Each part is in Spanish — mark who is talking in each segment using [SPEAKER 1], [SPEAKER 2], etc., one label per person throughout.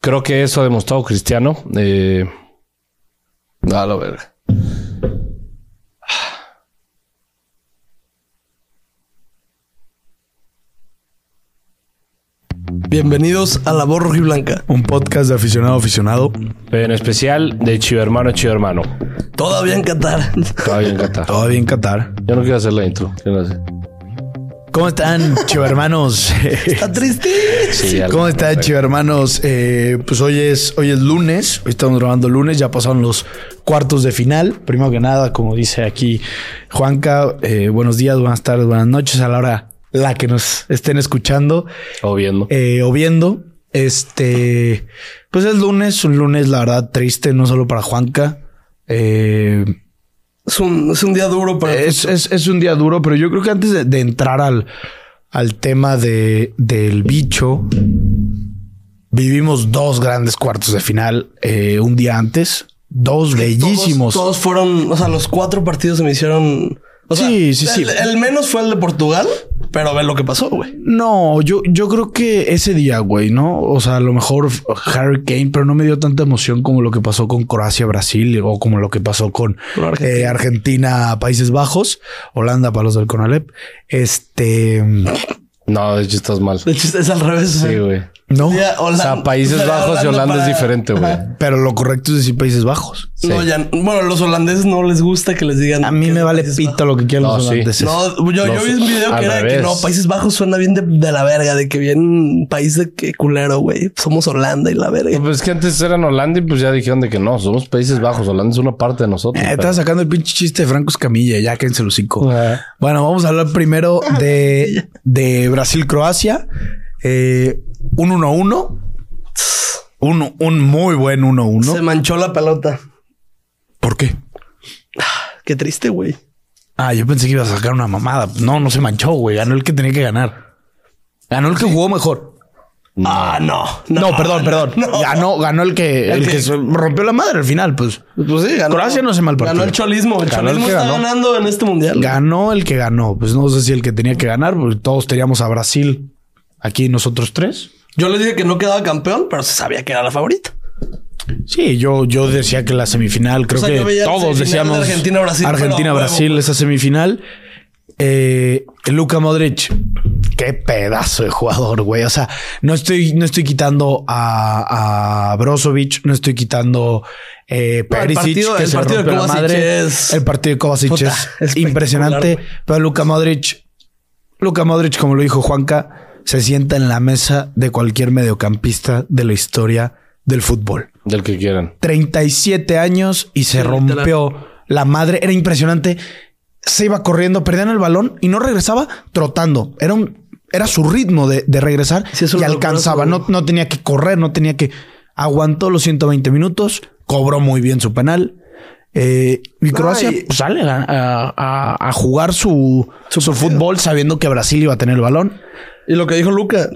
[SPEAKER 1] Creo que eso ha demostrado Cristiano. Eh, a la verga.
[SPEAKER 2] Bienvenidos a La Borja y Blanca.
[SPEAKER 3] Un podcast de aficionado a aficionado.
[SPEAKER 1] En especial de Chivo Hermano, Chivo Hermano.
[SPEAKER 2] Todavía en Qatar.
[SPEAKER 1] Todavía en Qatar.
[SPEAKER 3] Todavía en Qatar.
[SPEAKER 1] Yo no quiero hacer la intro. ¿Quién la hace?
[SPEAKER 3] ¿Cómo están, chivermanos?
[SPEAKER 2] Está triste.
[SPEAKER 1] Sí, ya la-
[SPEAKER 3] ¿Cómo están, chivermanos? Eh, pues hoy es, hoy es lunes. Hoy estamos grabando lunes. Ya pasaron los cuartos de final. Primero que nada, como dice aquí Juanca, eh, buenos días, buenas tardes, buenas noches a la hora la que nos estén escuchando.
[SPEAKER 1] O viendo.
[SPEAKER 3] eh, o viendo. Este, pues es lunes, un lunes, la verdad, triste, no solo para Juanca. Eh,
[SPEAKER 2] Es un, es un día duro para.
[SPEAKER 1] Eh,
[SPEAKER 3] es, es- es un día duro, pero yo creo que antes de, de entrar al, al tema de, del bicho, vivimos dos grandes cuartos de final eh, un día antes, dos bellísimos.
[SPEAKER 2] Todos, todos fueron. O sea, los cuatro partidos se me hicieron. O sea,
[SPEAKER 3] Sí, sí, sí.
[SPEAKER 2] El, el menos fue el de Portugal, pero ve lo que pasó, güey.
[SPEAKER 3] No, yo, yo creo que ese día, güey, ¿no? O sea, a lo mejor f- Harry Kane, pero no me dio tanta emoción como lo que pasó con Croacia-Brasil o como lo que pasó con
[SPEAKER 2] Con Argentina.
[SPEAKER 3] eh, Argentina-Países Bajos, Holanda para los del Conalep. Este,
[SPEAKER 1] No, de hecho estás mal.
[SPEAKER 2] De hecho, es al revés.
[SPEAKER 1] Sí, güey.
[SPEAKER 3] no,
[SPEAKER 2] Ya,
[SPEAKER 1] O
[SPEAKER 2] Holanda-
[SPEAKER 1] sea, Países
[SPEAKER 2] sería
[SPEAKER 1] Bajos y Holanda es
[SPEAKER 2] para-
[SPEAKER 1] diferente, güey.
[SPEAKER 2] Ajá.
[SPEAKER 3] pero lo correcto es decir Países Bajos.
[SPEAKER 2] No,
[SPEAKER 1] Sí.
[SPEAKER 2] ya. Bueno, los holandeses no les gusta que les digan.
[SPEAKER 3] A mí
[SPEAKER 2] que
[SPEAKER 3] me vale
[SPEAKER 2] Países
[SPEAKER 3] pito lo que quieran
[SPEAKER 1] No,
[SPEAKER 3] los
[SPEAKER 1] sí.
[SPEAKER 3] holandeses. Eh,
[SPEAKER 2] No, yo, yo
[SPEAKER 1] Los-
[SPEAKER 2] vi un video
[SPEAKER 1] al
[SPEAKER 2] que era de que
[SPEAKER 1] revés.
[SPEAKER 2] no, Países Bajos suena bien de, de la verga, de que bien país de que culero, güey. Somos Holanda y la verga.
[SPEAKER 1] No, Pues es que antes eran Holanda y pues ya dijeron de que no, somos Países Bajos. Holanda es una parte de nosotros.
[SPEAKER 3] Eh,
[SPEAKER 1] pero-
[SPEAKER 3] estaba sacando el pinche chiste de Franco Escamilla, ya que el hocico.
[SPEAKER 1] Ajá.
[SPEAKER 3] Bueno, vamos a hablar primero de, de Brasil-Croacia. Eh, un 1-1. Un, un muy buen
[SPEAKER 2] Se
[SPEAKER 3] 1-1.
[SPEAKER 2] manchó la pelota.
[SPEAKER 3] ¿Por qué?
[SPEAKER 2] Qué triste, güey.
[SPEAKER 3] Ah, yo pensé que iba a sacar una mamada. No, no se manchó, güey. Ganó el que tenía que ganar. Ganó el que jugó mejor.
[SPEAKER 2] Ah, no.
[SPEAKER 3] No, perdón, perdón.
[SPEAKER 2] no.
[SPEAKER 3] Ganó, ganó el que, el que se rompió la madre al final, pues.
[SPEAKER 2] Pues sí, ganó.
[SPEAKER 3] Croacia no se mal
[SPEAKER 2] Ganó
[SPEAKER 3] partido.
[SPEAKER 2] el cholismo. El
[SPEAKER 3] Ganó el
[SPEAKER 2] cholismo
[SPEAKER 3] que
[SPEAKER 2] está
[SPEAKER 3] ganó.
[SPEAKER 2] ganando en este mundial.
[SPEAKER 3] Ganó el que ganó. Pues no sé si el que tenía que ganar, porque todos teníamos a Brasil aquí nosotros tres.
[SPEAKER 2] Yo les dije que no quedaba campeón, pero se sabía que era la favorita.
[SPEAKER 3] Sí, yo, yo decía que la semifinal, creo
[SPEAKER 2] sea, yo
[SPEAKER 3] que
[SPEAKER 2] veía la
[SPEAKER 3] todos
[SPEAKER 2] semifinal de
[SPEAKER 3] decíamos
[SPEAKER 2] Argentina-Brasil, pero a huevo,
[SPEAKER 3] Argentina-Brasil,
[SPEAKER 2] güey.
[SPEAKER 3] esa semifinal. Eh, Luka Modric, qué pedazo de jugador, güey. O sea, no estoy, no estoy quitando a, a Brozovic, no estoy quitando eh,
[SPEAKER 2] No, el
[SPEAKER 3] Perisic,
[SPEAKER 2] partido-
[SPEAKER 3] que
[SPEAKER 2] el
[SPEAKER 3] se
[SPEAKER 2] partido de
[SPEAKER 3] rompió la
[SPEAKER 2] Kovacic
[SPEAKER 3] madre.
[SPEAKER 2] es-
[SPEAKER 3] El partido de Kovacic
[SPEAKER 2] Puta,
[SPEAKER 3] es
[SPEAKER 2] espectacular,
[SPEAKER 3] impresionante,
[SPEAKER 2] güey.
[SPEAKER 3] pero Luka Modric, Luka Modric, como lo dijo Juanca, se sienta en la mesa de cualquier mediocampista de la historia del fútbol.
[SPEAKER 1] Del que quieran.
[SPEAKER 3] 37 años y se
[SPEAKER 2] Sí,
[SPEAKER 3] rompió la madre. Era impresionante. Se iba corriendo, perdían el balón y no regresaba trotando. Era un, era su ritmo de, de regresar
[SPEAKER 2] Sí, es
[SPEAKER 3] y
[SPEAKER 2] una locura,
[SPEAKER 3] alcanzaba.
[SPEAKER 2] su-
[SPEAKER 3] No, no tenía que correr, no tenía que. Aguantó los 120 minutos, cobró muy bien su penal. Eh, y Croacia
[SPEAKER 2] y-
[SPEAKER 3] pues, sale a, a- a jugar su, su fútbol sabiendo que Brasil iba a tener el balón.
[SPEAKER 2] Y lo que dijo Luca,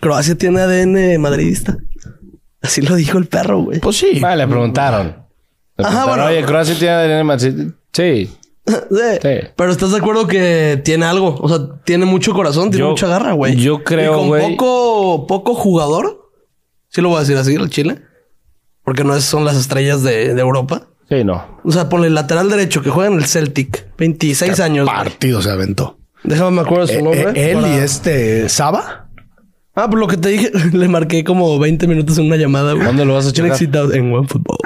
[SPEAKER 2] Croacia tiene ADN madridista. Así lo dijo el perro, güey.
[SPEAKER 3] Pues sí.
[SPEAKER 1] Vale, Ah, le preguntaron. Le
[SPEAKER 2] Ajá,
[SPEAKER 1] preguntaron,
[SPEAKER 2] bueno.
[SPEAKER 1] Oye, Croacia tiene ADN Madrid. Sí.
[SPEAKER 2] Sí.
[SPEAKER 1] Sí.
[SPEAKER 2] Pero estás de acuerdo que tiene algo. O sea, tiene mucho corazón, tiene
[SPEAKER 1] Yo-
[SPEAKER 2] mucha garra, güey.
[SPEAKER 1] yo creo,
[SPEAKER 2] Y con
[SPEAKER 1] güey.
[SPEAKER 2] poco, poco jugador. Sí lo voy a decir así, el Chile. Porque no es- son las estrellas de, de Europa.
[SPEAKER 1] Sí, no.
[SPEAKER 2] O sea, por el lateral derecho que juega en el Celtic. 26 años. güey.
[SPEAKER 3] Partido se aventó.
[SPEAKER 2] Déjame me acuerdo su
[SPEAKER 3] Eh,
[SPEAKER 2] nombre.
[SPEAKER 3] eh, él
[SPEAKER 2] para-
[SPEAKER 3] y este Saba.
[SPEAKER 2] Ah, por lo que te dije, le marqué como 20 minutos en una llamada, güey.
[SPEAKER 1] ¿Dónde lo vas a
[SPEAKER 2] Bien
[SPEAKER 1] checar?
[SPEAKER 2] excitado en OneFootball.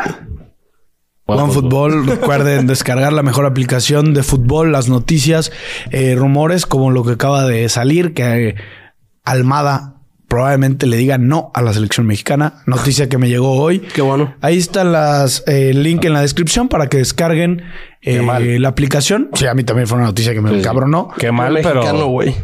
[SPEAKER 1] pues,
[SPEAKER 3] OneFootball, recuerden descargar la mejor aplicación de fútbol, las noticias, eh, rumores como lo que acaba de salir, que eh, Almada probablemente le diga no a la selección mexicana, noticia que me llegó hoy.
[SPEAKER 2] Qué bueno.
[SPEAKER 3] Ahí está las eh, link en la descripción para que descarguen eh,
[SPEAKER 1] Qué mal.
[SPEAKER 3] la aplicación. Sí, a mí también fue una noticia que me
[SPEAKER 1] Sí.
[SPEAKER 3] encabronó.
[SPEAKER 1] pues, Qué mal,
[SPEAKER 2] Un
[SPEAKER 1] pero.
[SPEAKER 2] Mexicano, güey.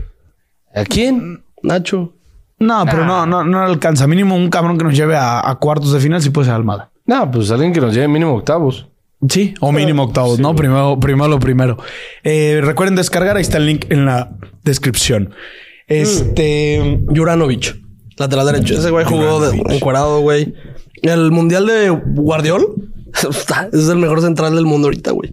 [SPEAKER 1] ¿A
[SPEAKER 2] Mm.
[SPEAKER 1] quién?
[SPEAKER 2] Nacho.
[SPEAKER 3] No, pero no, no, no alcanza. Mínimo un cabrón que nos lleve a, a cuartos de final si puede ser Almada.
[SPEAKER 1] No, pues alguien que nos lleve mínimo octavos.
[SPEAKER 3] Sí, o mínimo octavos, ¿no? Primero, primero lo primero. Eh, recuerden descargar, ahí está el link en la descripción. Este.
[SPEAKER 2] Juranovic, lateral derecho. Ese güey jugó de, encuerado, güey. El mundial de Guardiol está- es el mejor central del mundo ahorita, güey.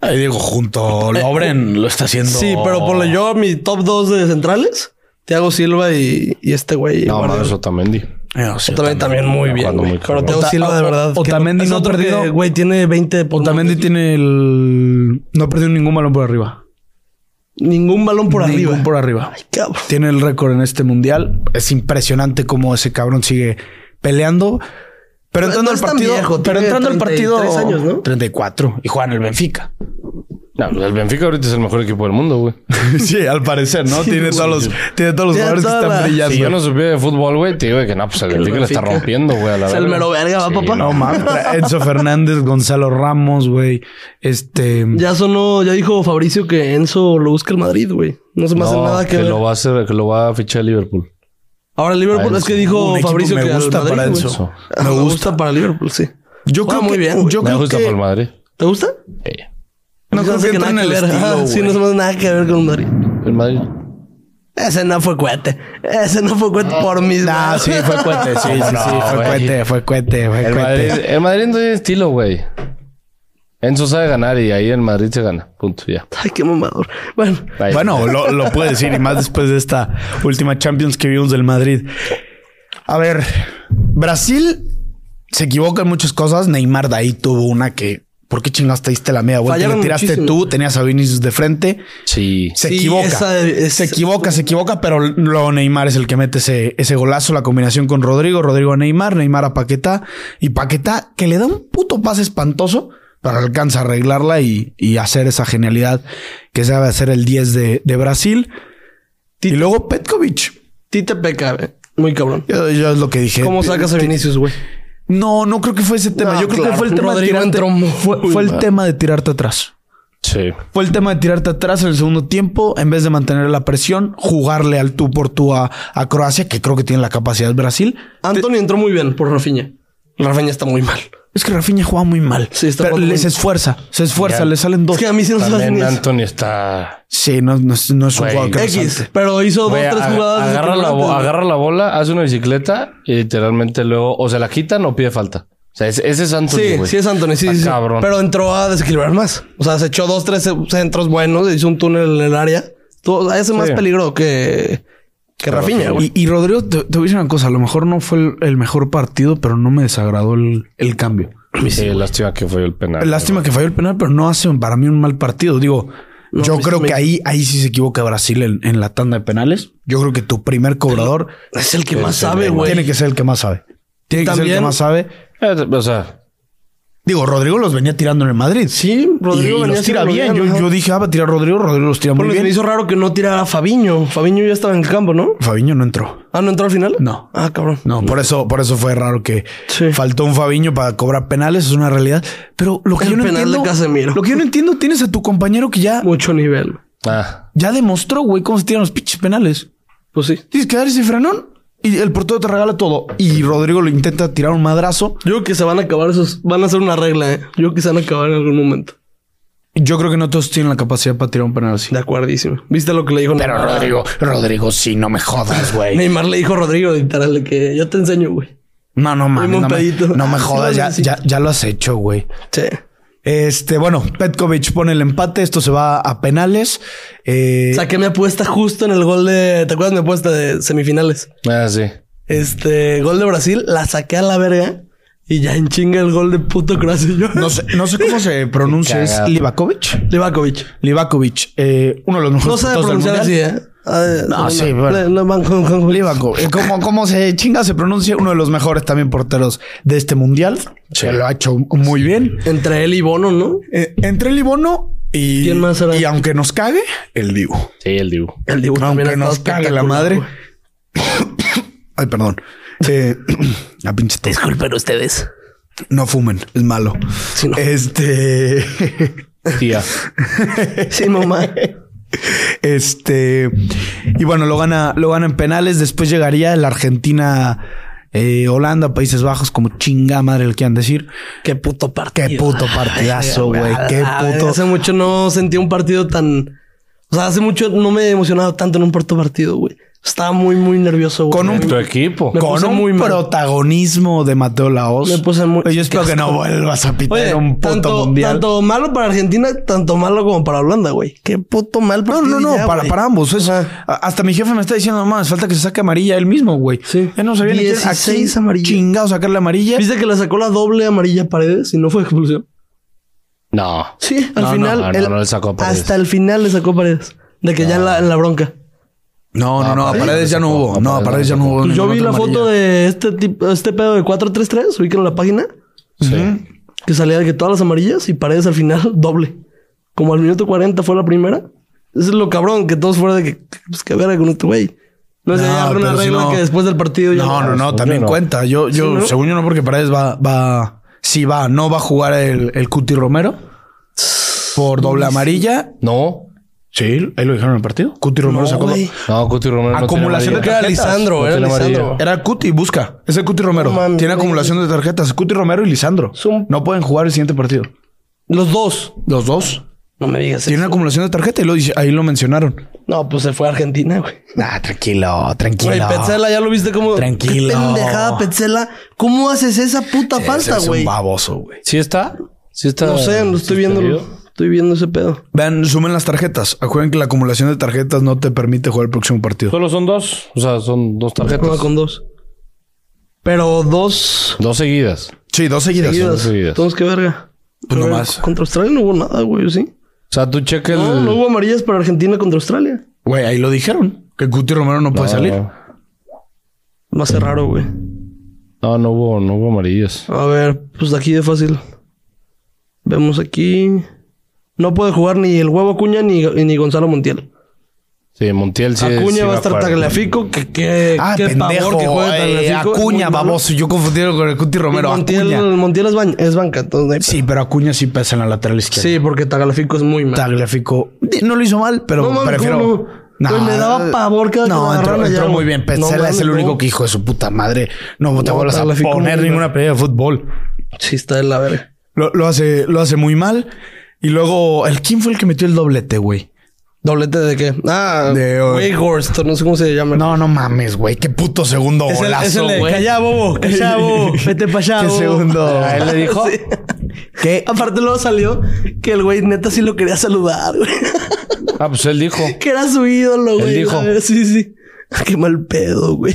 [SPEAKER 3] Ahí digo, junto Lobren lo está haciendo.
[SPEAKER 2] Sí, pero ponle yo mi top 2 de centrales. Thiago Silva y, y este güey.
[SPEAKER 1] No,
[SPEAKER 2] Guardiol.
[SPEAKER 1] mames, Otamendi.
[SPEAKER 3] Ah, No, sí,
[SPEAKER 2] Otamendi también muy bien.
[SPEAKER 1] Jugando
[SPEAKER 2] güey.
[SPEAKER 1] muy
[SPEAKER 2] Pero
[SPEAKER 1] cabrón.
[SPEAKER 2] Thiago
[SPEAKER 3] Ota-
[SPEAKER 2] Silva, de verdad.
[SPEAKER 3] O-
[SPEAKER 2] que-
[SPEAKER 3] Otamendi
[SPEAKER 2] es
[SPEAKER 3] no ha
[SPEAKER 2] otro que,
[SPEAKER 3] perdido-
[SPEAKER 2] Güey, tiene 20 por
[SPEAKER 3] Otamendi tiene el. No perdió ningún balón por arriba.
[SPEAKER 2] Ningún balón por
[SPEAKER 3] ningún
[SPEAKER 2] arriba.
[SPEAKER 3] por arriba.
[SPEAKER 2] Cabrón.
[SPEAKER 3] Tiene el récord en este mundial. Es impresionante cómo ese cabrón sigue peleando. Pero
[SPEAKER 2] No-
[SPEAKER 3] entrando
[SPEAKER 2] no
[SPEAKER 3] al
[SPEAKER 2] es tan
[SPEAKER 3] partido.
[SPEAKER 2] viejo,
[SPEAKER 3] pero
[SPEAKER 2] tiene
[SPEAKER 3] entrando al partido.
[SPEAKER 2] 33 años, ¿no?
[SPEAKER 3] 34. Y juega en el Benfica.
[SPEAKER 1] No, pues el Benfica ahorita es el mejor equipo del mundo, güey.
[SPEAKER 3] sí, al parecer, ¿no? tiene, todos los, tiene todos los
[SPEAKER 2] Tiene
[SPEAKER 3] jugadores que
[SPEAKER 2] toda
[SPEAKER 3] están
[SPEAKER 2] la-
[SPEAKER 3] brillando.
[SPEAKER 1] Si yo no supiera de fútbol, güey, te digo que no, pues el Benfica le está
[SPEAKER 2] Benfica.
[SPEAKER 1] rompiendo, güey. a la
[SPEAKER 2] Es el
[SPEAKER 1] verga.
[SPEAKER 2] mero verga, ¿va, papá?
[SPEAKER 3] No mames. Enzo Fernández, Gonzalo Ramos, güey. Este.
[SPEAKER 2] Ya sonó, ya dijo Fabricio que Enzo lo busca el Madrid, güey. No se me hace
[SPEAKER 1] No,
[SPEAKER 2] nada que, ver.
[SPEAKER 1] lo va a hacer, que lo va a fichar Liverpool.
[SPEAKER 2] Ahora el Liverpool
[SPEAKER 1] A
[SPEAKER 2] es que
[SPEAKER 1] Enzo.
[SPEAKER 2] dijo
[SPEAKER 3] Un equipo
[SPEAKER 2] Fabricio
[SPEAKER 3] me
[SPEAKER 2] que al
[SPEAKER 3] gusta
[SPEAKER 2] Madrid,
[SPEAKER 3] para
[SPEAKER 2] güey.
[SPEAKER 3] Enzo.
[SPEAKER 2] Ah, Me gusta para Liverpool, sí.
[SPEAKER 3] Yo
[SPEAKER 2] Juega
[SPEAKER 3] creo
[SPEAKER 2] muy
[SPEAKER 3] que.
[SPEAKER 2] bien, güey.
[SPEAKER 3] yo
[SPEAKER 1] Me
[SPEAKER 3] creo
[SPEAKER 1] gusta
[SPEAKER 3] que-
[SPEAKER 1] por el Madrid.
[SPEAKER 2] ¿Te gusta?
[SPEAKER 1] Eh,
[SPEAKER 3] No creo
[SPEAKER 2] se me hace
[SPEAKER 3] que
[SPEAKER 2] nada
[SPEAKER 3] entre en el
[SPEAKER 2] ver.
[SPEAKER 3] estilo,
[SPEAKER 2] Ajá, Sí, no
[SPEAKER 3] güey.
[SPEAKER 2] se me hace nada que ver con el Madrid.
[SPEAKER 1] el Madrid.
[SPEAKER 2] Ese no fue cohete. Ese no fue cohete por mis
[SPEAKER 3] Ah,
[SPEAKER 2] manos.
[SPEAKER 3] sí, fue cohete. Sí, sí, sí, fue
[SPEAKER 1] güey.
[SPEAKER 3] cohete, fue cohete, fue
[SPEAKER 1] El Madrid,
[SPEAKER 3] cohete.
[SPEAKER 1] el Madrid no tiene estilo, güey. Enzo sabe ganar y ahí el Madrid se gana. Punto, ya.
[SPEAKER 2] Ay, qué mamador. Bueno,
[SPEAKER 1] Bye.
[SPEAKER 3] Bueno, lo, lo puedo decir y más después de esta última Champions que vimos del Madrid. A ver, Brasil se equivoca en muchas cosas. Neymar de ahí tuvo una que, ¿por qué chingaste te diste la media vuelta?
[SPEAKER 2] Fallaron
[SPEAKER 3] Le tiraste
[SPEAKER 2] muchísimo.
[SPEAKER 3] tú, tenías a Vinicius de frente.
[SPEAKER 1] Sí.
[SPEAKER 3] Se
[SPEAKER 2] Sí,
[SPEAKER 3] equivoca,
[SPEAKER 2] esa- esa-
[SPEAKER 3] se equivoca, se equivoca, pero luego Neymar es el que mete ese, ese golazo, la combinación con Rodrigo, Rodrigo a Neymar, Neymar a Paquetá y Paquetá que le da un puto pase espantoso, pero alcanza a arreglarla y, y hacer esa genialidad que sabe hacer el 10 de, de Brasil. Y luego Petkovic.
[SPEAKER 2] Tite peca, güey. Muy cabrón.
[SPEAKER 3] Yo, yo es lo que dije.
[SPEAKER 2] ¿Cómo sacas a Vinicius, güey?
[SPEAKER 3] No, no creo que fue ese tema.
[SPEAKER 2] No,
[SPEAKER 3] yo creo
[SPEAKER 2] claro.
[SPEAKER 3] que fue el tema
[SPEAKER 2] Rodrigo
[SPEAKER 3] de tirarte,
[SPEAKER 2] entró muy
[SPEAKER 3] fue, fue el
[SPEAKER 2] mal.
[SPEAKER 3] tema de tirarte atrás.
[SPEAKER 1] Sí.
[SPEAKER 3] Fue el tema de tirarte atrás en el segundo tiempo, en vez de mantener la presión, jugarle al tú por tú a, a Croacia, que creo que tiene la capacidad Brasil.
[SPEAKER 2] Anthony entró muy bien por Rafinha. Rafinha está muy mal.
[SPEAKER 3] Es que Rafinha juega muy mal.
[SPEAKER 2] Sí, está
[SPEAKER 3] pero
[SPEAKER 2] jugando
[SPEAKER 3] les
[SPEAKER 2] muy-
[SPEAKER 3] esfuerza, se esfuerza,
[SPEAKER 1] Ya.
[SPEAKER 3] le salen dos.
[SPEAKER 2] Es que a mí sí no se me hace ni
[SPEAKER 1] También
[SPEAKER 2] eso.
[SPEAKER 1] Anthony está.
[SPEAKER 3] Sí, no, no es- no es un
[SPEAKER 1] Güey.
[SPEAKER 3] juego
[SPEAKER 2] X,
[SPEAKER 3] cansante.
[SPEAKER 2] pero hizo
[SPEAKER 1] Güey,
[SPEAKER 2] dos, tres
[SPEAKER 1] ag-
[SPEAKER 2] jugadas.
[SPEAKER 1] agarra, la, bo-
[SPEAKER 2] desequilibrantes.
[SPEAKER 1] agarra la bola, hace una bicicleta y literalmente luego o se la quitan o pide falta. O sea, ese, ese es Anthony.
[SPEAKER 2] Sí,
[SPEAKER 1] güey.
[SPEAKER 2] sí es Anthony, sí,
[SPEAKER 1] Está
[SPEAKER 2] sí, sí.
[SPEAKER 1] Cabrón.
[SPEAKER 2] Pero entró a desequilibrar más. O sea, se echó dos, tres centros buenos, hizo un túnel en el área. Todo, ese más
[SPEAKER 1] Sí.
[SPEAKER 2] peligro que, que Rafinha, güey.
[SPEAKER 3] Y, y Rodrigo, te, te voy a decir una cosa, a lo mejor no fue el, el mejor partido, pero no me desagradó el, el cambio.
[SPEAKER 1] sí, lástima que fue el penal.
[SPEAKER 3] Lástima que falló el penal, pero no hace para mí un mal partido. Digo, yo
[SPEAKER 2] pues,
[SPEAKER 3] creo que ahí, ahí sí se equivoca Brasil en, en la tanda de penales. Yo creo que tu primer cobrador
[SPEAKER 2] Es el que más
[SPEAKER 1] sí,
[SPEAKER 2] sabe,
[SPEAKER 1] sí,
[SPEAKER 2] güey.
[SPEAKER 3] tiene que ser el que más sabe. Tiene que ser el
[SPEAKER 2] También-
[SPEAKER 3] que más sabe.
[SPEAKER 1] Eh, o sea,
[SPEAKER 3] Digo, Rodrigo los venía tirando en el Madrid.
[SPEAKER 2] Sí, Rodrigo
[SPEAKER 3] Y- y
[SPEAKER 2] venía
[SPEAKER 3] los tira
[SPEAKER 2] haciendo
[SPEAKER 3] bien.
[SPEAKER 2] lo bien,
[SPEAKER 3] Yo,
[SPEAKER 2] ajá.
[SPEAKER 3] yo dije, ah, va a tirar Rodrigo. Rodrigo los tira muy
[SPEAKER 2] Bueno, se me
[SPEAKER 3] bien.
[SPEAKER 2] hizo raro que no tirara a Fabiño. Fabiño ya estaba en el campo, ¿no?
[SPEAKER 3] Fabiño no entró.
[SPEAKER 2] Ah, ¿no entró al final?
[SPEAKER 3] No.
[SPEAKER 2] Ah, cabrón.
[SPEAKER 3] No, por eso, por eso fue raro que
[SPEAKER 2] Sí.
[SPEAKER 3] faltó un Fabiño para cobrar penales. Es una realidad. Pero lo que
[SPEAKER 2] El
[SPEAKER 3] yo no
[SPEAKER 2] penal de
[SPEAKER 3] entiendo.
[SPEAKER 2] Casemiro.
[SPEAKER 3] Lo que yo no entiendo, tienes a tu compañero que ya,
[SPEAKER 2] Mucho nivel. güey.
[SPEAKER 1] ah,
[SPEAKER 3] ya demostró, güey, cómo se tiran los pinches penales.
[SPEAKER 2] Pues sí.
[SPEAKER 3] Tienes que dar ese frenón y el portero te regala todo. Y Rodrigo lo intenta tirar un madrazo.
[SPEAKER 2] Yo creo que se van a acabar esos. Van a hacer una regla, ¿eh? Yo creo que se van a acabar en algún momento.
[SPEAKER 3] Yo creo que no todos tienen la capacidad para tirar un penal así.
[SPEAKER 2] De acuerdísimo. ¿Viste lo que le dijo
[SPEAKER 3] Pero
[SPEAKER 2] Neymar?
[SPEAKER 3] Rodrigo, Rodrigo, sí, no me jodas, güey.
[SPEAKER 2] Neymar le dijo a Rodrigo, literal, que yo te enseño, güey.
[SPEAKER 3] No, no mames.
[SPEAKER 2] un
[SPEAKER 3] No me,
[SPEAKER 2] pedito.
[SPEAKER 3] no me
[SPEAKER 2] Sí,
[SPEAKER 3] jodas,
[SPEAKER 2] lo
[SPEAKER 3] ya,
[SPEAKER 2] necesito.
[SPEAKER 3] ya, ya lo has hecho, güey.
[SPEAKER 2] Sí.
[SPEAKER 3] Este, bueno, Petkovic pone el empate, esto se va a penales. Eh,
[SPEAKER 2] Saqué mi apuesta justo en el gol de. ¿Te acuerdas mi apuesta de semifinales?
[SPEAKER 1] ah, sí.
[SPEAKER 2] Este gol de Brasil, la saqué a la verga y ya en chinga el gol de puto Croacia. Yo,
[SPEAKER 3] no, sé, no sé cómo se pronuncia, es
[SPEAKER 1] Cagado.
[SPEAKER 3] Livakovic.
[SPEAKER 2] Livakovic.
[SPEAKER 3] Livakovic, eh, uno de los mejores
[SPEAKER 2] No sabe
[SPEAKER 3] porteros
[SPEAKER 2] pronunciar así,
[SPEAKER 3] mundial.
[SPEAKER 2] ¿eh? Ah,
[SPEAKER 3] No, sí,
[SPEAKER 2] le-
[SPEAKER 3] bueno.
[SPEAKER 2] le- van con- con-
[SPEAKER 3] Livakovic. Eh, ¿Cómo, cómo se chinga se pronuncia? Uno de los mejores también porteros de este mundial. Se lo ha hecho muy bien.
[SPEAKER 2] Entre él y Bono, ¿no?
[SPEAKER 3] Eh, entre el Ibono y,
[SPEAKER 2] ¿Quién más será?
[SPEAKER 3] y aunque nos cague, el Divo.
[SPEAKER 1] Sí, el Dibu.
[SPEAKER 2] El dibujo también
[SPEAKER 3] Aunque
[SPEAKER 2] ha
[SPEAKER 3] nos
[SPEAKER 2] estado
[SPEAKER 3] cague la
[SPEAKER 2] espectacular,
[SPEAKER 3] madre.
[SPEAKER 2] güey.
[SPEAKER 3] Ay, perdón. Eh, la pinche tos.
[SPEAKER 2] Disculpen ustedes.
[SPEAKER 3] No fumen, es malo.
[SPEAKER 2] Sí,
[SPEAKER 3] Eh,
[SPEAKER 2] no.
[SPEAKER 3] Este.
[SPEAKER 1] Tía.
[SPEAKER 2] Sí, mamá.
[SPEAKER 3] Este. Y bueno, lo gana, lo gana en penales. Después llegaría el Argentina, eh, Holanda, Países Bajos, como chinga madre le quieran decir.
[SPEAKER 2] Qué puto partido.
[SPEAKER 3] Qué puto partidazo, güey. Qué
[SPEAKER 2] A ver,
[SPEAKER 3] puto.
[SPEAKER 2] Hace mucho no sentí un partido tan. O sea, hace mucho no me he emocionado tanto en un puto partido, güey. O Estaba muy, muy nervioso. güey.
[SPEAKER 3] Con un-
[SPEAKER 2] Me-
[SPEAKER 1] Tu equipo.
[SPEAKER 2] Me
[SPEAKER 3] Con
[SPEAKER 2] puse
[SPEAKER 3] un
[SPEAKER 2] muy mal.
[SPEAKER 3] protagonismo de Mateo Laos.
[SPEAKER 2] Me puse muy-
[SPEAKER 3] Yo espero
[SPEAKER 2] Qué
[SPEAKER 3] que no
[SPEAKER 2] asco.
[SPEAKER 3] vuelvas a pitar
[SPEAKER 2] Oye,
[SPEAKER 3] un puto
[SPEAKER 2] tanto,
[SPEAKER 3] mundial.
[SPEAKER 2] tanto malo para Argentina, tanto malo como para Holanda, güey. Qué puto mal.
[SPEAKER 3] No,
[SPEAKER 2] partido
[SPEAKER 3] no, no,
[SPEAKER 2] ya,
[SPEAKER 3] para,
[SPEAKER 2] güey.
[SPEAKER 3] para ambos. Es- a- hasta mi jefe me está diciendo, no mames, falta que se saque amarilla él mismo, güey.
[SPEAKER 2] Sí.
[SPEAKER 3] Ya no sabía ni quién, a
[SPEAKER 2] 16
[SPEAKER 3] quién
[SPEAKER 2] amarillas.
[SPEAKER 3] chingado sacar la amarilla.
[SPEAKER 2] ¿Viste que le sacó la doble amarilla a Paredes y no fue expulsión?
[SPEAKER 1] No.
[SPEAKER 2] Sí,
[SPEAKER 1] No,
[SPEAKER 2] al
[SPEAKER 1] no,
[SPEAKER 2] final.
[SPEAKER 1] no, no, no le sacó a Paredes.
[SPEAKER 2] Hasta el final le sacó a Paredes. De que ya en la, en la bronca.
[SPEAKER 3] No, no, no, a
[SPEAKER 1] Paredes
[SPEAKER 3] Paredes ya no
[SPEAKER 1] sacó,
[SPEAKER 3] hubo.
[SPEAKER 1] a
[SPEAKER 3] No, a
[SPEAKER 1] Paredes
[SPEAKER 3] Paredes ya no
[SPEAKER 1] sacó.
[SPEAKER 3] hubo.
[SPEAKER 2] Pues yo
[SPEAKER 3] ninguna
[SPEAKER 2] vi la
[SPEAKER 3] otra
[SPEAKER 2] foto
[SPEAKER 3] amarilla.
[SPEAKER 2] de este tipo, este pedo de 433, ubican la página,
[SPEAKER 1] Sí.
[SPEAKER 2] que salía de que todas las amarillas y paredes al final doble. Como al minuto 40 fue la primera. Eso es lo cabrón, que todos fuera de que, pues que verga con este güey. No, sé,
[SPEAKER 3] No,
[SPEAKER 2] ya habrá una
[SPEAKER 3] pero si
[SPEAKER 2] regla
[SPEAKER 3] no-
[SPEAKER 2] que después del partido ya.
[SPEAKER 3] No, no, no,
[SPEAKER 1] Según
[SPEAKER 3] también
[SPEAKER 1] yo no.
[SPEAKER 3] cuenta. Yo, yo,
[SPEAKER 2] Sí, ¿no?
[SPEAKER 3] según yo no, porque Paredes va, va, si va, no va a jugar el, el Cuti Romero por doble amarilla.
[SPEAKER 1] No.
[SPEAKER 3] Sí, ahí lo dijeron en el partido. Cuti Romero
[SPEAKER 2] No,
[SPEAKER 3] sacó.
[SPEAKER 2] güey.
[SPEAKER 1] No, Cuti Romero.
[SPEAKER 3] Acumulación
[SPEAKER 1] no
[SPEAKER 3] de
[SPEAKER 1] tiene
[SPEAKER 3] tarjetas.
[SPEAKER 1] amarilla.
[SPEAKER 2] Lisandro,
[SPEAKER 1] No
[SPEAKER 2] era
[SPEAKER 1] tiene amarilla.
[SPEAKER 2] Lisandro.
[SPEAKER 3] Era Cuti, busca. Es el Cuti Romero.
[SPEAKER 2] No mames.
[SPEAKER 3] Tiene acumulación de tarjetas. Cuti Romero y Lisandro.
[SPEAKER 2] Son-
[SPEAKER 3] No pueden jugar el siguiente partido.
[SPEAKER 2] Los dos.
[SPEAKER 3] Los dos.
[SPEAKER 2] No me digas
[SPEAKER 3] Tienen
[SPEAKER 2] eso.
[SPEAKER 3] acumulación de tarjeta y lo dice- ahí lo mencionaron.
[SPEAKER 2] No, pues se fue a Argentina, güey.
[SPEAKER 3] Ah, tranquilo, tranquilo.
[SPEAKER 2] Güey, Petzela, ya lo viste como.
[SPEAKER 3] Tranquilo.
[SPEAKER 2] Qué pendejada, Petzela. ¿Cómo haces esa puta falta,
[SPEAKER 3] Es un
[SPEAKER 2] güey?
[SPEAKER 3] baboso, güey.
[SPEAKER 1] ¿Sí está? Sí está.
[SPEAKER 2] No sé, no estoy viendo.
[SPEAKER 1] suspendido?
[SPEAKER 2] Estoy viendo ese pedo.
[SPEAKER 3] Vean, sumen las tarjetas. Acuérdense que la acumulación de tarjetas no te permite jugar el próximo partido.
[SPEAKER 1] Solo son dos. O sea, son dos
[SPEAKER 2] Juega
[SPEAKER 1] tarjetas.
[SPEAKER 2] con dos. Pero dos
[SPEAKER 1] Dos seguidas.
[SPEAKER 3] Sí, dos seguidas.
[SPEAKER 2] seguidas.
[SPEAKER 1] seguidas.
[SPEAKER 2] Entonces, qué verga.
[SPEAKER 3] Pues no
[SPEAKER 2] Pero
[SPEAKER 3] más.
[SPEAKER 2] Contra Australia no hubo nada, güey, ¿sí?
[SPEAKER 1] O sea, tú checa el.
[SPEAKER 2] Ah,
[SPEAKER 3] Mm.
[SPEAKER 2] No, no hubo amarillas para Argentina contra Australia.
[SPEAKER 3] Güey, ahí lo dijeron. Que Cuti Romero no
[SPEAKER 1] Ah.
[SPEAKER 3] puede salir.
[SPEAKER 2] Más que raro, güey.
[SPEAKER 1] No, no hubo, no hubo amarillas.
[SPEAKER 2] A ver, pues de aquí de fácil. Vemos aquí. No puede jugar ni el huevo Acuña ni, ni Gonzalo Montiel.
[SPEAKER 1] Sí, Montiel sí.
[SPEAKER 2] Acuña
[SPEAKER 1] sí
[SPEAKER 2] va a estar
[SPEAKER 1] jugar.
[SPEAKER 2] Tagliafico, que qué,
[SPEAKER 3] Ah,
[SPEAKER 2] qué
[SPEAKER 3] pendejo.
[SPEAKER 2] pavor que juegue
[SPEAKER 3] eh,
[SPEAKER 2] Tagliafico. es muy
[SPEAKER 3] Acuña,
[SPEAKER 2] malo.
[SPEAKER 3] baboso. Yo confundí con el Cuti
[SPEAKER 2] Y
[SPEAKER 3] Romero.
[SPEAKER 2] Montiel,
[SPEAKER 3] Acuña.
[SPEAKER 2] Montiel es, ban- es banca, entonces no hay-
[SPEAKER 3] Sí, pero Acuña sí pesa en la lateral izquierda.
[SPEAKER 2] Sí, porque Tagliafico es muy malo.
[SPEAKER 3] Tagliafico. No lo hizo mal, pero
[SPEAKER 2] No mames,
[SPEAKER 3] prefiero.
[SPEAKER 2] ¿cómo no? Güey, me daba pavor cada que
[SPEAKER 3] No,
[SPEAKER 2] lo
[SPEAKER 3] entró,
[SPEAKER 2] agarraron allá,
[SPEAKER 3] entró muy
[SPEAKER 2] güey.
[SPEAKER 3] bien.
[SPEAKER 2] No
[SPEAKER 3] Petzela es
[SPEAKER 2] mames,
[SPEAKER 3] el único
[SPEAKER 2] no.
[SPEAKER 3] que hijo de su puta madre. No, te
[SPEAKER 2] No,
[SPEAKER 3] vuelvas a
[SPEAKER 2] Tagliafico
[SPEAKER 3] poner
[SPEAKER 2] muy bien.
[SPEAKER 3] ninguna pelea de fútbol.
[SPEAKER 2] Sí, está de la verga.
[SPEAKER 3] Lo, lo hace, lo hace muy mal. Y luego, ¿el quién fue el que metió el doblete, güey?
[SPEAKER 2] ¿Doblete de qué? Ah,
[SPEAKER 3] De- oh.
[SPEAKER 2] de Weghorst, no sé cómo se llama.
[SPEAKER 3] No, no mames, güey. Qué puto segundo
[SPEAKER 2] Es el- es
[SPEAKER 3] golazo,
[SPEAKER 2] el de,
[SPEAKER 3] güey.
[SPEAKER 2] "Callá, bobo, callá, bobo, vete pa' allá,
[SPEAKER 3] Qué
[SPEAKER 2] bobo".
[SPEAKER 3] segundo.
[SPEAKER 1] ¿A él le dijo?
[SPEAKER 2] Sí.
[SPEAKER 3] ¿Qué?
[SPEAKER 2] Aparte luego salió que el güey neta sí lo quería saludar, güey.
[SPEAKER 1] Ah, pues él dijo.
[SPEAKER 2] que era su ídolo, güey.
[SPEAKER 1] dijo.
[SPEAKER 2] A ver, Sí, sí. Qué mal pedo, güey.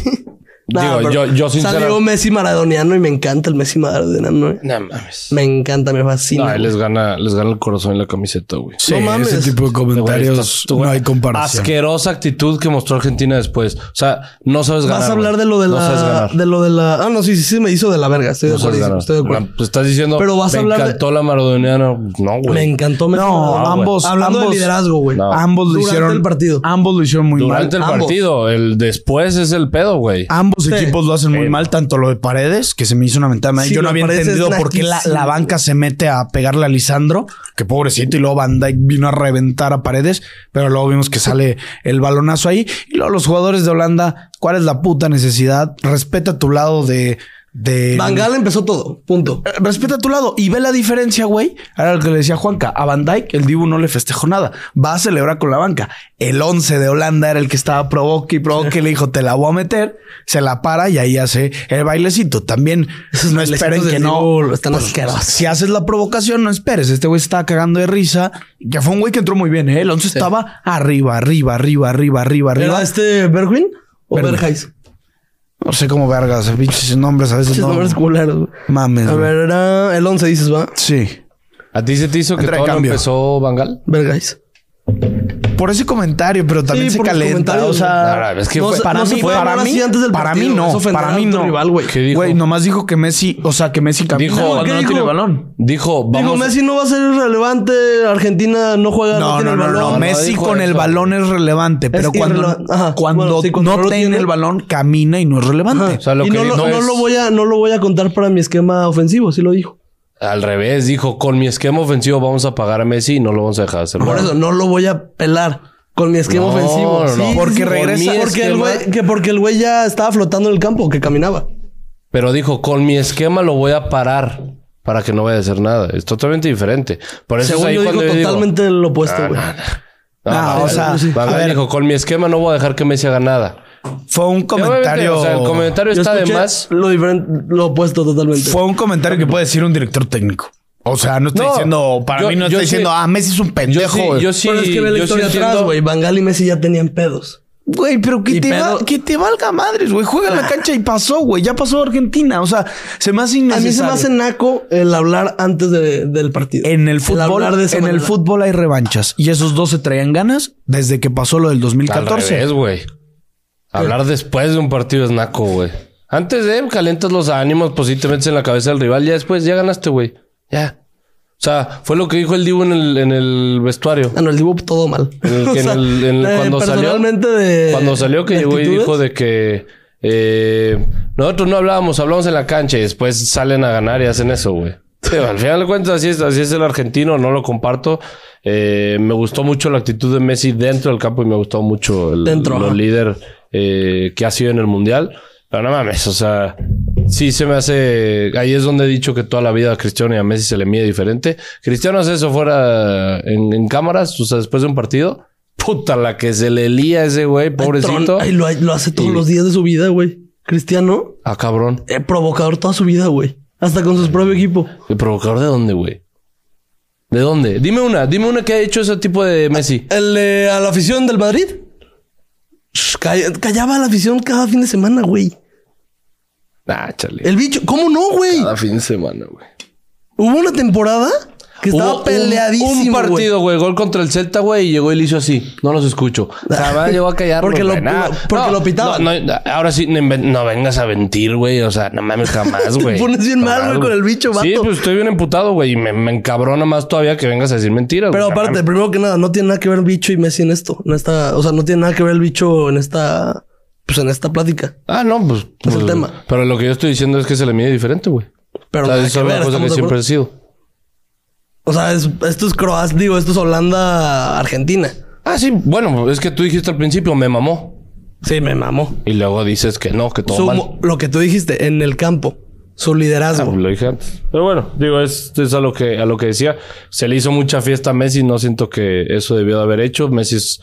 [SPEAKER 2] Nah,
[SPEAKER 1] Digo,
[SPEAKER 2] pero
[SPEAKER 1] yo- yo sincero-
[SPEAKER 2] Salió Messi maradoniano y me encanta el Messi maradoniano, güey.
[SPEAKER 1] No mames.
[SPEAKER 2] Me encanta, me
[SPEAKER 1] No,
[SPEAKER 2] fascina.
[SPEAKER 1] él les gana, les gana el corazón en la camiseta, güey.
[SPEAKER 3] Sí,
[SPEAKER 2] No mames.
[SPEAKER 3] ese tipo de comentarios
[SPEAKER 1] Güey,
[SPEAKER 3] no hay comparación.
[SPEAKER 1] Asquerosa actitud que mostró Argentina después. O sea, no sabes ganar.
[SPEAKER 2] Vas a hablar
[SPEAKER 1] güey.
[SPEAKER 2] de lo de
[SPEAKER 1] No sabes
[SPEAKER 2] la...
[SPEAKER 1] ganar.
[SPEAKER 2] de lo de la... Ah, no, sí, sí, sí, me hizo de la verga. Estoy de
[SPEAKER 1] No sabes
[SPEAKER 2] acuerdo.
[SPEAKER 1] ganar.
[SPEAKER 2] Estoy de acuerdo.
[SPEAKER 1] Pues estás diciendo.
[SPEAKER 2] Pero vas a
[SPEAKER 1] me
[SPEAKER 2] hablar de-
[SPEAKER 1] encantó la maradoniana. No, güey.
[SPEAKER 2] Me encantó. Messi
[SPEAKER 3] No,
[SPEAKER 2] Maradona.
[SPEAKER 3] ambos-
[SPEAKER 2] Hablando
[SPEAKER 3] ambos-
[SPEAKER 2] de liderazgo, güey.
[SPEAKER 1] No.
[SPEAKER 3] Ambos lo
[SPEAKER 2] Durante
[SPEAKER 3] hicieron.
[SPEAKER 2] el partido.
[SPEAKER 3] Ambos lo hicieron muy mal.
[SPEAKER 1] Durante el
[SPEAKER 2] ambos.
[SPEAKER 1] partido, el después es el pedo, güey.
[SPEAKER 3] Ambos
[SPEAKER 2] Sí.
[SPEAKER 3] equipos lo hacen muy mal, tanto lo de Paredes, que se me hizo una mentada. de madre.
[SPEAKER 2] Sí,
[SPEAKER 3] Yo no
[SPEAKER 2] lo
[SPEAKER 3] había
[SPEAKER 2] de Paredes es
[SPEAKER 3] entendido por qué la,
[SPEAKER 2] naquísimo,
[SPEAKER 3] la banca se mete a pegarle a Lisandro, que pobrecito, y luego Van Dijk vino a reventar a Paredes, pero luego vimos que sale el balonazo ahí. Y luego los jugadores de Holanda, ¿cuál es la puta necesidad? Respeta tu lado de. de
[SPEAKER 2] Van Gaal empezó todo. Punto.
[SPEAKER 3] Eh, Respeta tu lado y ve la diferencia, güey. Era lo que le decía Juanca. A Van Dyke, el Dibu no le festejó nada. Va a celebrar con la banca. El 11 de Holanda era el que estaba provoque y provoque. y Le dijo, te la voy a meter. Se la para y ahí hace el bailecito. También no esperen
[SPEAKER 2] Esos
[SPEAKER 3] que
[SPEAKER 2] del
[SPEAKER 3] no. Pues,
[SPEAKER 2] Liverpool Están asquerosos.
[SPEAKER 3] Si haces la provocación, no esperes. Este güey se estaba cagando de risa. Ya fue un güey que entró muy bien, ¿eh? El 11 estaba arriba, arriba, arriba, arriba, arriba,
[SPEAKER 2] ¿Era
[SPEAKER 3] arriba.
[SPEAKER 2] este Bergwin o
[SPEAKER 3] Bergwin.
[SPEAKER 2] Bergheis?
[SPEAKER 3] No sé cómo vergas, pinches nombres a veces
[SPEAKER 2] Esos
[SPEAKER 3] no.
[SPEAKER 2] nombres culeros, güey.
[SPEAKER 3] Mames.
[SPEAKER 2] A
[SPEAKER 3] güey.
[SPEAKER 2] ver, era el 11, dices, va.
[SPEAKER 3] Sí.
[SPEAKER 1] ¿A ti se te hizo que
[SPEAKER 3] Entra de
[SPEAKER 1] todo lo
[SPEAKER 3] cambio.
[SPEAKER 1] empezó Bangal?
[SPEAKER 2] Bergais.
[SPEAKER 3] Por ese comentario, pero también
[SPEAKER 2] Sí,
[SPEAKER 3] se
[SPEAKER 2] por los
[SPEAKER 3] calenta. O
[SPEAKER 2] comentarios,
[SPEAKER 3] sea,
[SPEAKER 1] güey. Claro, es que
[SPEAKER 3] no
[SPEAKER 1] fue-
[SPEAKER 3] se- para
[SPEAKER 2] no se
[SPEAKER 3] mí,
[SPEAKER 2] puede
[SPEAKER 3] para
[SPEAKER 2] hablar
[SPEAKER 3] mí,
[SPEAKER 2] así antes del
[SPEAKER 3] para mí
[SPEAKER 2] partido, es
[SPEAKER 3] no,
[SPEAKER 2] ofender
[SPEAKER 3] para
[SPEAKER 2] a
[SPEAKER 3] mí
[SPEAKER 2] tu
[SPEAKER 3] no.
[SPEAKER 2] rival, güey.
[SPEAKER 1] ¿Qué dijo?
[SPEAKER 3] Güey, nomás dijo que Messi, o sea, que Messi camina.
[SPEAKER 1] Dijo-
[SPEAKER 3] cuando
[SPEAKER 2] ¿qué
[SPEAKER 3] no
[SPEAKER 2] dijo?
[SPEAKER 3] tiene balón.
[SPEAKER 1] Dijo,
[SPEAKER 2] Digo,
[SPEAKER 1] vamos.
[SPEAKER 2] Messi no va a ser relevante. Argentina no juega, no,
[SPEAKER 3] No,
[SPEAKER 2] tiene
[SPEAKER 3] no,
[SPEAKER 2] el
[SPEAKER 3] no,
[SPEAKER 2] balón.
[SPEAKER 3] no.
[SPEAKER 1] no
[SPEAKER 3] Messi
[SPEAKER 1] dijo
[SPEAKER 3] con el
[SPEAKER 1] eso.
[SPEAKER 3] balón es relevante, pero cuando,
[SPEAKER 2] irrelevante. Ajá.
[SPEAKER 3] cuando
[SPEAKER 2] Bueno, sí, cuando
[SPEAKER 3] no
[SPEAKER 2] no lo
[SPEAKER 3] tiene
[SPEAKER 2] tiene.
[SPEAKER 3] el balón, camina y no es relevante.
[SPEAKER 1] O sea, lo
[SPEAKER 2] y
[SPEAKER 1] que
[SPEAKER 2] no, lo,
[SPEAKER 1] dijo
[SPEAKER 2] no
[SPEAKER 1] es-
[SPEAKER 2] lo voy a, no lo voy a contar para mi esquema ofensivo, sí lo dijo.
[SPEAKER 1] Al revés, dijo, con mi esquema ofensivo vamos a pagar a Messi y no lo vamos a dejar hacer.
[SPEAKER 2] Por eso no lo voy a pelar con mi esquema
[SPEAKER 1] No,
[SPEAKER 2] ofensivo.
[SPEAKER 1] no,
[SPEAKER 2] Sí,
[SPEAKER 1] no.
[SPEAKER 2] sí,
[SPEAKER 3] Porque
[SPEAKER 2] sí.
[SPEAKER 3] regresa-
[SPEAKER 2] Por mi Porque el, güey,
[SPEAKER 1] esquema-
[SPEAKER 2] que porque el güey ya estaba flotando en el campo, que caminaba.
[SPEAKER 1] Pero dijo, con mi esquema lo voy a parar para que no vaya a hacer nada. Es totalmente diferente. Por eso es
[SPEAKER 2] Según
[SPEAKER 1] ahí
[SPEAKER 2] yo dijo
[SPEAKER 1] cuando yo digo,
[SPEAKER 2] totalmente lo opuesto, güey.
[SPEAKER 1] No,
[SPEAKER 3] Ah,
[SPEAKER 1] o
[SPEAKER 3] o sea,
[SPEAKER 1] sea,
[SPEAKER 3] a ver.
[SPEAKER 1] dijo, con mi esquema no voy a dejar que Messi haga nada.
[SPEAKER 3] Fue un comentario.
[SPEAKER 1] o sea, el comentario
[SPEAKER 2] Yo
[SPEAKER 1] está de
[SPEAKER 2] escuché
[SPEAKER 1] más.
[SPEAKER 2] Lo diferente, lo opuesto totalmente.
[SPEAKER 3] Fue un comentario que puede decir un director técnico. O sea, no está
[SPEAKER 1] No,
[SPEAKER 3] diciendo, para
[SPEAKER 1] yo-
[SPEAKER 3] mí no
[SPEAKER 1] yo
[SPEAKER 3] está
[SPEAKER 1] sí-
[SPEAKER 3] diciendo, ah, Messi es un
[SPEAKER 1] Yo
[SPEAKER 3] pendejo.
[SPEAKER 1] sí, yo sí,
[SPEAKER 2] Pero es que ve
[SPEAKER 1] yo
[SPEAKER 2] la
[SPEAKER 1] sí
[SPEAKER 2] historia atrás,
[SPEAKER 1] entiendo-
[SPEAKER 2] güey. Vangal y Messi ya tenían pedos.
[SPEAKER 3] Güey, pero que
[SPEAKER 2] Y
[SPEAKER 3] te,
[SPEAKER 2] pedo- Ah.
[SPEAKER 3] va- que te valga madres, güey. Juega en la cancha y pasó, güey. Ya pasó a Argentina. O sea, se me hace
[SPEAKER 2] A mí se
[SPEAKER 3] innecesario.
[SPEAKER 2] me hace naco el hablar antes de- del partido.
[SPEAKER 3] En el
[SPEAKER 2] hablar
[SPEAKER 3] fútbol,
[SPEAKER 2] de esa
[SPEAKER 3] en el
[SPEAKER 2] manera.
[SPEAKER 3] fútbol hay revanchas. Y esos dos se traían ganas desde que pasó lo del
[SPEAKER 1] Al
[SPEAKER 3] 2014.
[SPEAKER 1] revés, güey.
[SPEAKER 2] Eh.
[SPEAKER 1] Hablar después de un partido es naco, güey. Antes de calentas los ánimos, pues sí te metes en la cabeza del rival. Ya después, ya ganaste, güey. Ya. O sea, fue lo que dijo el Divo en el, en el vestuario.
[SPEAKER 2] Ah, no, el Dibu todo mal.
[SPEAKER 1] En el que en el- en el-
[SPEAKER 2] eh,
[SPEAKER 1] cuando salió-
[SPEAKER 2] personalmente de-
[SPEAKER 1] Cuando salió que
[SPEAKER 2] de
[SPEAKER 1] llegó y
[SPEAKER 2] actitudes,
[SPEAKER 1] dijo de que eh, nosotros no hablábamos, hablamos en la cancha y después salen a ganar y hacen eso, güey. Sí, al final de cuentas, así es, así es el argentino, no lo comparto. Eh, me gustó mucho la actitud de Messi dentro del campo y me gustó mucho el
[SPEAKER 2] Dentro,
[SPEAKER 1] lo
[SPEAKER 2] ajá.
[SPEAKER 1] líder eh, que ha sido en el mundial. Pero no mames, o sea, sí se me hace. Ahí es donde he dicho que toda la vida a Cristiano y a Messi se le mide diferente. Cristiano hace eso fuera en, en cámaras, o sea, después de un partido. Puta la que se le lía a ese güey,
[SPEAKER 2] ay,
[SPEAKER 1] pobrecito.
[SPEAKER 2] Tron, ay, lo, lo hace todos
[SPEAKER 1] Y-
[SPEAKER 2] los días de su vida, güey. Cristiano,
[SPEAKER 1] Ah, cabrón.
[SPEAKER 2] eh, provocador toda su vida, güey. Hasta con su propio equipo.
[SPEAKER 1] ¿El provocador de dónde, güey? ¿De dónde? Dime una, dime una que ha hecho ese tipo de Messi.
[SPEAKER 2] El de a la afición del Madrid. Shh, calla- callaba a la afición cada fin de semana, güey.
[SPEAKER 1] Ah, chale.
[SPEAKER 2] El bicho, ¿cómo no, güey?
[SPEAKER 1] Cada fin de semana, güey.
[SPEAKER 2] Hubo una temporada que estaba
[SPEAKER 1] Hubo un-
[SPEAKER 2] peleadísimo.
[SPEAKER 1] Un,
[SPEAKER 2] güey.
[SPEAKER 1] partido, güey. Gol contra el Celta, güey. Y llegó y le hizo así. No los escucho. Jamás llegó a callar.
[SPEAKER 2] Porque lo- porque lo pitaban.
[SPEAKER 1] ahora sí, no, inven- no vengas a mentir, güey. O sea, no mames, jamás, güey.
[SPEAKER 2] pones bien
[SPEAKER 1] Jamás,
[SPEAKER 2] mal, güey, con el bicho,
[SPEAKER 1] Sí,
[SPEAKER 2] vato.
[SPEAKER 1] pues estoy bien emputado, güey. Y me, me encabrona más todavía que vengas a decir mentiras.
[SPEAKER 2] Pero
[SPEAKER 1] güey. No
[SPEAKER 2] aparte,
[SPEAKER 1] mames.
[SPEAKER 2] primero que nada, no tiene nada que ver el bicho y Messi en esto. En esta, o sea, no tiene nada que ver el bicho en esta, pues en esta plática.
[SPEAKER 1] Ah, no, pues.
[SPEAKER 2] Es el
[SPEAKER 1] pues,
[SPEAKER 2] tema.
[SPEAKER 1] Pero lo que yo estoy diciendo es que se le mide diferente, güey.
[SPEAKER 2] Pero
[SPEAKER 1] O sea,
[SPEAKER 2] nada
[SPEAKER 1] eso es
[SPEAKER 2] que
[SPEAKER 1] una
[SPEAKER 2] ver,
[SPEAKER 1] cosa que
[SPEAKER 2] ¿estamos de
[SPEAKER 1] siempre
[SPEAKER 2] acuerdo?
[SPEAKER 1] he sido.
[SPEAKER 2] O sea, es- esto es Croacia, digo, esto es Holanda, Argentina.
[SPEAKER 1] Ah, sí. Bueno, es que tú dijiste al principio, me mamó.
[SPEAKER 2] Sí, me mamó.
[SPEAKER 1] Y luego dices que no, que todo
[SPEAKER 2] Su-
[SPEAKER 1] mal.
[SPEAKER 2] lo que tú dijiste en el campo, su
[SPEAKER 1] Ah,
[SPEAKER 2] liderazgo.
[SPEAKER 1] pues lo dije antes. Pero bueno, digo, es, es a lo que a lo que decía. Se le hizo mucha fiesta a Messi. No siento que eso debió de haber hecho. Messi es-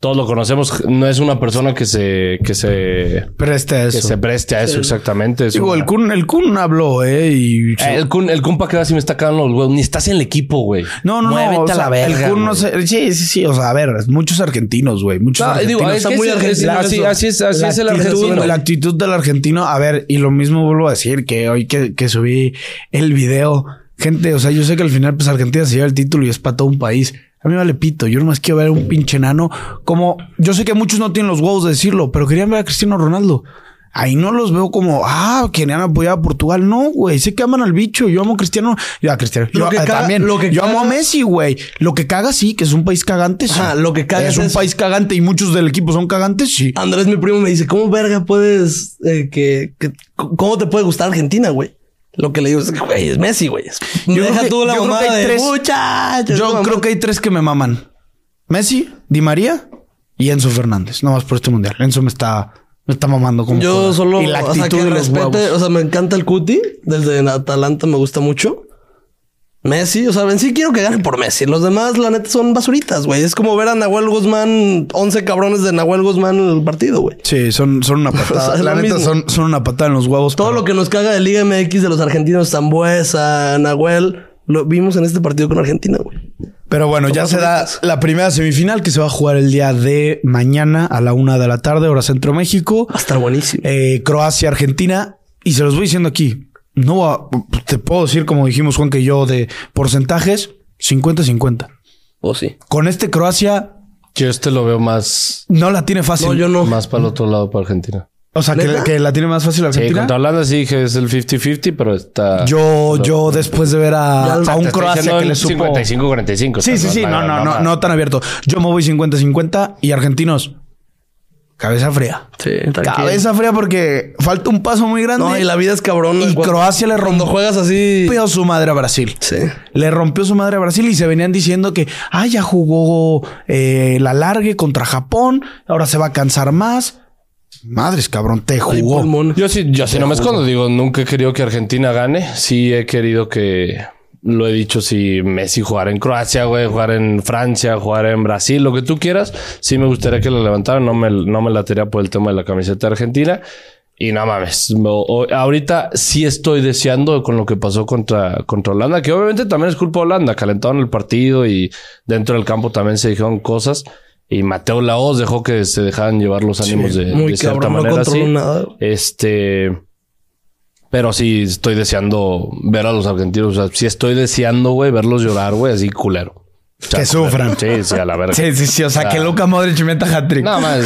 [SPEAKER 1] todos lo conocemos. No es una persona que se, que se,
[SPEAKER 3] Presta
[SPEAKER 1] que
[SPEAKER 3] eso.
[SPEAKER 1] se preste a eso exactamente. Es
[SPEAKER 3] Digo,
[SPEAKER 1] una-
[SPEAKER 3] el Kun, el Kun habló, ¿eh? Y
[SPEAKER 1] Eh, el Kun, el Kun para que veas si me está cagando los huevos. Ni estás en el equipo, güey.
[SPEAKER 3] No, no,
[SPEAKER 1] Muévete
[SPEAKER 3] no. o
[SPEAKER 1] a
[SPEAKER 3] sea,
[SPEAKER 1] la verga.
[SPEAKER 3] el Kun no
[SPEAKER 1] güey.
[SPEAKER 3] sé. Sí, sí, sí. O sea, a ver, muchos argentinos, güey. Muchos
[SPEAKER 1] No,
[SPEAKER 3] argentinos.
[SPEAKER 1] digo, es que
[SPEAKER 2] muy
[SPEAKER 1] es- es-
[SPEAKER 2] argentino
[SPEAKER 1] así,
[SPEAKER 2] eso.
[SPEAKER 1] así es, así
[SPEAKER 3] la,
[SPEAKER 1] es el
[SPEAKER 3] actitud,
[SPEAKER 1] argentino.
[SPEAKER 3] la actitud del argentino, a ver, y lo mismo vuelvo a decir que hoy que, que subí el video, gente, o sea, yo sé que al final, pues Argentina se lleva el título y es para todo un país. A mí me vale pito, yo nomás quiero ver a un pinche enano como, yo sé que muchos no tienen los huevos de decirlo, pero querían ver a Cristiano Ronaldo. Ahí no los veo como, ah, querían apoyar a Portugal. No, güey, sé que aman al bicho. Yo amo a Cristiano. Yo a Cristiano.
[SPEAKER 2] Lo
[SPEAKER 3] yo,
[SPEAKER 2] que
[SPEAKER 3] eh,
[SPEAKER 2] caga-
[SPEAKER 3] también.
[SPEAKER 2] lo que
[SPEAKER 3] yo amo a
[SPEAKER 2] caga-
[SPEAKER 3] Messi, güey. Lo que caga, sí, que es un país cagante. Sí.
[SPEAKER 2] Ajá, lo que caga
[SPEAKER 3] es
[SPEAKER 2] es
[SPEAKER 3] un
[SPEAKER 2] eso.
[SPEAKER 3] país cagante y muchos del equipo son cagantes, sí.
[SPEAKER 2] Andrés, mi primo, me dice, ¿cómo verga puedes, eh, que, que- cómo te puede gustar Argentina, güey? Lo que le digo es, güey, es Messi, güey. Es-
[SPEAKER 3] creo
[SPEAKER 2] Deja
[SPEAKER 3] que-
[SPEAKER 2] tú la
[SPEAKER 3] yo creo que
[SPEAKER 2] mamada
[SPEAKER 3] hay
[SPEAKER 2] de
[SPEAKER 3] tres-
[SPEAKER 2] muchachos.
[SPEAKER 3] Yo
[SPEAKER 2] mamá.
[SPEAKER 3] creo que hay tres que me maman. Messi, Di María y Enzo Fernández. Nomás por este mundial. Enzo me está, me está mamando como
[SPEAKER 2] Yo
[SPEAKER 3] juega.
[SPEAKER 2] solo,
[SPEAKER 3] Y la
[SPEAKER 2] o sea,
[SPEAKER 3] actitud
[SPEAKER 2] que
[SPEAKER 3] de los
[SPEAKER 2] respete,
[SPEAKER 3] huevos.
[SPEAKER 2] o sea, me encanta el Cuti, desde en Atalanta me gusta mucho. Messi, o sea, en sí quiero que gane por Messi. Los demás, la neta, son basuritas, güey. Es como ver a Nahuel Guzmán, 11 cabrones de Nahuel Guzmán en el partido, güey.
[SPEAKER 3] Sí, son, son una patada.
[SPEAKER 2] sea, es
[SPEAKER 3] la
[SPEAKER 2] lo
[SPEAKER 3] neta,
[SPEAKER 2] mismo.
[SPEAKER 3] son, son una patada en los huevos.
[SPEAKER 2] Todo lo que nos caga de Liga MX de los argentinos, Zambuesa, Nahuel, lo vimos en este partido con Argentina, güey.
[SPEAKER 3] Pero bueno, ya se da la primera semifinal que se va a jugar el día de mañana a la una de la tarde, hora centro México.
[SPEAKER 2] Va a estar buenísimo.
[SPEAKER 3] eh, Croacia, Argentina, y se los voy diciendo aquí. No va- te puedo decir, como dijimos Juan que yo, de porcentajes 50-50.
[SPEAKER 2] O sí.
[SPEAKER 3] Con este Croacia
[SPEAKER 1] Yo este lo veo más,
[SPEAKER 3] no la tiene fácil.
[SPEAKER 2] No, yo no.
[SPEAKER 1] más para el otro lado, para Argentina.
[SPEAKER 3] O sea, que,
[SPEAKER 2] ¿Neta?
[SPEAKER 3] que la tiene más fácil
[SPEAKER 1] Sí,
[SPEAKER 3] Argentina.
[SPEAKER 1] contra Holanda sí dije es el 50-50, pero está.
[SPEAKER 3] yo, yo después de ver a,
[SPEAKER 2] Ya,
[SPEAKER 3] a un
[SPEAKER 1] Te estoy
[SPEAKER 3] Croacia
[SPEAKER 1] diciendo
[SPEAKER 3] que le
[SPEAKER 1] el
[SPEAKER 3] supo...
[SPEAKER 1] 55-45.
[SPEAKER 3] Sí, sí, sí. No, no, no, no tan abierto. Yo me voy 50-50 y argentinos... Cabeza fría.
[SPEAKER 2] Sí, tranquilo.
[SPEAKER 3] Cabeza fría porque falta un paso muy grande.
[SPEAKER 2] No, y la vida es cabrona.
[SPEAKER 3] Y
[SPEAKER 2] Cuando-
[SPEAKER 3] Croacia le
[SPEAKER 2] Cuando
[SPEAKER 3] rompió
[SPEAKER 2] juegas así.
[SPEAKER 3] su madre a Brasil.
[SPEAKER 2] Sí.
[SPEAKER 3] Le rompió su madre a Brasil y se venían diciendo que, ah, ya jugó eh, la largue contra Japón, ahora se va a cansar más. Madres, cabrón, te
[SPEAKER 2] Ay,
[SPEAKER 1] pues,
[SPEAKER 3] jugó.
[SPEAKER 2] pulmón.
[SPEAKER 1] Yo sí, yo sí no me escondo. Digo, nunca he querido que Argentina gane. Sí he querido que, lo he dicho, si Messi jugar en Croacia, güey, jugar en Francia, jugar en Brasil, lo que tú quieras, sí me gustaría que lo levantaran. No me, no me latería por el tema de la camiseta argentina. Y no mames, no, o- ahorita sí estoy deseando con lo que pasó contra, contra Holanda, que obviamente también es culpa de Holanda. Calentaron el partido y dentro del campo también se dijeron cosas. Y Mateo Laoz dejó que se dejaran llevar los ánimos de,
[SPEAKER 2] Muy
[SPEAKER 1] de cierta
[SPEAKER 2] cabrón, no
[SPEAKER 1] manera.
[SPEAKER 2] controló
[SPEAKER 1] sí.
[SPEAKER 2] nada.
[SPEAKER 1] Este. Pero sí estoy deseando ver a los argentinos. O sea, sí estoy deseando, güey, verlos llorar, güey, así culero. O sea,
[SPEAKER 3] Que sufran.
[SPEAKER 1] Sí, sí, a la verga.
[SPEAKER 3] Sí, sí, sí. O sea, que Luca Modric meta hat-trick.
[SPEAKER 1] Nada más.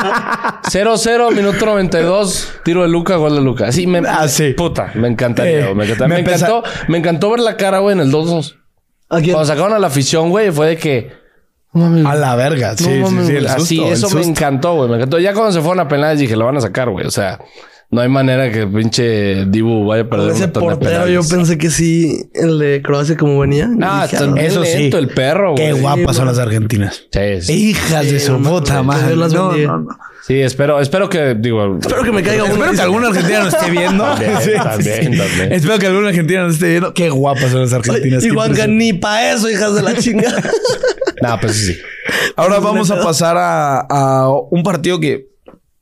[SPEAKER 1] 0-0, minuto 92. Tiro de Luca, gol de Luca. Sí, me,
[SPEAKER 3] Ah, sí.
[SPEAKER 1] puta. Me encantaría.
[SPEAKER 3] Eh,
[SPEAKER 1] güey, me encantaría.
[SPEAKER 3] me
[SPEAKER 1] Me,
[SPEAKER 3] empeza-
[SPEAKER 1] encantó, me encantó ver la cara, güey, en el 2-2.
[SPEAKER 2] ¿A quién?
[SPEAKER 1] Cuando sacaron a la afición, güey, fue de que. "No mames,
[SPEAKER 3] A la verga. Sí,
[SPEAKER 1] no
[SPEAKER 3] sí,
[SPEAKER 1] mames,
[SPEAKER 3] sí.
[SPEAKER 1] güey".
[SPEAKER 3] El susto,
[SPEAKER 1] Así,
[SPEAKER 3] el
[SPEAKER 1] eso me
[SPEAKER 3] susto.
[SPEAKER 1] encantó, güey. Me encantó. Ya cuando se fueron a penales dije, lo van a sacar, güey. O sea, no hay manera que pinche Dibu vaya a perder
[SPEAKER 2] Ese
[SPEAKER 1] una tanda de
[SPEAKER 2] portero yo
[SPEAKER 1] penales.
[SPEAKER 2] pensé que sí, el de Croacia como venía.
[SPEAKER 1] Ah,
[SPEAKER 2] Dije,
[SPEAKER 1] está
[SPEAKER 2] "Ah,
[SPEAKER 1] bien
[SPEAKER 3] Eso sí.
[SPEAKER 1] lento el perro,
[SPEAKER 3] Qué
[SPEAKER 1] güey.
[SPEAKER 3] guapas son las argentinas.
[SPEAKER 1] Sí, sí.
[SPEAKER 3] Hijas de su
[SPEAKER 2] no mames,
[SPEAKER 3] puta
[SPEAKER 2] que
[SPEAKER 3] madre.
[SPEAKER 2] Dios las
[SPEAKER 3] No,
[SPEAKER 2] bendiga.
[SPEAKER 3] no, no.
[SPEAKER 1] Sí, espero, espero que, digo,
[SPEAKER 2] Espero que me caiga uno.
[SPEAKER 3] Espero que
[SPEAKER 2] dice.
[SPEAKER 3] algún argentino nos esté viendo.
[SPEAKER 1] También,
[SPEAKER 3] Sí, sí,
[SPEAKER 1] también,
[SPEAKER 3] sí.
[SPEAKER 1] también.
[SPEAKER 3] Espero que algún argentino nos esté viendo. Qué guapas son las argentinas.
[SPEAKER 2] Y
[SPEAKER 3] qué
[SPEAKER 2] Juanca,
[SPEAKER 3] impresionante.
[SPEAKER 2] ni pa' eso, hijas de la chingada.
[SPEAKER 1] nada, pues sí.
[SPEAKER 3] Ahora vamos a pasar a, a un partido que.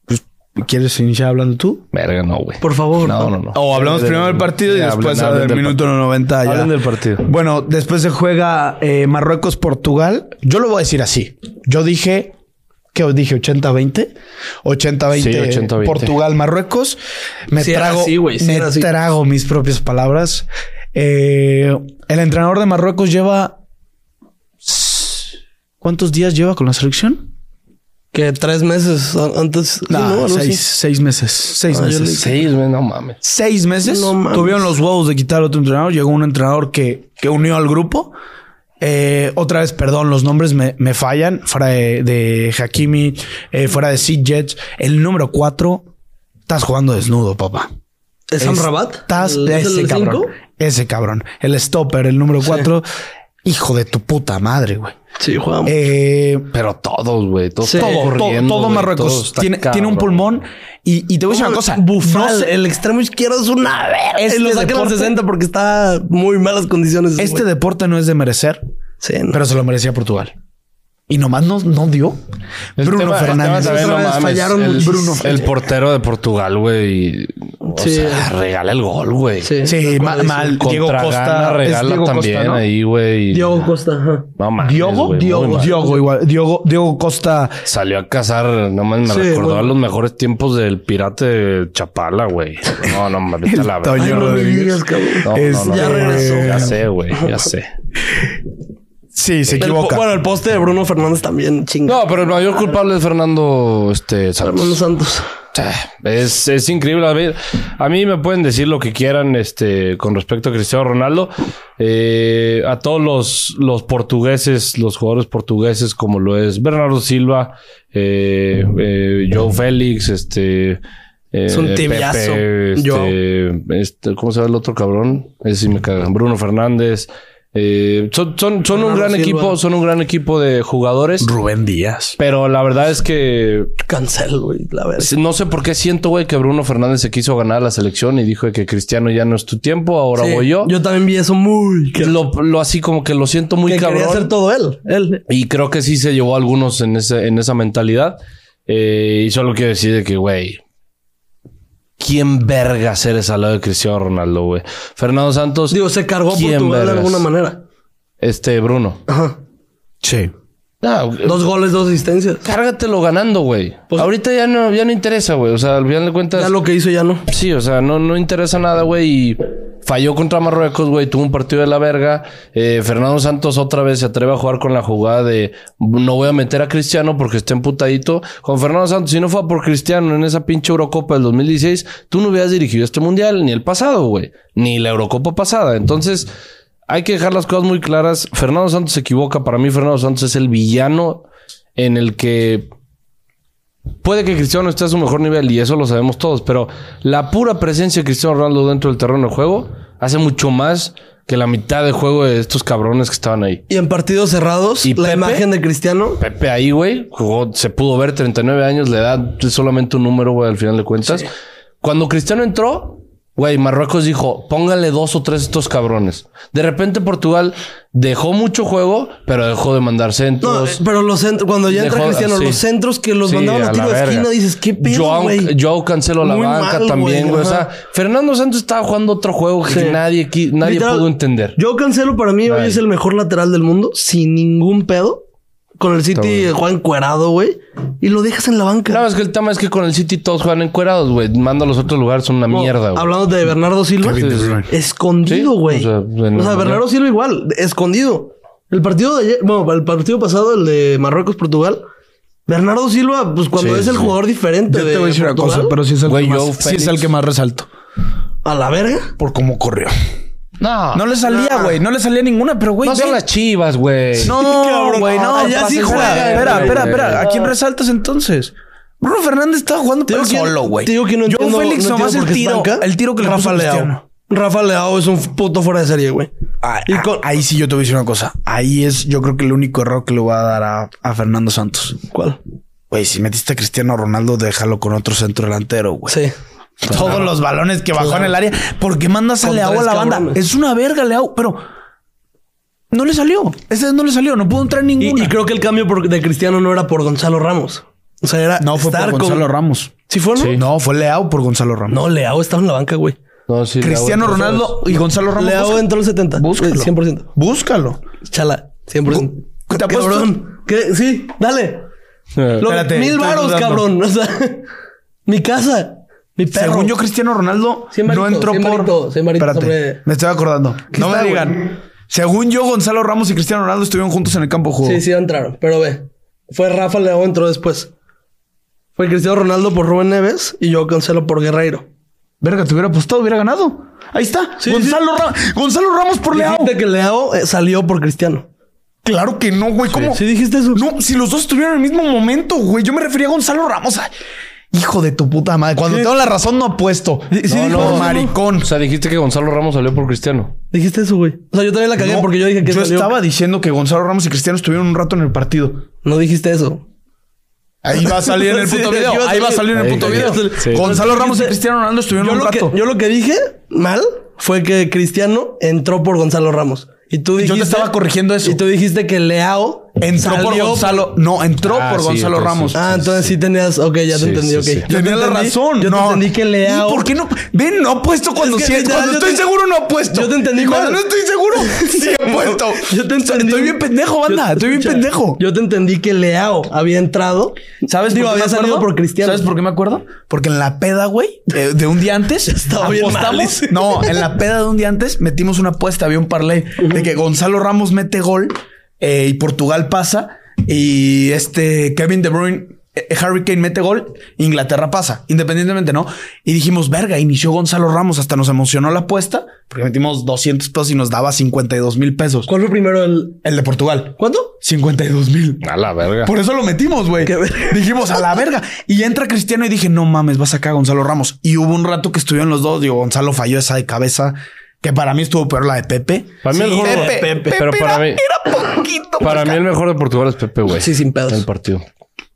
[SPEAKER 3] pues, ¿Quieres iniciar hablando tú?
[SPEAKER 1] Verga, no, güey.
[SPEAKER 2] Por favor.
[SPEAKER 1] No, no, no.
[SPEAKER 3] O hablamos primero del partido y
[SPEAKER 1] Sí,
[SPEAKER 3] después
[SPEAKER 1] hablen-
[SPEAKER 3] al
[SPEAKER 1] hablen del
[SPEAKER 3] minuto 90 ya.
[SPEAKER 1] Hablen del partido.
[SPEAKER 3] Bueno, después se juega eh, Marruecos-Portugal. Yo lo voy a decir así. Yo dije, ¿qué os dije? ¿80-20? 80-20.
[SPEAKER 1] Sí, 80-20.
[SPEAKER 3] Portugal-Marruecos. Me,
[SPEAKER 2] Sí era
[SPEAKER 3] trago,
[SPEAKER 2] así, güey, sí
[SPEAKER 3] me
[SPEAKER 2] era así.
[SPEAKER 3] trago mis propias palabras. Eh, el entrenador de Marruecos lleva... ¿Cuántos días lleva con la selección?
[SPEAKER 2] Que tres meses a- antes.
[SPEAKER 3] Nah,
[SPEAKER 2] Sí, ¿no? Algo
[SPEAKER 3] seis,
[SPEAKER 2] así.
[SPEAKER 3] seis meses. Seis
[SPEAKER 2] Ah, yo
[SPEAKER 3] meses.
[SPEAKER 2] leí
[SPEAKER 1] Seis, güey, no mames.
[SPEAKER 3] seis meses
[SPEAKER 2] No mames.
[SPEAKER 3] tuvieron los huevos de quitar a otro entrenador. Llegó un entrenador que, que unió al grupo. Eh, otra vez, perdón, los nombres me, me fallan. Fuera de, de Hakimi, eh, fuera de Sid Jets. El número cuatro, estás jugando desnudo, papá.
[SPEAKER 2] ¿Es Amrabat?
[SPEAKER 3] Estás
[SPEAKER 2] ¿El- es el
[SPEAKER 3] ese
[SPEAKER 2] de
[SPEAKER 3] cabrón.
[SPEAKER 2] cinco?
[SPEAKER 3] Ese cabrón. El stopper, el número cuatro. Hijo de tu puta madre, güey.
[SPEAKER 2] Sí, jugamos.
[SPEAKER 3] Eh,
[SPEAKER 1] Pero todos, güey. Todos,
[SPEAKER 2] Sí.
[SPEAKER 1] todos
[SPEAKER 3] todo, todo,
[SPEAKER 1] corriendo,
[SPEAKER 3] todo
[SPEAKER 1] güey, todos,
[SPEAKER 3] Marruecos
[SPEAKER 1] está
[SPEAKER 3] tiene, tiene un
[SPEAKER 1] cabrón.
[SPEAKER 3] pulmón. Y, y te voy a decir una cosa.
[SPEAKER 2] Bufal,
[SPEAKER 3] no sé-
[SPEAKER 2] el extremo izquierdo es una verga.
[SPEAKER 3] Este
[SPEAKER 2] y lo sacan al
[SPEAKER 3] deporte-
[SPEAKER 2] 60 porque está muy malas condiciones. ese
[SPEAKER 3] este
[SPEAKER 2] güey.
[SPEAKER 3] deporte no es de merecer.
[SPEAKER 2] Sí, no.
[SPEAKER 3] pero se lo merecía Portugal. Y nomás no, no dio.
[SPEAKER 1] El
[SPEAKER 3] Bruno
[SPEAKER 1] tema- el tema
[SPEAKER 3] Fernández.
[SPEAKER 1] también, no
[SPEAKER 3] Otra vez
[SPEAKER 1] mames,
[SPEAKER 3] fallaron
[SPEAKER 1] el,
[SPEAKER 3] Bruno.
[SPEAKER 1] El portero de Portugal, güey. y- O
[SPEAKER 2] Sí.
[SPEAKER 1] sea, regala el gol, güey.
[SPEAKER 2] Sí.
[SPEAKER 3] sí,
[SPEAKER 2] Recuerda
[SPEAKER 3] ma-
[SPEAKER 2] eso.
[SPEAKER 3] mal. Diego
[SPEAKER 1] Contra Ghana
[SPEAKER 3] Costa. es
[SPEAKER 1] regala
[SPEAKER 3] Diego Costa,
[SPEAKER 1] también
[SPEAKER 3] ¿no?
[SPEAKER 1] ahí, güey.
[SPEAKER 2] Diogo Costa. ajá.
[SPEAKER 1] No mames.
[SPEAKER 3] Diogo,
[SPEAKER 1] güey, muy
[SPEAKER 3] Diogo,
[SPEAKER 1] mal.
[SPEAKER 3] Diogo, igual. Diogo, Diogo Costa.
[SPEAKER 1] Salió a cazar, no mames, me
[SPEAKER 2] Sí,
[SPEAKER 1] recordó
[SPEAKER 2] güey.
[SPEAKER 1] a los mejores tiempos del pirate de Chapala, güey. No, no mames, vete a la verga.
[SPEAKER 3] Toño
[SPEAKER 2] Ay, no me
[SPEAKER 3] Rodríguez.
[SPEAKER 2] digas, cabrón.
[SPEAKER 1] No, no, no,
[SPEAKER 2] Ya
[SPEAKER 1] no,
[SPEAKER 2] regresó.
[SPEAKER 1] Ya sé, güey, ya sé.
[SPEAKER 3] Sí, se
[SPEAKER 2] El po-
[SPEAKER 3] equivoca.
[SPEAKER 2] bueno, el poste de Bruno Fernández también, chinga.
[SPEAKER 1] No, pero el mayor culpable es Fernando este, Santos.
[SPEAKER 2] Fernando Santos.
[SPEAKER 1] Es, es increíble. A, ver, a mí me pueden decir lo que quieran este, con respecto a Cristiano Ronaldo. Eh, a todos los, los portugueses, los jugadores portugueses, como lo es Bernardo Silva, eh, eh, Joe Félix, este. eh,
[SPEAKER 2] Es un tibiazo,
[SPEAKER 1] Pepe, este, este, ¿Cómo se llama el otro cabrón? Ese sí me cagan. Bruno Fernández. Eh, son son, son un
[SPEAKER 2] Bernardo
[SPEAKER 1] gran
[SPEAKER 2] Silva.
[SPEAKER 1] equipo, son un gran equipo de jugadores.
[SPEAKER 3] Rubén Díaz.
[SPEAKER 1] Pero la verdad es que
[SPEAKER 2] Cancel, güey, la verdad.
[SPEAKER 1] Sí, No sé por qué siento, güey, que Bruno Fernández se quiso ganar la selección y dijo que Cristiano ya no es tu tiempo, ahora
[SPEAKER 2] Sí,
[SPEAKER 1] voy yo.
[SPEAKER 2] Yo también vi eso muy que,
[SPEAKER 1] lo, lo así como que lo siento muy
[SPEAKER 2] que quería hacer
[SPEAKER 1] cabrón.
[SPEAKER 2] todo él. Él.
[SPEAKER 1] Y creo que sí se llevó a algunos en, ese, en esa mentalidad. Eh, y solo quiero decir de que, güey, ¿quién verga eres al lado de Cristiano Ronaldo, güey? Fernando Santos,
[SPEAKER 2] Digo, se cargó a
[SPEAKER 1] ¿Quién
[SPEAKER 2] Portugal de
[SPEAKER 1] vergas?
[SPEAKER 2] alguna manera.
[SPEAKER 1] este Bruno.
[SPEAKER 2] Ajá.
[SPEAKER 3] Sí.
[SPEAKER 1] Ah,
[SPEAKER 2] Dos goles, dos asistencias.
[SPEAKER 1] cárgatelo ganando, güey.
[SPEAKER 2] Pues-
[SPEAKER 1] Ahorita ya no, ya no interesa, güey. O sea, al final de cuentas.
[SPEAKER 2] Ya lo que hizo ya no.
[SPEAKER 1] Sí, o sea, no, no interesa nada, güey. Y falló contra Marruecos, güey. Tuvo un partido de la verga. Eh, Fernando Santos otra vez se atreve a jugar con la jugada de no voy a meter a Cristiano porque está emputadito. Con Fernando Santos, si no fue por Cristiano en esa pinche Eurocopa del 2016, tú no hubieras dirigido este mundial, ni el pasado, güey. Ni la Eurocopa pasada. Entonces, hay que dejar las cosas muy claras. Fernando Santos se equivoca. Para mí, Fernando Santos es el villano en el que Puede que Cristiano esté a su mejor nivel y eso lo sabemos todos, pero la pura presencia de Cristiano Ronaldo dentro del terreno de juego hace mucho más que la mitad del juego de estos cabrones que estaban ahí.
[SPEAKER 2] Y en partidos cerrados,
[SPEAKER 1] ¿Y
[SPEAKER 2] la
[SPEAKER 1] Pepe?
[SPEAKER 2] imagen de Cristiano.
[SPEAKER 1] Pepe ahí, güey, jugó, se pudo ver 39 años, la edad es solamente un número, güey, al final de cuentas. Cuando Cristiano entró, Güey, Marruecos dijo, póngale dos o tres a estos cabrones. De repente Portugal dejó mucho juego, pero dejó de mandar
[SPEAKER 2] No, eh,
[SPEAKER 1] centros.
[SPEAKER 2] pero los centros, cuando ya entra
[SPEAKER 1] Dejó- ah,
[SPEAKER 2] Cristiano,
[SPEAKER 1] sí.
[SPEAKER 2] los centros que los
[SPEAKER 1] Sí,
[SPEAKER 2] mandaban a
[SPEAKER 1] la
[SPEAKER 2] tiro de
[SPEAKER 1] verga.
[SPEAKER 2] esquina, dices, qué pedo,
[SPEAKER 1] Joao-
[SPEAKER 2] güey.
[SPEAKER 1] Joao canceló la
[SPEAKER 2] Muy
[SPEAKER 1] banca
[SPEAKER 2] mal,
[SPEAKER 1] también,
[SPEAKER 2] güey,
[SPEAKER 1] güey. O sea,
[SPEAKER 2] ajá.
[SPEAKER 1] Fernando Santos estaba jugando otro juego que
[SPEAKER 2] Sí.
[SPEAKER 1] nadie, aquí- nadie
[SPEAKER 2] Literal,
[SPEAKER 1] pudo entender.
[SPEAKER 2] Yo cancelo para mí, hoy
[SPEAKER 1] Ay.
[SPEAKER 2] es el mejor lateral del mundo, sin ningún pedo. Con el City
[SPEAKER 1] bien.
[SPEAKER 2] Juan Cuerado, güey. Y lo dejas en la banca.
[SPEAKER 1] Nada más que el tema es que con el City todos juegan encuerados, güey. Manda a los otros lugares son una mierda, güey.
[SPEAKER 2] Hablando de Bernardo Silva,
[SPEAKER 3] Kevin De
[SPEAKER 1] sí, sí.
[SPEAKER 3] Bruyne.
[SPEAKER 2] escondido,
[SPEAKER 1] Sí,
[SPEAKER 2] güey.
[SPEAKER 1] o sea,
[SPEAKER 2] o sea,
[SPEAKER 1] en-
[SPEAKER 2] Bernardo Silva igual, escondido. El partido de ayer, bueno, el partido pasado, el de Marruecos-Portugal, Bernardo Silva, pues cuando
[SPEAKER 1] Sí,
[SPEAKER 2] es el
[SPEAKER 1] sí.
[SPEAKER 2] jugador diferente.
[SPEAKER 3] Yo
[SPEAKER 2] de
[SPEAKER 3] te voy a decir una
[SPEAKER 2] Portugal,
[SPEAKER 3] cosa, pero sí es el,
[SPEAKER 1] Güey,
[SPEAKER 3] que, más,
[SPEAKER 1] Joe
[SPEAKER 3] sí
[SPEAKER 1] Félix.
[SPEAKER 3] es el que más resalto.
[SPEAKER 2] A la verga.
[SPEAKER 3] Por cómo corrió.
[SPEAKER 1] No,
[SPEAKER 3] No
[SPEAKER 1] no,
[SPEAKER 3] le salía, güey. Ah, No le salía ninguna, pero güey.
[SPEAKER 1] son
[SPEAKER 3] ve-
[SPEAKER 1] las chivas, güey.
[SPEAKER 3] No,
[SPEAKER 2] Cabrón,
[SPEAKER 3] güey, no.
[SPEAKER 2] allá Ah, sí
[SPEAKER 3] pases,
[SPEAKER 2] juega,
[SPEAKER 3] Espera, espera,
[SPEAKER 1] güey.
[SPEAKER 3] espera, espera. ¿A quién resaltas entonces? Bruno Fernández estaba jugando
[SPEAKER 2] Te
[SPEAKER 3] para él
[SPEAKER 2] digo que-
[SPEAKER 3] solo, güey.
[SPEAKER 2] Te digo que no
[SPEAKER 3] Joao
[SPEAKER 2] entiendo.
[SPEAKER 3] Félix
[SPEAKER 2] no
[SPEAKER 3] nomás
[SPEAKER 2] entiendo
[SPEAKER 3] el
[SPEAKER 2] por qué es
[SPEAKER 3] tiro.
[SPEAKER 2] banca.
[SPEAKER 3] El tiro que le puso
[SPEAKER 2] Rafa
[SPEAKER 3] Cristiano.
[SPEAKER 2] Leao. Rafa Leao es un puto fuera de serie, güey.
[SPEAKER 3] Ah,
[SPEAKER 2] Y
[SPEAKER 3] ah,
[SPEAKER 2] con-
[SPEAKER 3] ahí sí yo te voy a decir una cosa. Ahí es, yo creo que el único error que le voy a dar a, a Fernando Santos.
[SPEAKER 2] ¿Cuál?
[SPEAKER 3] Güey, si metiste a Cristiano Ronaldo, déjalo con otro centro delantero, güey.
[SPEAKER 2] Sí.
[SPEAKER 3] Todos los balones que bajó en el área. porque mandas a
[SPEAKER 2] Con
[SPEAKER 3] Leao
[SPEAKER 2] tres
[SPEAKER 3] a la banda?
[SPEAKER 2] cabrones.
[SPEAKER 3] Es una verga, Leao, pero no le salió. Esa vez no le salió, no pudo entrar
[SPEAKER 2] Y,
[SPEAKER 3] ninguna.
[SPEAKER 2] y creo que el cambio por- de Cristiano no era por Gonzalo Ramos. O sea, era.
[SPEAKER 3] no fue
[SPEAKER 2] estar
[SPEAKER 3] por
[SPEAKER 2] con-
[SPEAKER 3] Gonzalo Ramos.
[SPEAKER 2] ¿Sí fue, no?
[SPEAKER 3] No, fue Leao por Gonzalo Ramos.
[SPEAKER 2] No, Leao estaba en la banca, güey.
[SPEAKER 1] No, sí, la
[SPEAKER 3] Cristiano
[SPEAKER 1] vuelta.
[SPEAKER 3] Ronaldo y Gonzalo Ramos.
[SPEAKER 2] Leao
[SPEAKER 3] busca-
[SPEAKER 2] entró Eh, el 70.
[SPEAKER 3] Búscalo.
[SPEAKER 2] 100%.
[SPEAKER 3] Búscalo.
[SPEAKER 2] Chala, 100%.
[SPEAKER 3] Te apuesto-
[SPEAKER 2] Cabrón. ¿Qué? Sí, dale.
[SPEAKER 1] Eh,
[SPEAKER 2] Lo-
[SPEAKER 3] Espérate,
[SPEAKER 2] mil
[SPEAKER 3] estoy
[SPEAKER 2] varos,
[SPEAKER 3] dudando.
[SPEAKER 2] cabrón. O sea, mi casa, mi perro.
[SPEAKER 3] Según yo, Cristiano Ronaldo
[SPEAKER 2] Cien
[SPEAKER 3] no
[SPEAKER 2] varitos,
[SPEAKER 3] entró
[SPEAKER 2] cien
[SPEAKER 3] por.
[SPEAKER 2] varitos, cien varitos,
[SPEAKER 3] Espérate,
[SPEAKER 2] hombre.
[SPEAKER 3] me estoy acordando.
[SPEAKER 2] ¿Qué
[SPEAKER 3] No me
[SPEAKER 2] está,
[SPEAKER 3] digan. Según yo, Gonzalo Ramos y Cristiano Ronaldo estuvieron juntos en el campo de juego.
[SPEAKER 2] Sí, sí entraron, pero ve. Fue Rafa Leao entró después. Fue Cristiano Ronaldo por Rubén Neves y yo cancelo por Guerreiro.
[SPEAKER 3] Verga, te hubiera apostado, hubiera ganado. Ahí está.
[SPEAKER 2] Sí,
[SPEAKER 3] Gonzalo, Ra- Gonzalo Ramos por Leao.
[SPEAKER 2] Dijiste que Leao eh, salió por Cristiano.
[SPEAKER 3] Claro que no, güey. ¿Cómo?
[SPEAKER 2] Sí, dijiste eso.
[SPEAKER 3] No, si los dos estuvieron en el mismo momento, güey. Yo me refería a Gonzalo Ramos. Ay, hijo de tu puta madre. Cuando tengo la razón, no apuesto.
[SPEAKER 2] sí
[SPEAKER 3] no,
[SPEAKER 2] dijo
[SPEAKER 3] no,
[SPEAKER 2] eso, ¿no?
[SPEAKER 3] maricón.
[SPEAKER 1] O sea, dijiste que Gonzalo Ramos salió por Cristiano.
[SPEAKER 2] Dijiste eso, güey. O sea, yo también la cagué
[SPEAKER 3] No,
[SPEAKER 2] porque yo dije que
[SPEAKER 3] yo
[SPEAKER 2] salió.
[SPEAKER 3] estaba diciendo que Gonzalo Ramos y Cristiano estuvieron un rato en el partido.
[SPEAKER 2] No dijiste eso.
[SPEAKER 3] Ahí va a salir en el
[SPEAKER 2] Sí,
[SPEAKER 3] puto
[SPEAKER 2] sí,
[SPEAKER 3] video.
[SPEAKER 2] sí, va a
[SPEAKER 3] Ahí va a salir en el
[SPEAKER 1] Ahí,
[SPEAKER 3] puto
[SPEAKER 1] ahí,
[SPEAKER 3] video.
[SPEAKER 1] sí.
[SPEAKER 3] Gonzalo Ramos y
[SPEAKER 2] Dijiste-
[SPEAKER 3] Cristiano Ronaldo estuvieron
[SPEAKER 2] Yo
[SPEAKER 3] un
[SPEAKER 2] lo, que,
[SPEAKER 3] rato.
[SPEAKER 2] yo lo que dije mal fue que Cristiano entró por Gonzalo Ramos. Y tú
[SPEAKER 3] Y
[SPEAKER 2] dijiste.
[SPEAKER 3] yo te estaba corrigiendo eso.
[SPEAKER 2] Y tú dijiste que Leao
[SPEAKER 3] Entró por
[SPEAKER 2] salió
[SPEAKER 3] Gonzalo. No, entró
[SPEAKER 1] Ah,
[SPEAKER 3] por
[SPEAKER 1] sí,
[SPEAKER 3] Gonzalo
[SPEAKER 1] entonces-
[SPEAKER 3] Ramos.
[SPEAKER 2] Ah, entonces sí tenías. Ok, ya te
[SPEAKER 1] Sí,
[SPEAKER 2] entendí.
[SPEAKER 1] sí,
[SPEAKER 2] ok.
[SPEAKER 1] sí.
[SPEAKER 2] Yo te
[SPEAKER 3] Tenía la
[SPEAKER 2] entendí-
[SPEAKER 3] razón.
[SPEAKER 2] Yo
[SPEAKER 3] no.
[SPEAKER 2] te entendí que Leao.
[SPEAKER 3] ¿Y por qué no? Ven, no apuesto cuando
[SPEAKER 2] Es que,
[SPEAKER 3] sí-
[SPEAKER 2] literal,
[SPEAKER 3] Cuando
[SPEAKER 2] yo
[SPEAKER 3] estoy
[SPEAKER 2] te-
[SPEAKER 3] seguro, no apuesto.
[SPEAKER 2] Yo te entendí
[SPEAKER 3] Y cuando
[SPEAKER 2] mal.
[SPEAKER 3] no estoy seguro, sí apuesto.
[SPEAKER 2] Yo te
[SPEAKER 3] O sea,
[SPEAKER 2] entendí.
[SPEAKER 3] Estoy bien pendejo, banda.
[SPEAKER 2] Yo-
[SPEAKER 3] estoy bien
[SPEAKER 2] escucha,
[SPEAKER 3] pendejo.
[SPEAKER 2] Yo te entendí que Leao había entrado.
[SPEAKER 3] ¿Sabes?
[SPEAKER 2] Digo,
[SPEAKER 3] por qué
[SPEAKER 2] había
[SPEAKER 3] me
[SPEAKER 2] salido
[SPEAKER 3] acuerdo?
[SPEAKER 2] por Cristiano.
[SPEAKER 3] ¿Sabes por qué me acuerdo? Porque en la peda, güey, eh, de, de un día antes,
[SPEAKER 2] estaba bien
[SPEAKER 3] apostamos-
[SPEAKER 2] mal ese.
[SPEAKER 3] No, en la peda de un día antes metimos una apuesta, había un parlay de que Gonzalo Ramos mete gol eh, y Portugal pasa y este Kevin De Bruyne. eh, Harry Kane mete gol, Inglaterra pasa, independientemente, ¿no? Y dijimos, verga, inició Gonzalo Ramos, hasta nos emocionó la apuesta, porque metimos 200 pesos y nos daba 52 mil pesos.
[SPEAKER 2] ¿Cuál fue primero el.
[SPEAKER 3] El de Portugal,
[SPEAKER 2] ¿Cuánto?
[SPEAKER 3] 52 mil.
[SPEAKER 1] A la verga.
[SPEAKER 3] Por eso lo metimos, güey.
[SPEAKER 2] Qué ver-
[SPEAKER 3] Dijimos a la verga. Y entra Cristiano y dije, no mames, va a sacar a Gonzalo Ramos. Y hubo un rato que estuvieron los dos. Digo, Gonzalo falló esa de cabeza, que para mí estuvo peor la de Pepe.
[SPEAKER 1] Para mí el juego-
[SPEAKER 3] Pepe,
[SPEAKER 1] Pepe,
[SPEAKER 3] Pepe,
[SPEAKER 1] pero para
[SPEAKER 3] era,
[SPEAKER 1] mí-
[SPEAKER 3] era poquito.
[SPEAKER 1] Para mí el mejor de Portugal es Pepe, güey.
[SPEAKER 2] Sí, sin pedos.
[SPEAKER 1] El partido.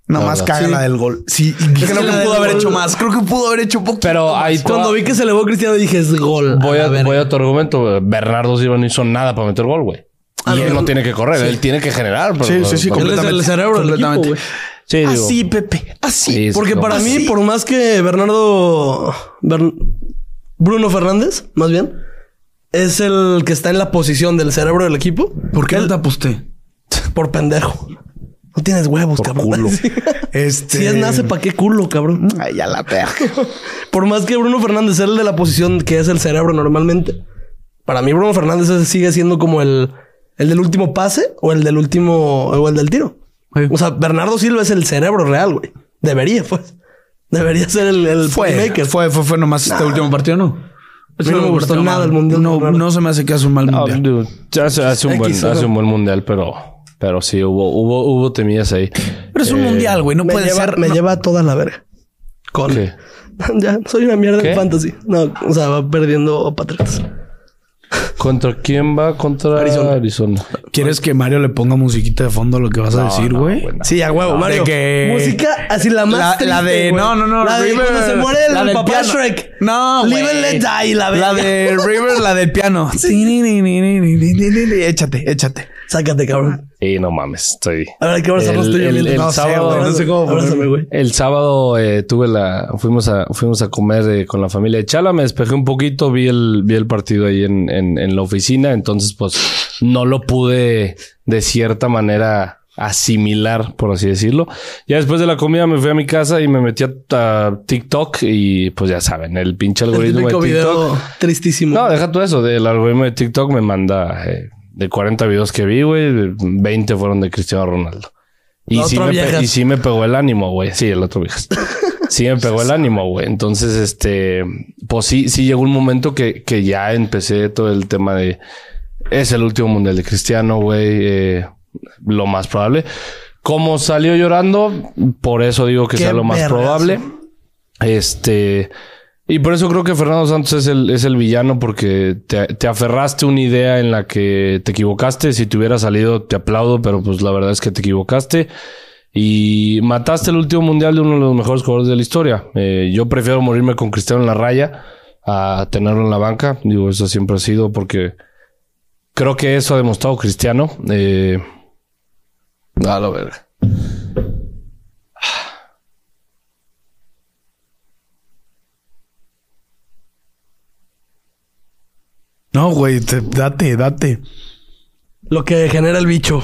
[SPEAKER 3] Nomás
[SPEAKER 1] la verdad.
[SPEAKER 3] caga la del gol. Sí, y creo
[SPEAKER 2] que la
[SPEAKER 3] que
[SPEAKER 2] del
[SPEAKER 3] pudo haber
[SPEAKER 2] gol-
[SPEAKER 3] hecho más. Creo que pudo haber hecho poquito.
[SPEAKER 1] Pero ahí te
[SPEAKER 2] Cuando
[SPEAKER 1] va-
[SPEAKER 2] vi que se elevó Cristiano dije es gol.
[SPEAKER 1] voy
[SPEAKER 2] la
[SPEAKER 1] a,
[SPEAKER 2] verga.
[SPEAKER 1] voy a tu argumento. güey. Bernardo Silva no hizo nada para meter gol, güey.
[SPEAKER 2] Ah,
[SPEAKER 1] Y él
[SPEAKER 2] no.
[SPEAKER 1] no tiene que correr, él tiene que generar. pero-
[SPEAKER 3] Sí, sí, Ah, sí,
[SPEAKER 1] pero-
[SPEAKER 2] Él es el cerebro del equipo,
[SPEAKER 3] completamente.
[SPEAKER 2] güey.
[SPEAKER 1] Sí, digo,
[SPEAKER 3] Así, Pepe. Así.
[SPEAKER 1] Sí, sí,
[SPEAKER 2] Porque
[SPEAKER 1] no,
[SPEAKER 2] para
[SPEAKER 1] pues,
[SPEAKER 2] mí, por más que Bernardo. Bern- Bruno Fernández, más bien, es el que está en la posición del cerebro del equipo.
[SPEAKER 3] ¿Por qué
[SPEAKER 2] Él-
[SPEAKER 3] no te aposté?
[SPEAKER 2] Por pendejo. No tienes huevos, cabrón.
[SPEAKER 1] culo.
[SPEAKER 2] Sí.
[SPEAKER 3] Este-
[SPEAKER 2] Si es nace, ¿para qué culo, cabrón?
[SPEAKER 3] Ay, ya la perra.
[SPEAKER 2] Por más que Bruno Fernández sea el de la posición que es el cerebro normalmente, para mí Bruno Fernández es- sigue siendo como el, el del último pase o el del último o el del tiro.
[SPEAKER 3] Sí.
[SPEAKER 2] O sea, Bernardo Silva es el cerebro real, güey. Debería, pues. Debería ser el, el
[SPEAKER 3] Fue,
[SPEAKER 2] playmaker.
[SPEAKER 3] fue, fue, fue nomás este último partido, ¿no?
[SPEAKER 2] A mí no me gustó
[SPEAKER 3] Partido
[SPEAKER 2] nada
[SPEAKER 3] mal.
[SPEAKER 2] el Mundial,
[SPEAKER 3] No,
[SPEAKER 2] claro.
[SPEAKER 3] no se me hace que hace un mal
[SPEAKER 1] no,
[SPEAKER 3] mundial.
[SPEAKER 1] dude, ya hace, hace un buen,
[SPEAKER 2] X,
[SPEAKER 1] hace
[SPEAKER 2] ¿no?
[SPEAKER 1] un buen mundial, pero, pero sí hubo, hubo, hubo temillas ahí.
[SPEAKER 3] Pero es un mundial, güey. No
[SPEAKER 2] me
[SPEAKER 3] puede
[SPEAKER 2] lleva,
[SPEAKER 3] ser.
[SPEAKER 2] me
[SPEAKER 3] no-
[SPEAKER 2] lleva a toda la verga. Con.
[SPEAKER 1] ¿Qué?
[SPEAKER 2] ya, soy una mierda
[SPEAKER 1] ¿Qué?
[SPEAKER 2] en fantasy. No, o sea, va perdiendo Patriotas.
[SPEAKER 1] ¿Contra quién va? Contra
[SPEAKER 2] Arizona.
[SPEAKER 1] Arizona.
[SPEAKER 3] ¿Quieres que Mario le ponga musiquita de fondo a lo que vas a decir, güey?
[SPEAKER 2] Sí, a
[SPEAKER 1] Ah,
[SPEAKER 2] huevo, Mario.
[SPEAKER 3] de que-
[SPEAKER 2] Música así la más
[SPEAKER 3] La, la
[SPEAKER 2] triste,
[SPEAKER 3] de.
[SPEAKER 2] güey.
[SPEAKER 3] No, no, no.
[SPEAKER 2] La de
[SPEAKER 3] River-
[SPEAKER 2] cuando se muere
[SPEAKER 3] la
[SPEAKER 2] el
[SPEAKER 3] del
[SPEAKER 2] papá
[SPEAKER 3] piano.
[SPEAKER 2] Shrek.
[SPEAKER 3] No,
[SPEAKER 2] Live and
[SPEAKER 3] güey.
[SPEAKER 2] let die, la verga.
[SPEAKER 3] de River, la del piano. Sí, ni, ni, ni, ni, ni, ni, ni, ni. Échate, échate.
[SPEAKER 2] Sácate, cabrón.
[SPEAKER 1] Sí, no mames, estoy.
[SPEAKER 2] A ver, ¿a ¿qué hora son
[SPEAKER 1] El-
[SPEAKER 2] los
[SPEAKER 1] el-
[SPEAKER 2] tuyos?
[SPEAKER 1] el sábado,
[SPEAKER 3] no sé cómo
[SPEAKER 2] Abrázame,
[SPEAKER 3] ponerme.
[SPEAKER 2] güey.
[SPEAKER 1] El sábado eh, tuve la, fuimos a, fuimos a comer eh, con la familia de Chala, me despejé un poquito, vi el, vi el partido ahí en, en, en la oficina, entonces pues no lo pude de cierta manera asimilar, por así decirlo. Ya después de la comida me fui a mi casa y me metí a, a TikTok y pues ya saben, el pinche
[SPEAKER 2] El
[SPEAKER 1] algoritmo
[SPEAKER 2] típico
[SPEAKER 1] de TikTok.
[SPEAKER 2] video tristísimo.
[SPEAKER 1] No, deja todo eso. Del algoritmo de TikTok me manda eh, de 40 videos que vi, güey, 20 fueron de Cristiano Ronaldo. Y
[SPEAKER 2] La
[SPEAKER 1] sí,
[SPEAKER 2] otra
[SPEAKER 1] me pe-
[SPEAKER 2] viejas.
[SPEAKER 1] y sí me pegó el ánimo, güey. Sí, el otro viejas. Sí me pegó el ánimo, güey. Entonces, este, pues sí, sí llegó un momento que, que ya empecé todo el tema de es el último mundial de Cristiano, güey. eh, lo más probable. Como salió llorando, por eso digo que
[SPEAKER 2] Qué
[SPEAKER 1] sea lo más
[SPEAKER 2] vergazo.
[SPEAKER 1] probable. Este. Y por eso creo que Fernando Santos es el, es el villano, porque te, te aferraste a una idea en la que te equivocaste. Si te hubiera salido, te aplaudo, pero pues la verdad es que te equivocaste. Y mataste el último mundial de uno de los mejores jugadores de la historia. Eh, yo prefiero morirme con Cristiano en la raya a tenerlo en la banca. Digo, eso siempre ha sido porque creo que eso ha demostrado Cristiano. Eh, a la verga.
[SPEAKER 3] No, güey, te- date, date.
[SPEAKER 2] Lo que genera el bicho.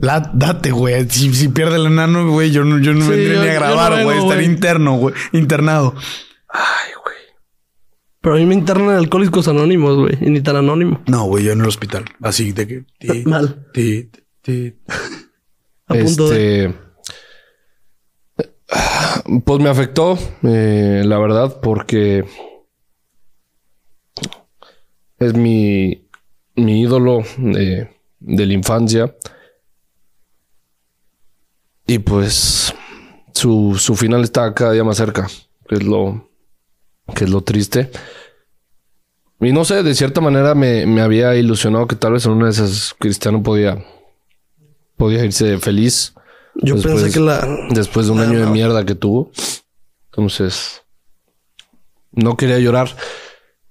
[SPEAKER 3] La- date, güey. Si, si pierde el enano, güey, yo no, yo no
[SPEAKER 2] Sí,
[SPEAKER 3] vendría
[SPEAKER 2] yo-
[SPEAKER 3] ni a
[SPEAKER 2] yo no
[SPEAKER 3] grabar,
[SPEAKER 2] vengo,
[SPEAKER 3] güey. Estar
[SPEAKER 2] güey.
[SPEAKER 3] interno, güey. Internado.
[SPEAKER 2] Pero a mí me internan en Alcohólicos Anónimos, güey. Y ni tan anónimo.
[SPEAKER 3] No, güey, yo en el hospital. Así de que. ti,
[SPEAKER 2] Mal.
[SPEAKER 3] ti, ti.
[SPEAKER 2] A punto de...
[SPEAKER 1] Este, Pues me afectó, eh, la verdad, porque es mi, mi ídolo eh, de la infancia. Y pues su, su final está cada día más cerca, que es lo, que es lo triste. Y no sé, de cierta manera me, me había ilusionado que tal vez en una de esas Cristiano podía, podía irse feliz
[SPEAKER 2] Yo
[SPEAKER 1] después-
[SPEAKER 2] pensé que la...
[SPEAKER 1] después de un
[SPEAKER 2] Ah,
[SPEAKER 1] año de
[SPEAKER 2] no.
[SPEAKER 1] mierda que tuvo. Entonces, no quería llorar.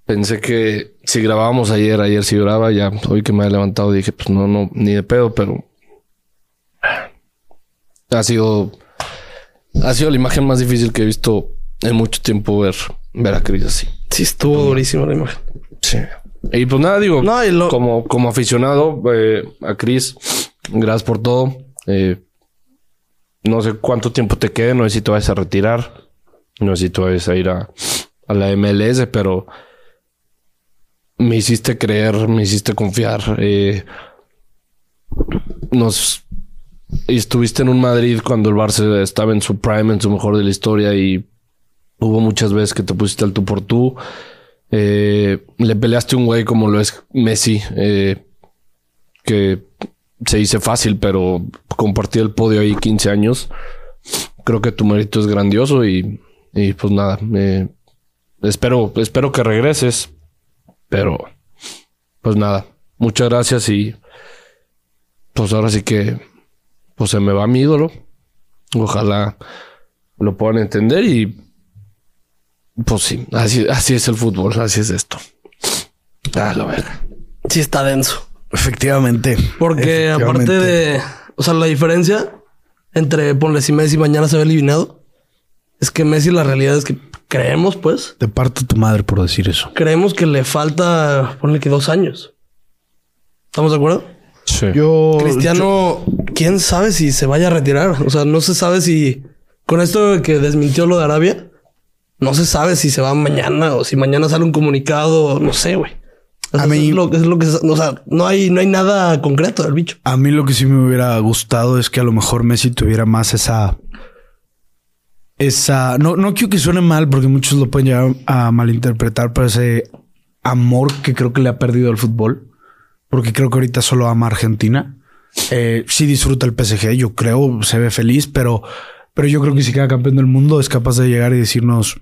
[SPEAKER 1] Pensé que si grabábamos ayer, ayer si lloraba, ya hoy que me he levantado dije, pues no, no, ni de pedo, pero ha sido, ha sido la imagen más difícil que he visto en mucho tiempo ver, ver a Cris así.
[SPEAKER 2] Sí, estuvo
[SPEAKER 1] pues,
[SPEAKER 2] durísimo la imagen.
[SPEAKER 1] Sí. Y pues nada, digo,
[SPEAKER 2] No, y lo-
[SPEAKER 1] como, como aficionado eh, a Chris, gracias por todo. Eh, no sé cuánto tiempo te quede, no sé si te vas a retirar, no sé si te vas a ir a, a la MLS, pero me hiciste creer, me hiciste confiar. eh, nos estuviste en un Madrid cuando el Barça estaba en su prime, en su mejor de la historia y hubo muchas veces que te pusiste al tú por tú. Eh, le peleaste a un güey como lo es Messi, eh, que se dice fácil, pero compartí el podio ahí 15 años. Creo que tu mérito es grandioso y, y pues nada, eh, espero, espero que regreses, pero pues nada, muchas gracias y pues ahora sí que pues se me va mi ídolo. Ojalá lo puedan entender y pues sí, así, así es el fútbol, así es esto. Ah, la verga.
[SPEAKER 2] Sí está denso.
[SPEAKER 3] Efectivamente.
[SPEAKER 2] Porque aparte
[SPEAKER 3] Efectivamente.
[SPEAKER 2] de, o sea, la diferencia entre ponle si Messi mañana se ve eliminado, es que Messi la realidad es que creemos, pues,
[SPEAKER 3] Te parto tu madre por decir eso.
[SPEAKER 2] creemos que le falta, ponle que dos años. ¿Estamos de acuerdo?
[SPEAKER 1] Sí.
[SPEAKER 3] Oh, Yo.
[SPEAKER 2] Cristiano, quién sabe si se vaya a retirar. O sea, no se sabe si con esto que desmintió lo de Arabia, no se sabe si se va mañana o si mañana sale un comunicado, no sé, güey. O sea,
[SPEAKER 3] A
[SPEAKER 2] eso
[SPEAKER 3] mí-
[SPEAKER 2] es lo, es lo que, o sea, no hay, no hay nada concreto del bicho.
[SPEAKER 3] A mí lo que sí me hubiera gustado es que a lo mejor Messi tuviera más esa. Esa. No, no quiero que suene mal porque muchos lo pueden llegar a malinterpretar, pero ese amor que creo que le ha perdido al fútbol. Porque creo que ahorita solo ama a Argentina. Eh, sí disfruta el PSG, yo creo, se ve feliz, pero, pero yo creo que si queda campeón del mundo es capaz de llegar y decirnos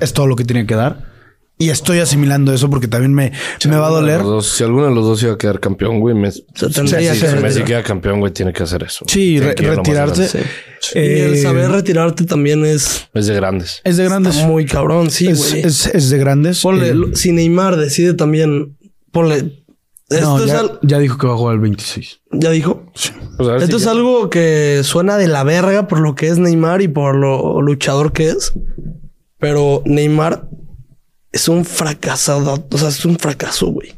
[SPEAKER 3] es todo lo que tiene que dar. Y estoy asimilando eso porque también me, me va a doler.
[SPEAKER 1] Los dos- si alguno de los dos iba a quedar campeón, güey, Messi-
[SPEAKER 2] tendría
[SPEAKER 1] si,
[SPEAKER 2] que
[SPEAKER 1] si Messi
[SPEAKER 2] retirar.
[SPEAKER 1] queda campeón, güey, tiene que hacer eso.
[SPEAKER 3] Sí,
[SPEAKER 1] Tiene
[SPEAKER 3] re-
[SPEAKER 1] que ir a lo más
[SPEAKER 3] retirarse.
[SPEAKER 1] grande.
[SPEAKER 2] Sí.
[SPEAKER 3] Eh,
[SPEAKER 2] y el saber retirarte también es
[SPEAKER 1] Es de grandes.
[SPEAKER 3] Es de grandes.
[SPEAKER 2] está muy cabrón, sí,
[SPEAKER 3] es,
[SPEAKER 2] güey.
[SPEAKER 3] es- es de grandes.
[SPEAKER 2] Ponle,
[SPEAKER 3] Eh,
[SPEAKER 2] lo- si Neymar decide también, ponle. Esto
[SPEAKER 3] no,
[SPEAKER 2] es
[SPEAKER 3] ya,
[SPEAKER 2] al-
[SPEAKER 3] ya dijo que va a jugar el 26.
[SPEAKER 2] ya dijo.
[SPEAKER 1] Pues a ver
[SPEAKER 2] Esto
[SPEAKER 1] si
[SPEAKER 2] es
[SPEAKER 1] ya-
[SPEAKER 2] algo que suena de la verga por lo que es Neymar y por lo luchador que es. Pero Neymar es un fracasado. O sea, es un fracaso, güey.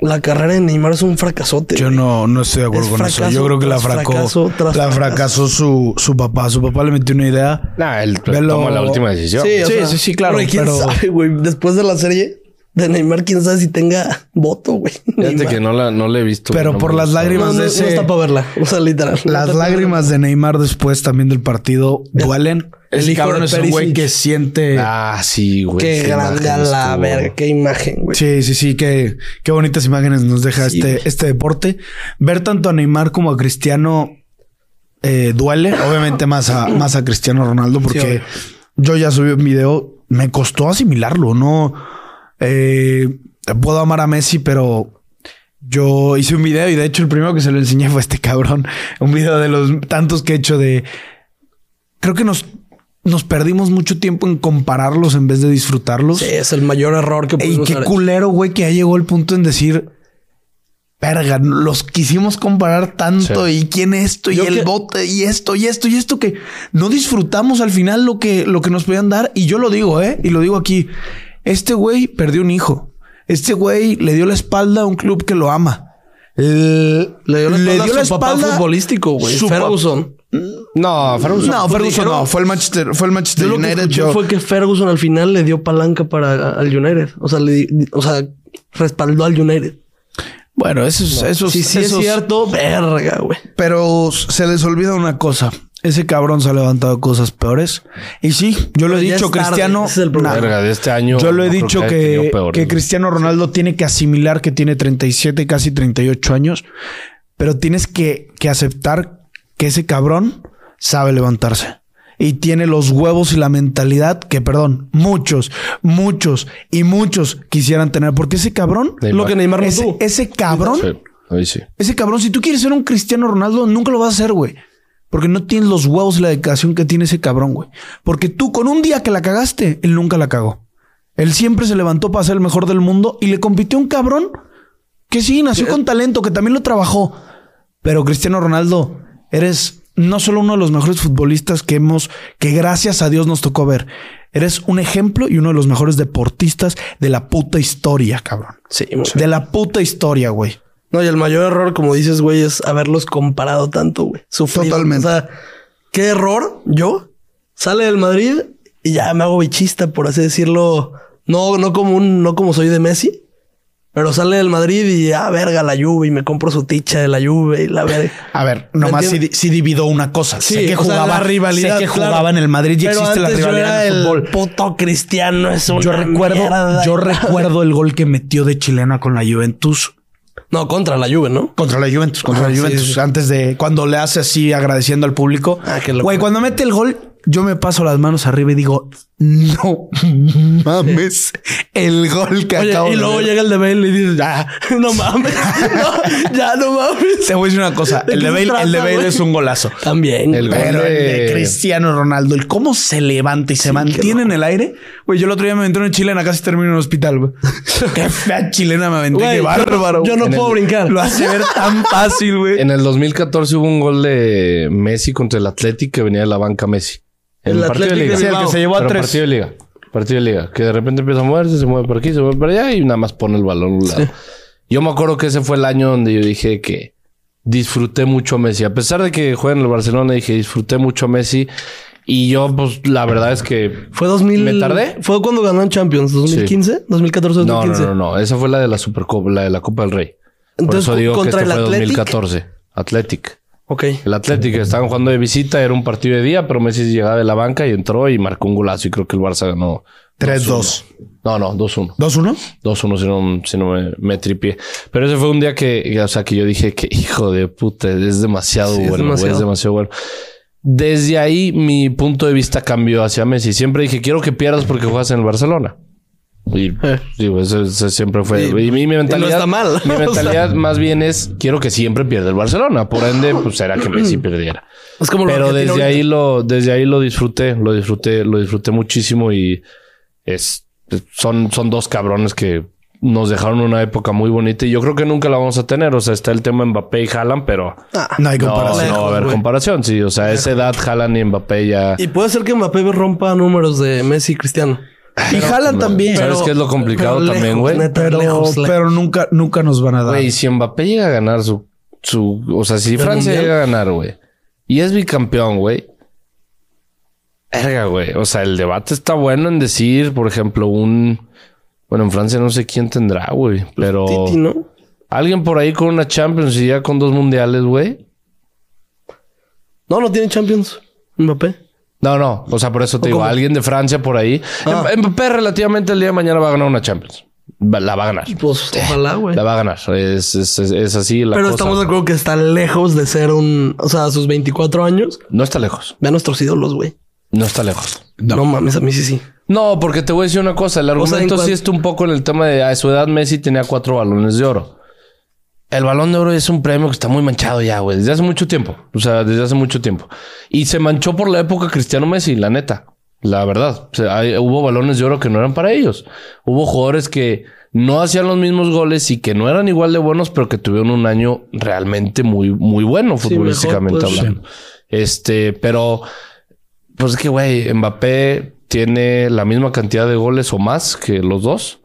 [SPEAKER 2] La carrera de Neymar es un fracasote.
[SPEAKER 3] Yo
[SPEAKER 2] güey.
[SPEAKER 3] no, no estoy de acuerdo
[SPEAKER 2] Es
[SPEAKER 3] con eso.
[SPEAKER 2] fracaso
[SPEAKER 3] Yo creo que la
[SPEAKER 2] tras
[SPEAKER 3] fracó.
[SPEAKER 2] fracaso tras
[SPEAKER 3] la
[SPEAKER 2] fracaso.
[SPEAKER 3] fracasó su, su papá. Su papá le metió una idea.
[SPEAKER 1] Nah, él
[SPEAKER 3] Velo-
[SPEAKER 1] toma la última decisión.
[SPEAKER 2] Sí, o
[SPEAKER 3] Sí,
[SPEAKER 2] sea,
[SPEAKER 3] sí, sí, claro,
[SPEAKER 2] güey, quién
[SPEAKER 3] pero-
[SPEAKER 2] sabe, güey. Después de la serie de Neymar, quién sabe si tenga voto, güey.
[SPEAKER 1] Fíjate
[SPEAKER 2] Neymar.
[SPEAKER 1] que no la, no la he visto.
[SPEAKER 3] Pero
[SPEAKER 1] güey, no
[SPEAKER 3] por
[SPEAKER 1] me
[SPEAKER 3] las
[SPEAKER 1] gusta.
[SPEAKER 3] lágrimas-
[SPEAKER 2] No, no,
[SPEAKER 3] de
[SPEAKER 2] no
[SPEAKER 3] ese-
[SPEAKER 2] está para verla. O sea, literal.
[SPEAKER 3] Las lágrimas de Neymar después también del partido duelen.
[SPEAKER 2] El
[SPEAKER 3] El
[SPEAKER 2] hijo
[SPEAKER 3] cabrón
[SPEAKER 2] de
[SPEAKER 3] es un
[SPEAKER 2] Perisic.
[SPEAKER 3] güey que siente.
[SPEAKER 1] Ah, sí, güey.
[SPEAKER 2] Qué grande a la verga. Qué imagen, güey.
[SPEAKER 3] Sí, sí, sí, qué, qué bonitas imágenes nos deja
[SPEAKER 2] Sí, güey.
[SPEAKER 3] este, este deporte. Ver tanto a Neymar como a Cristiano eh, duele, obviamente más a, más a Cristiano Ronaldo, porque
[SPEAKER 2] obvio.
[SPEAKER 3] yo ya subí un video, me costó asimilarlo, no Eh, puedo amar a Messi, pero yo hice un video y de hecho el primero que se lo enseñé fue este cabrón, un video de los tantos que he hecho de... Creo que nos, nos perdimos mucho tiempo en compararlos en vez de disfrutarlos.
[SPEAKER 2] Sí, es el mayor error que
[SPEAKER 3] Y
[SPEAKER 2] pudimos
[SPEAKER 3] qué
[SPEAKER 2] haber
[SPEAKER 3] culero, güey, que ya llegó el punto en decir. Verga, los quisimos comparar tanto
[SPEAKER 1] Sí.
[SPEAKER 3] y quién esto y
[SPEAKER 2] Yo
[SPEAKER 3] el
[SPEAKER 2] que-
[SPEAKER 3] bote y esto y esto y esto que no disfrutamos al final lo que, lo que nos podían dar. Y yo lo digo, eh, y lo digo aquí. Este güey perdió un hijo. Este güey le dio la espalda a un club que lo ama. Le,
[SPEAKER 2] Le dio la espalda a
[SPEAKER 3] dio la
[SPEAKER 2] su papá
[SPEAKER 3] espalda-
[SPEAKER 2] futbolístico, güey.
[SPEAKER 3] su
[SPEAKER 2] Ferguson.
[SPEAKER 1] No, Ferguson.
[SPEAKER 3] No,
[SPEAKER 2] Pues
[SPEAKER 3] Ferguson
[SPEAKER 2] dijeron-
[SPEAKER 3] no. Fue el Manchester, fue el Manchester
[SPEAKER 2] Yo lo que
[SPEAKER 3] United.
[SPEAKER 2] escuché
[SPEAKER 3] yo-
[SPEAKER 2] fue que Ferguson al final le dio palanca para al United. O sea, le, di- o sea, respaldó al United.
[SPEAKER 3] Bueno, esos, esos,
[SPEAKER 2] Si sí
[SPEAKER 3] esos-
[SPEAKER 2] es cierto, verga, güey.
[SPEAKER 3] Pero se les olvida una cosa. Ese cabrón se ha levantado cosas peores. Y sí, yo lo he
[SPEAKER 2] Pero ya
[SPEAKER 3] dicho,
[SPEAKER 2] es tarde,
[SPEAKER 3] Cristiano.
[SPEAKER 2] ese es el problema.
[SPEAKER 3] nah,
[SPEAKER 1] Verga, de este año.
[SPEAKER 3] yo lo he
[SPEAKER 1] no creo
[SPEAKER 3] dicho
[SPEAKER 1] haya tenido
[SPEAKER 3] que,
[SPEAKER 1] peores,
[SPEAKER 3] que
[SPEAKER 1] güey.
[SPEAKER 3] Cristiano Ronaldo tiene que asimilar que tiene 37, casi 38 años. Pero tienes que, que aceptar que ese cabrón sabe levantarse. Y tiene los huevos y la mentalidad que, perdón, muchos, muchos y muchos quisieran tener. Porque ese cabrón,
[SPEAKER 1] Neymar.
[SPEAKER 2] Lo que Neymar no
[SPEAKER 3] ese,
[SPEAKER 2] tuvo.
[SPEAKER 3] ese cabrón
[SPEAKER 1] Sí, ahí sí.
[SPEAKER 3] ese cabrón, si tú quieres ser un Cristiano Ronaldo, nunca lo vas a hacer, güey. Porque no tienes los huevos y la dedicación que tiene ese cabrón, güey. Porque tú, con un día que la cagaste, él nunca la cagó. Él siempre se levantó para ser el mejor del mundo y le compitió un cabrón que sí, nació con talento, que también lo trabajó. Pero Cristiano Ronaldo, eres no solo uno de los mejores futbolistas que hemos, que gracias a Dios nos tocó ver. Eres un ejemplo y uno de los mejores deportistas de la puta historia, cabrón.
[SPEAKER 2] Sí,
[SPEAKER 3] De la puta historia, güey.
[SPEAKER 2] No, y el mayor error, como dices, güey, es haberlos comparado tanto, güey. Sufrido.
[SPEAKER 3] Totalmente.
[SPEAKER 2] O sea, qué error yo sale del Madrid y ya me hago bichista, por así decirlo. No, no como un, no como soy de Messi, pero sale del Madrid y ah, verga, la Juve y me compro su ticha de la Juve y la verga.
[SPEAKER 3] A ver, nomás sí,
[SPEAKER 2] ¿Entiendes?
[SPEAKER 3] sí divido una cosa.
[SPEAKER 2] Sí,
[SPEAKER 3] sé que
[SPEAKER 2] o sea,
[SPEAKER 3] jugaba,
[SPEAKER 2] la rivalidad,
[SPEAKER 3] sé que
[SPEAKER 2] claro.
[SPEAKER 3] jugaba en el Madrid y
[SPEAKER 2] Pero
[SPEAKER 3] existe la
[SPEAKER 2] antes yo era
[SPEAKER 3] rivalidad en el fútbol.
[SPEAKER 2] Poto cristiano es una
[SPEAKER 3] Yo recuerdo,
[SPEAKER 2] mierda.
[SPEAKER 3] yo recuerdo el gol que metió de chilena con la Juventus.
[SPEAKER 2] No, contra la Juve, ¿no?
[SPEAKER 3] Contra la Juventus, contra
[SPEAKER 2] Ah,
[SPEAKER 3] la
[SPEAKER 2] sí,
[SPEAKER 3] Juventus.
[SPEAKER 2] sí.
[SPEAKER 3] Antes de cuando le hace así agradeciendo al público.
[SPEAKER 2] Ah, qué locura.
[SPEAKER 3] Güey, cuando mete el gol, yo me paso las manos arriba y digo, no mames, el gol que
[SPEAKER 2] Oye,
[SPEAKER 3] acabo
[SPEAKER 2] y
[SPEAKER 3] de
[SPEAKER 2] luego
[SPEAKER 3] ver". Ah,
[SPEAKER 2] llega el de Bale y dices, ya, no mames, no, ya no mames.
[SPEAKER 3] Te voy a decir una cosa.
[SPEAKER 2] ¿De
[SPEAKER 3] El
[SPEAKER 2] qué
[SPEAKER 3] de
[SPEAKER 2] se
[SPEAKER 3] Bale, el de
[SPEAKER 2] trata,
[SPEAKER 3] Bale
[SPEAKER 2] güey?
[SPEAKER 3] es un golazo.
[SPEAKER 2] También.
[SPEAKER 1] El
[SPEAKER 2] güey.
[SPEAKER 3] Pero
[SPEAKER 1] gol
[SPEAKER 3] el de
[SPEAKER 1] de-
[SPEAKER 3] Cristiano Ronaldo, el cómo se levanta y se mantiene en el aire. Güey, yo el otro día me aventé una chilena, casi termino en el hospital. güey. Qué fea chilena me aventé,
[SPEAKER 2] Güey,
[SPEAKER 3] qué
[SPEAKER 2] yo-
[SPEAKER 3] bárbaro.
[SPEAKER 2] Yo no
[SPEAKER 1] En
[SPEAKER 2] puedo
[SPEAKER 1] el-
[SPEAKER 2] brincar.
[SPEAKER 3] Lo hace ver tan fácil, güey.
[SPEAKER 1] En el 2014 hubo un gol de Messi contra el Athletic que venía de la banca Messi. En
[SPEAKER 2] El
[SPEAKER 1] el, partido de liga.
[SPEAKER 2] Athletic de Sí, el que Bilbao.
[SPEAKER 3] se llevó a
[SPEAKER 1] Pero
[SPEAKER 3] tres.
[SPEAKER 1] Partido de liga. Partido de liga. Que de repente empieza a moverse, se mueve para aquí, se mueve para allá y nada más pone el balón a un lado. Yo me acuerdo que ese fue el año donde yo dije que disfruté mucho a Messi. A pesar de que juega en el Barcelona, dije disfruté mucho a Messi. Y yo, pues, la verdad es que...
[SPEAKER 2] Fue 2000.
[SPEAKER 1] ¿Me tardé?
[SPEAKER 2] Fue cuando ganó en Champions, 2015, 2014,
[SPEAKER 1] No,
[SPEAKER 2] 2015.
[SPEAKER 1] no, no, no. Esa fue la de la Supercopa, la de la Copa del Rey. Por
[SPEAKER 2] Entonces,
[SPEAKER 1] eso digo que
[SPEAKER 2] contra
[SPEAKER 1] este
[SPEAKER 2] el
[SPEAKER 1] fue
[SPEAKER 2] Athletic.
[SPEAKER 1] 2014. Athletic.
[SPEAKER 2] Ok.
[SPEAKER 1] El Atlético estaban jugando de visita, era un partido de día, pero Messi llegaba de la banca y entró y marcó un golazo. Y creo que el Barça ganó
[SPEAKER 3] 3-2.
[SPEAKER 1] No, no, 2-1.
[SPEAKER 3] 2-1.
[SPEAKER 1] 2-1, si no, si no me, me tripié. Pero ese fue un día que, o sea, que yo dije que hijo de puta, es demasiado
[SPEAKER 2] Sí, es
[SPEAKER 1] bueno, güey, es, demasiado.
[SPEAKER 2] demasiado.
[SPEAKER 1] bueno. Desde ahí mi punto de vista cambió hacia Messi. Siempre dije, quiero que pierdas porque juegas en el Barcelona. Y digo, eso, eso siempre fue.
[SPEAKER 2] Eh. Sí.
[SPEAKER 1] Y, mi mentalidad.
[SPEAKER 2] está mal.
[SPEAKER 1] Mi
[SPEAKER 2] O sea.
[SPEAKER 1] mentalidad más bien es: quiero que siempre pierda el Barcelona. Por ende, pues será que Messi perdiera.
[SPEAKER 2] Es como lo
[SPEAKER 1] Pero
[SPEAKER 2] Argentina
[SPEAKER 1] desde
[SPEAKER 2] ahorita.
[SPEAKER 1] ahí lo, desde ahí lo disfruté, lo disfruté, lo disfruté muchísimo y es, son, son dos cabrones que nos dejaron una época muy bonita y yo creo que nunca la vamos a tener. O sea, está el tema Mbappé y Haaland, pero
[SPEAKER 2] Ah.
[SPEAKER 3] No hay
[SPEAKER 1] no,
[SPEAKER 3] comparación.
[SPEAKER 1] no va a haber
[SPEAKER 2] güey.
[SPEAKER 1] comparación. Sí, o sea, a esa edad Haaland y Mbappé ya.
[SPEAKER 2] Y puede ser que Mbappé rompa números de Messi y Cristiano.
[SPEAKER 3] y jalan también.
[SPEAKER 1] ¿Sabes
[SPEAKER 2] pero-
[SPEAKER 1] qué es lo complicado
[SPEAKER 2] pero lejos,
[SPEAKER 1] también, güey?
[SPEAKER 2] neta,
[SPEAKER 3] Pero,
[SPEAKER 2] lejos, lejos.
[SPEAKER 3] pero nunca, nunca nos van a dar.
[SPEAKER 1] Güey, si Mbappé llega a ganar su, su o sea, si
[SPEAKER 2] ¿El
[SPEAKER 1] Francia
[SPEAKER 2] Mundial?
[SPEAKER 1] llega a ganar, güey, y es bicampeón, güey. Verga, güey. O sea, el debate está bueno en decir, por ejemplo, un. Bueno, en Francia no sé quién tendrá, güey, pero.
[SPEAKER 2] Pues Titi, ¿no?
[SPEAKER 1] Alguien por ahí con una Champions y ya con dos mundiales, güey.
[SPEAKER 2] No, no tiene Champions. Mbappé.
[SPEAKER 1] No, no. O sea, por eso te digo,
[SPEAKER 2] cómo?
[SPEAKER 1] alguien de Francia por ahí. Em,
[SPEAKER 2] Ah.
[SPEAKER 1] Mbappé relativamente el día de mañana va a ganar una Champions. Va- La va a ganar.
[SPEAKER 2] Pues ojalá, güey.
[SPEAKER 1] La va a ganar. Es, es- es- es así la
[SPEAKER 2] Pero
[SPEAKER 1] cosa.
[SPEAKER 2] estamos de acuerdo que está lejos de ser un. O sea, a sus 24 años.
[SPEAKER 1] No está lejos.
[SPEAKER 2] Ve a nuestros ídolos, güey.
[SPEAKER 1] No está lejos.
[SPEAKER 2] No. mames, a mí sí, sí.
[SPEAKER 1] No, porque te voy a decir una cosa. El
[SPEAKER 2] sea, en
[SPEAKER 1] argumento
[SPEAKER 2] cuan-
[SPEAKER 1] sí está un poco en el tema de "Ah, a su edad Messi tenía cuatro balones de oro. El balón de oro es un premio que está muy manchado ya, güey, desde hace mucho tiempo. O sea, desde hace mucho tiempo. Y se manchó por la época Cristiano Messi, la neta. La verdad. O sea, hay- hubo balones de oro que no eran para ellos. Hubo jugadores que no hacían los mismos goles y que no eran igual de buenos, pero que tuvieron un año realmente muy, muy bueno
[SPEAKER 2] Sí,
[SPEAKER 1] futbolísticamente
[SPEAKER 2] mejor, pues.
[SPEAKER 1] hablando. Este, pero pues es que, güey, Mbappé tiene la misma cantidad de goles o más que los dos.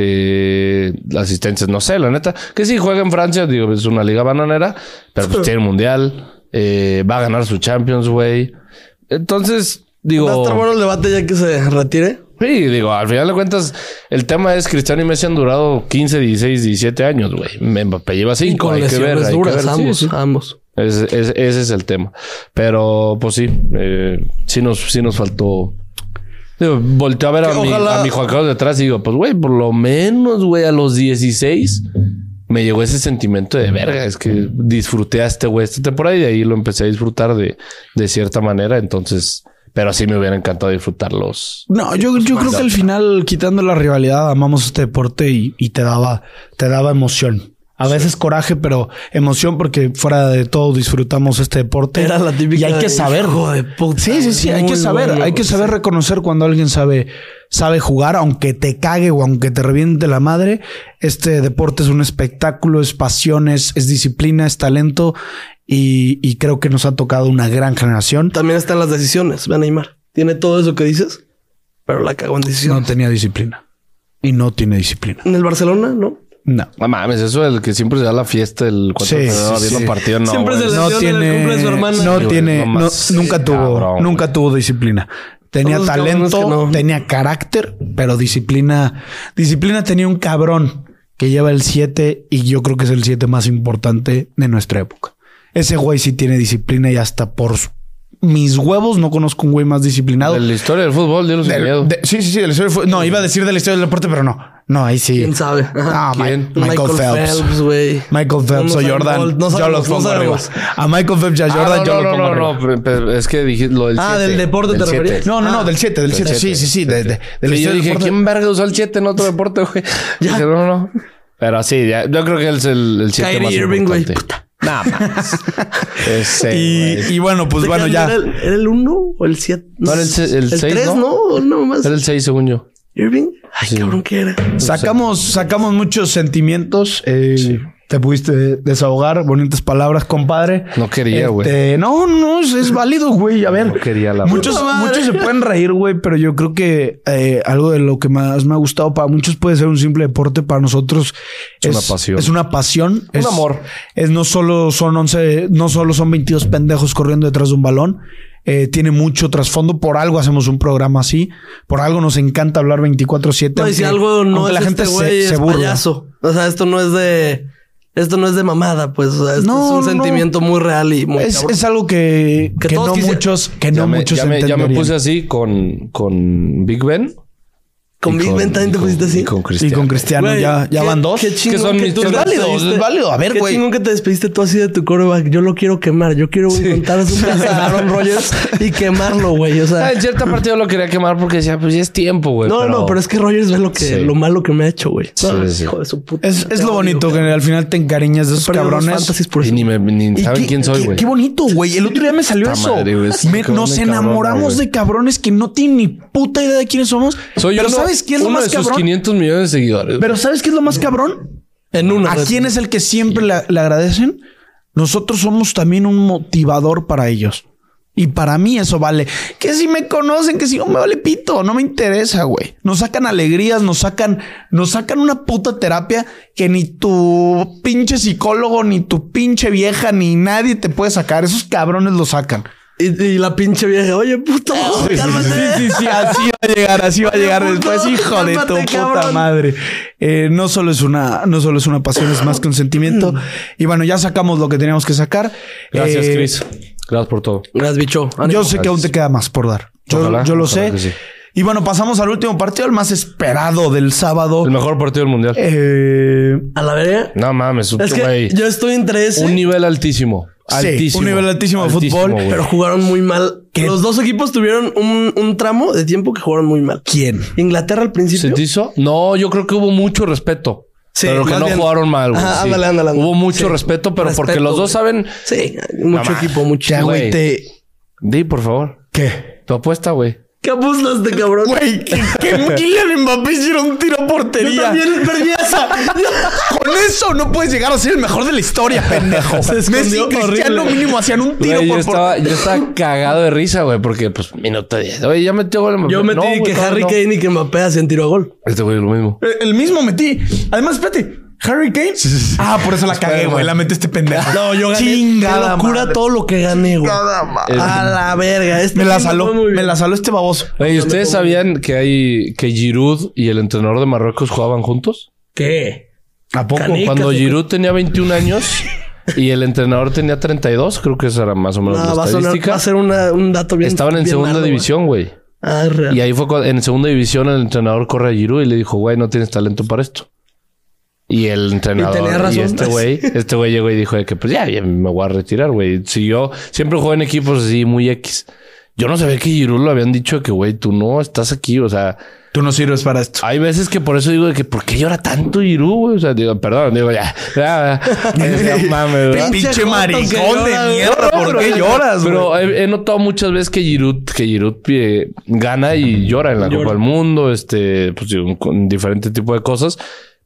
[SPEAKER 1] Eh, asistencias, no sé, la neta. Que sí, juega en Francia, digo, es una liga bananera, pero pues tiene el mundial. eh, va a ganar su Champions, güey. Entonces,
[SPEAKER 2] Va a
[SPEAKER 1] digo.
[SPEAKER 2] estar bueno el debate ya que se retire.
[SPEAKER 1] Sí, digo, al final de cuentas, el tema es Cristiano y Messi han durado 15, 16, 17 años, güey. Mbappé lleva 5, hay que ver. hay que ver, sí,
[SPEAKER 2] ambos,
[SPEAKER 1] sí.
[SPEAKER 2] ambos.
[SPEAKER 1] Ese, ese- ese es el tema. Pero, pues sí, eh, sí, nos, sí nos faltó. Digo, volteo a ver a
[SPEAKER 2] Que
[SPEAKER 1] mi,
[SPEAKER 2] ojalá-
[SPEAKER 1] a mi Juan Carlos detrás y digo, pues güey, por lo menos, güey, a los 16 me llegó ese sentimiento de verga. Es que disfruté a este güey esta temporada y de ahí lo empecé a disfrutar de, de cierta manera. Entonces, pero sí me hubiera encantado disfrutarlos.
[SPEAKER 3] No, yo,
[SPEAKER 2] pues,
[SPEAKER 3] yo creo que al final, quitando la rivalidad, amamos este deporte y, y te daba, te daba emoción. A veces coraje, pero emoción porque fuera de todo disfrutamos este deporte.
[SPEAKER 2] Era la típica
[SPEAKER 3] Y hay que
[SPEAKER 2] de,
[SPEAKER 3] saber.
[SPEAKER 2] "Hijo de puta,
[SPEAKER 3] sí, sí, sí. Hay
[SPEAKER 2] muy
[SPEAKER 3] que saber.
[SPEAKER 2] bueno".
[SPEAKER 3] hay que saber reconocer cuando alguien sabe, sabe jugar, aunque te cague o aunque te reviente la madre. Este deporte es un espectáculo, es pasión, es, es disciplina, es talento. Y, y creo que nos ha tocado una gran generación.
[SPEAKER 2] También están las decisiones. Ve a Neymar. Tiene todo eso que dices, pero la cagó en
[SPEAKER 3] No
[SPEAKER 2] decisiones.
[SPEAKER 3] tenía disciplina. Y no tiene disciplina.
[SPEAKER 2] En el Barcelona, no.
[SPEAKER 3] No.
[SPEAKER 1] No mames, eso del que siempre se da la fiesta el 4 de
[SPEAKER 3] Sí,
[SPEAKER 1] febrero
[SPEAKER 3] sí,
[SPEAKER 1] viendo
[SPEAKER 3] sí.
[SPEAKER 1] partido. No,
[SPEAKER 2] Siempre
[SPEAKER 1] güey.
[SPEAKER 2] se la-
[SPEAKER 3] no
[SPEAKER 2] lesión en el
[SPEAKER 3] tiene,
[SPEAKER 2] cumple de su hermana.
[SPEAKER 3] no
[SPEAKER 1] Sí,
[SPEAKER 3] tiene,
[SPEAKER 1] güey, no
[SPEAKER 3] no-
[SPEAKER 1] más.
[SPEAKER 3] nunca
[SPEAKER 1] Sí,
[SPEAKER 3] tuvo,
[SPEAKER 1] cabrón,
[SPEAKER 3] nunca tuvo disciplina. Tenía
[SPEAKER 2] Todos los cabrones
[SPEAKER 3] talento,
[SPEAKER 2] que no.
[SPEAKER 3] tenía carácter, pero disciplina, disciplina tenía un cabrón que lleva el 7 y yo creo que es el 7 más importante de nuestra época. Ese güey sí tiene disciplina y hasta por su- mis huevos no conozco un güey más disciplinado.
[SPEAKER 1] De la historia del fútbol, Dios
[SPEAKER 3] Del-
[SPEAKER 1] miedo.
[SPEAKER 3] de- sí, sí, sí, de la historia del fu- No, iba a decir de la historia del deporte, pero no. No, ahí sí.
[SPEAKER 2] ¿Quién sabe?
[SPEAKER 3] Ah, Ma-
[SPEAKER 1] ¿Quién?
[SPEAKER 3] Michael, Phelps.
[SPEAKER 2] güey.
[SPEAKER 3] Michael Phelps
[SPEAKER 2] No, no
[SPEAKER 3] o
[SPEAKER 2] sabe-
[SPEAKER 3] Jordan.
[SPEAKER 2] no- no
[SPEAKER 3] yo
[SPEAKER 2] sabemos,
[SPEAKER 3] los
[SPEAKER 2] no
[SPEAKER 3] pongo arriba.
[SPEAKER 2] sabemos.
[SPEAKER 3] A Michael Phelps y a
[SPEAKER 1] Ah,
[SPEAKER 3] Jordan,
[SPEAKER 1] no,
[SPEAKER 3] yo
[SPEAKER 1] no,
[SPEAKER 3] lo
[SPEAKER 1] no,
[SPEAKER 3] pongo
[SPEAKER 1] no,
[SPEAKER 3] arriba.
[SPEAKER 1] no, pero- pero es que dije lo del
[SPEAKER 2] Ah,
[SPEAKER 1] siete,
[SPEAKER 2] del deporte te
[SPEAKER 1] siete.
[SPEAKER 2] referías.
[SPEAKER 3] No, no, no,
[SPEAKER 2] Ah,
[SPEAKER 3] del 7, del 7. Sí,
[SPEAKER 1] siete.
[SPEAKER 3] sí, sí. De, de,
[SPEAKER 1] Y
[SPEAKER 3] de la
[SPEAKER 1] yo
[SPEAKER 3] historia del
[SPEAKER 1] dije,
[SPEAKER 3] deporte.
[SPEAKER 1] ¿quién verga usó el 7 en otro deporte, güey? Dije, no, no. Pero sí, ya, yo creo que él es el 7
[SPEAKER 2] Kyrie
[SPEAKER 1] más
[SPEAKER 2] Irving, güey,
[SPEAKER 1] importante. Nada más. Ese,
[SPEAKER 3] Y,
[SPEAKER 1] güey.
[SPEAKER 3] y bueno, pues
[SPEAKER 2] Oye,
[SPEAKER 3] bueno,
[SPEAKER 2] ¿Era
[SPEAKER 3] ya.
[SPEAKER 2] el, era el uno o el siete?
[SPEAKER 1] No, era el se- el seis,
[SPEAKER 2] 3,
[SPEAKER 1] ¿no?
[SPEAKER 2] ¿no? No,
[SPEAKER 3] pues,
[SPEAKER 2] más.
[SPEAKER 1] Era el 6, según yo.
[SPEAKER 2] Irving. Ay,
[SPEAKER 1] Sí.
[SPEAKER 2] cabrón, ¿qué era?
[SPEAKER 3] Sacamos, sacamos muchos sentimientos. eh, Te pudiste desahogar, bonitas palabras, compadre.
[SPEAKER 1] No quería, güey.
[SPEAKER 3] Este, no, no, es, es válido, güey. A ver,
[SPEAKER 1] No quería la
[SPEAKER 3] muchos,
[SPEAKER 2] puta madre.
[SPEAKER 3] muchos se pueden reír, güey, pero yo creo que eh, algo de lo que más me ha gustado para muchos puede ser un simple deporte, para nosotros
[SPEAKER 1] Es una pasión.
[SPEAKER 3] Es una pasión, es
[SPEAKER 1] amor.
[SPEAKER 3] Es no solo son 11, no solo son 22 pendejos corriendo detrás de un balón. eh, tiene mucho trasfondo. Por algo hacemos un programa así. Por algo nos encanta hablar 24-7.
[SPEAKER 2] No, y si
[SPEAKER 3] aunque-
[SPEAKER 2] algo no
[SPEAKER 3] aunque
[SPEAKER 2] es
[SPEAKER 3] la gente
[SPEAKER 2] este
[SPEAKER 3] se-
[SPEAKER 2] güey,
[SPEAKER 3] se
[SPEAKER 2] es
[SPEAKER 3] burla.
[SPEAKER 2] payaso. O sea, esto no es de... Esto no es de mamada, pues. O sea, esto
[SPEAKER 3] No,
[SPEAKER 2] es un
[SPEAKER 3] no, no.
[SPEAKER 2] sentimiento muy real y muy
[SPEAKER 3] Es,
[SPEAKER 2] cabrón.
[SPEAKER 3] es algo que,
[SPEAKER 2] Que
[SPEAKER 3] que
[SPEAKER 2] todos
[SPEAKER 3] no
[SPEAKER 2] quise-
[SPEAKER 3] muchos, que
[SPEAKER 1] Ya
[SPEAKER 3] no
[SPEAKER 1] me-
[SPEAKER 3] muchos
[SPEAKER 1] ya me, ya me
[SPEAKER 3] entenderían.
[SPEAKER 1] puse así con, con Big Ben.
[SPEAKER 2] Con Big Ben también te pusiste así.
[SPEAKER 1] Y con
[SPEAKER 3] Y
[SPEAKER 1] Cristiano.
[SPEAKER 3] con Cristiano
[SPEAKER 2] Güey,
[SPEAKER 3] ya, ya
[SPEAKER 2] qué-
[SPEAKER 3] van dos.
[SPEAKER 2] Qué chingón
[SPEAKER 1] son
[SPEAKER 2] que
[SPEAKER 1] mis-
[SPEAKER 2] tú
[SPEAKER 1] que
[SPEAKER 2] te
[SPEAKER 1] son
[SPEAKER 2] válido,
[SPEAKER 1] válidos,
[SPEAKER 2] es válido. A ver, güey. Qué chingón que te despediste tú así de tu coreback. Yo lo quiero quemar. Yo quiero encontrar a su casa a Aaron Rodgers y quemarlo, güey. O
[SPEAKER 1] Ah,
[SPEAKER 2] sea,
[SPEAKER 1] en cierta partida lo quería quemar porque decía, pues ya es tiempo, güey.
[SPEAKER 2] no, no, pero es que Rodgers ve lo que,
[SPEAKER 1] Sí.
[SPEAKER 2] lo malo que me ha hecho, güey. No,
[SPEAKER 1] Sí, sí.
[SPEAKER 2] Hijo de su puta.
[SPEAKER 3] Es, es lo bonito que al final te encariñas de esos cabrones.
[SPEAKER 1] Y ni, me, ni
[SPEAKER 3] Y
[SPEAKER 1] saben
[SPEAKER 3] qué-
[SPEAKER 1] quién soy,
[SPEAKER 3] qué-
[SPEAKER 1] güey.
[SPEAKER 3] Qué bonito, güey. El otro día me salió
[SPEAKER 1] Puta
[SPEAKER 3] eso.
[SPEAKER 1] madre, güey. Sí,
[SPEAKER 3] Me-
[SPEAKER 1] Pues, cabrón,
[SPEAKER 3] nos
[SPEAKER 1] de cabrón,
[SPEAKER 3] enamoramos
[SPEAKER 1] güey.
[SPEAKER 3] de cabrones que no tienen ni puta idea de quiénes somos.
[SPEAKER 1] Soy
[SPEAKER 3] pero
[SPEAKER 1] uno-
[SPEAKER 3] ¿sabes qué es lo
[SPEAKER 1] uno
[SPEAKER 3] más
[SPEAKER 1] de sus
[SPEAKER 3] cabrón?
[SPEAKER 1] 500 millones de seguidores.
[SPEAKER 3] Pero ah, ¿sabes qué es lo más cabrón?
[SPEAKER 2] En una.
[SPEAKER 3] ¿A quién es el que siempre le, le agradecen? Nosotros somos también un motivador para ellos. Y para mí eso vale. Que si me conocen, que si no me vale pito, no me interesa, güey. Nos sacan alegrías, nos sacan, nos sacan una puta terapia que ni tu pinche psicólogo, ni tu pinche vieja, ni nadie te puede sacar. Esos cabrones lo sacan.
[SPEAKER 2] Y, y la pinche vieja, oye, puto, cálmate.
[SPEAKER 3] Sí, sí, sí, así va a llegar, así va a llegar después, hijo de tu
[SPEAKER 2] Cálmate,
[SPEAKER 3] puta
[SPEAKER 2] cabrón.
[SPEAKER 3] madre. Eh, no solo es una, no solo es una pasión, es más consentimiento. Y bueno, ya sacamos lo que teníamos que sacar.
[SPEAKER 1] Gracias,
[SPEAKER 3] Eh,
[SPEAKER 1] Chris. Gracias por todo.
[SPEAKER 2] Gracias, bicho.
[SPEAKER 3] Yo
[SPEAKER 2] Ánimo.
[SPEAKER 3] sé que aún te queda más por dar. Yo,
[SPEAKER 1] Ojalá,
[SPEAKER 3] yo lo
[SPEAKER 1] ojalá
[SPEAKER 3] sé.
[SPEAKER 1] que sí.
[SPEAKER 3] Y bueno, pasamos al último partido, el más esperado del sábado.
[SPEAKER 1] El mejor partido del mundial.
[SPEAKER 3] Eh,
[SPEAKER 2] A la verga.
[SPEAKER 1] no mames,
[SPEAKER 2] Es que
[SPEAKER 1] güey.
[SPEAKER 2] yo estoy entre ese.
[SPEAKER 1] Un nivel altísimo.
[SPEAKER 3] Sí,
[SPEAKER 1] Altísimo.
[SPEAKER 3] un nivel altísimo de fútbol,
[SPEAKER 1] güey.
[SPEAKER 2] Pero jugaron muy mal. Los dos equipos tuvieron un, un tramo de tiempo que jugaron muy mal.
[SPEAKER 3] ¿Quién?
[SPEAKER 2] Inglaterra al principio.
[SPEAKER 1] ¿Se te hizo? No, yo creo que hubo mucho respeto.
[SPEAKER 2] Sí,
[SPEAKER 1] pero que
[SPEAKER 2] más
[SPEAKER 1] no
[SPEAKER 2] bien.
[SPEAKER 1] jugaron mal, güey.
[SPEAKER 2] Ajá,
[SPEAKER 1] sí.
[SPEAKER 2] ándale, ándale, ándale.
[SPEAKER 1] Hubo mucho
[SPEAKER 2] Sí.
[SPEAKER 1] respeto, pero porque
[SPEAKER 2] Respeto,
[SPEAKER 1] los dos
[SPEAKER 2] güey.
[SPEAKER 1] saben.
[SPEAKER 2] Sí, mucho
[SPEAKER 1] Mamá.
[SPEAKER 2] equipo, mucho.
[SPEAKER 3] Ya, güey,
[SPEAKER 1] Güey.
[SPEAKER 3] te-
[SPEAKER 1] Di, por favor.
[SPEAKER 3] ¿Qué?
[SPEAKER 1] Tu apuesta, güey.
[SPEAKER 2] ¿Qué apostaste, cabrón?
[SPEAKER 3] Güey, que, que Kylian Mbappé hiciera un tiro a portería.
[SPEAKER 2] Yo también perdí esa.
[SPEAKER 3] Con eso no puedes llegar a ser el mejor de la historia, pendejo. Messi y
[SPEAKER 2] escondió
[SPEAKER 3] Cristiano
[SPEAKER 2] horrible.
[SPEAKER 3] mínimo hacían un tiro
[SPEAKER 1] Güey, yo,
[SPEAKER 3] por
[SPEAKER 1] estaba, yo estaba cagado de risa, güey, porque pues minuto 10. Oye, ya metió gol. Mbappé.
[SPEAKER 2] Yo metí
[SPEAKER 1] No, güey,
[SPEAKER 2] que
[SPEAKER 1] todavía
[SPEAKER 2] Harry
[SPEAKER 1] no.
[SPEAKER 2] Kane y que Mbappé hacían tiro a gol.
[SPEAKER 1] Este güey es lo mismo.
[SPEAKER 3] Eh, El mismo metí. Además, espérate. Harry Kane. Ah, por eso la cagué, güey. La metí este pendejo. No, yo
[SPEAKER 2] Qué
[SPEAKER 3] Chingada.
[SPEAKER 2] locura
[SPEAKER 3] madre.
[SPEAKER 2] todo este lo que gané, güey. A la verga. Este
[SPEAKER 3] Me la
[SPEAKER 2] sí me
[SPEAKER 3] saló.
[SPEAKER 2] fue muy bien.
[SPEAKER 3] Me la saló este baboso.
[SPEAKER 1] Güey, ¿ustedes sabían que hay que Giroud y el entrenador de Marruecos jugaban juntos?
[SPEAKER 2] ¿Qué?
[SPEAKER 3] ¿A poco?
[SPEAKER 2] Canica.
[SPEAKER 1] Cuando
[SPEAKER 2] ¿o qué?
[SPEAKER 1] Giroud tenía 21 años y el entrenador tenía 32, creo que esa era más o menos
[SPEAKER 2] No,
[SPEAKER 1] la
[SPEAKER 2] va a, sonar,
[SPEAKER 1] estadística.
[SPEAKER 2] va a ser una- un dato bien.
[SPEAKER 1] Estaban en
[SPEAKER 2] bien ¿eh?
[SPEAKER 1] segunda
[SPEAKER 2] malo, güey.
[SPEAKER 1] división, güey.
[SPEAKER 2] Ah, es real.
[SPEAKER 1] Y ahí fue cuando en segunda división el entrenador corre a Giroud y le dijo, güey, no tienes talento para esto. Y el entrenador
[SPEAKER 2] tenía razón.
[SPEAKER 1] este güey, este güey llegó y dijo de que pues ya, ya me voy a retirar, güey. Si yo siempre juego en equipos así muy X. Yo no sabía que Giroud lo habían dicho de que, güey, tú no estás aquí, o sea,
[SPEAKER 3] Tú no sirves para esto.
[SPEAKER 1] hay veces que por eso digo de que ¿por qué llora tanto Giroud, güey? O sea, digo, perdón, digo ya. ya, ya. Es que, mames, ¿verdad?
[SPEAKER 2] Pinche
[SPEAKER 3] Pinche
[SPEAKER 2] joto que
[SPEAKER 3] maricón
[SPEAKER 2] llora,
[SPEAKER 3] de
[SPEAKER 2] güey.
[SPEAKER 3] mierda. ¿Por qué lloras, güey?
[SPEAKER 1] Pero he, he notado muchas veces que Giroud, que Giroud eh, gana y llora en la Copa del Mundo, este, pues digo, con diferente tipo de cosas.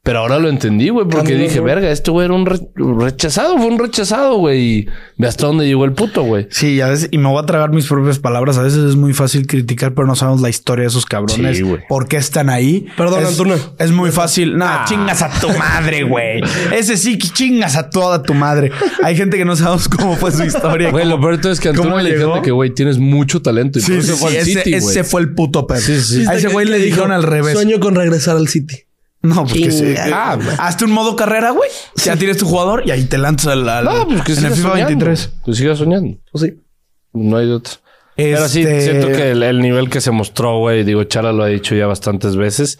[SPEAKER 1] Pero ahora lo entendí, güey, porque
[SPEAKER 2] Cambió,
[SPEAKER 1] dije,
[SPEAKER 2] ¿no?
[SPEAKER 1] verga, este güey era un re- rechazado, fue un rechazado, güey. Y ve hasta dónde llegó el puto, güey.
[SPEAKER 3] Sí, a veces, y me voy a tragar mis propias palabras. A veces es muy fácil criticar, pero no sabemos la historia de esos cabrones.
[SPEAKER 1] Sí, güey.
[SPEAKER 3] ¿Por qué están ahí?
[SPEAKER 2] Perdón,
[SPEAKER 3] es,
[SPEAKER 2] Antuna.
[SPEAKER 3] Es muy fácil. Nah,
[SPEAKER 1] Ah.
[SPEAKER 3] chingas a tu madre, güey. Ese sí, que chingas a toda tu madre. Hay gente que no sabemos cómo fue su historia.
[SPEAKER 1] Güey, lo peor de todo es que a
[SPEAKER 3] ¿Cómo
[SPEAKER 1] Antuna le
[SPEAKER 3] llegó?
[SPEAKER 1] dijeron de que, güey, tienes mucho talento. Y
[SPEAKER 3] Sí,
[SPEAKER 1] por
[SPEAKER 3] sí,
[SPEAKER 1] eso fue
[SPEAKER 3] sí,
[SPEAKER 1] al
[SPEAKER 3] ese,
[SPEAKER 1] City, güey.
[SPEAKER 3] ese fue el puto perro.
[SPEAKER 1] Sí, sí.
[SPEAKER 3] A ese güey le dijeron al revés.
[SPEAKER 2] Sueño con regresar al City.
[SPEAKER 3] No, porque sí.
[SPEAKER 2] Chinga.
[SPEAKER 3] Ah, hazte un modo carrera, güey. Ya tienes tu jugador y ahí te lanzas al. al-
[SPEAKER 1] No, pues que
[SPEAKER 3] en el
[SPEAKER 1] sigas
[SPEAKER 3] FIFA
[SPEAKER 1] soñando.
[SPEAKER 3] 23.
[SPEAKER 1] Pues sigas soñando.
[SPEAKER 2] Pues sí.
[SPEAKER 1] No hay de otro. Pero sí,
[SPEAKER 3] Este-
[SPEAKER 1] siento que el, el nivel que se mostró, güey, digo, Chara lo ha dicho ya bastantes veces.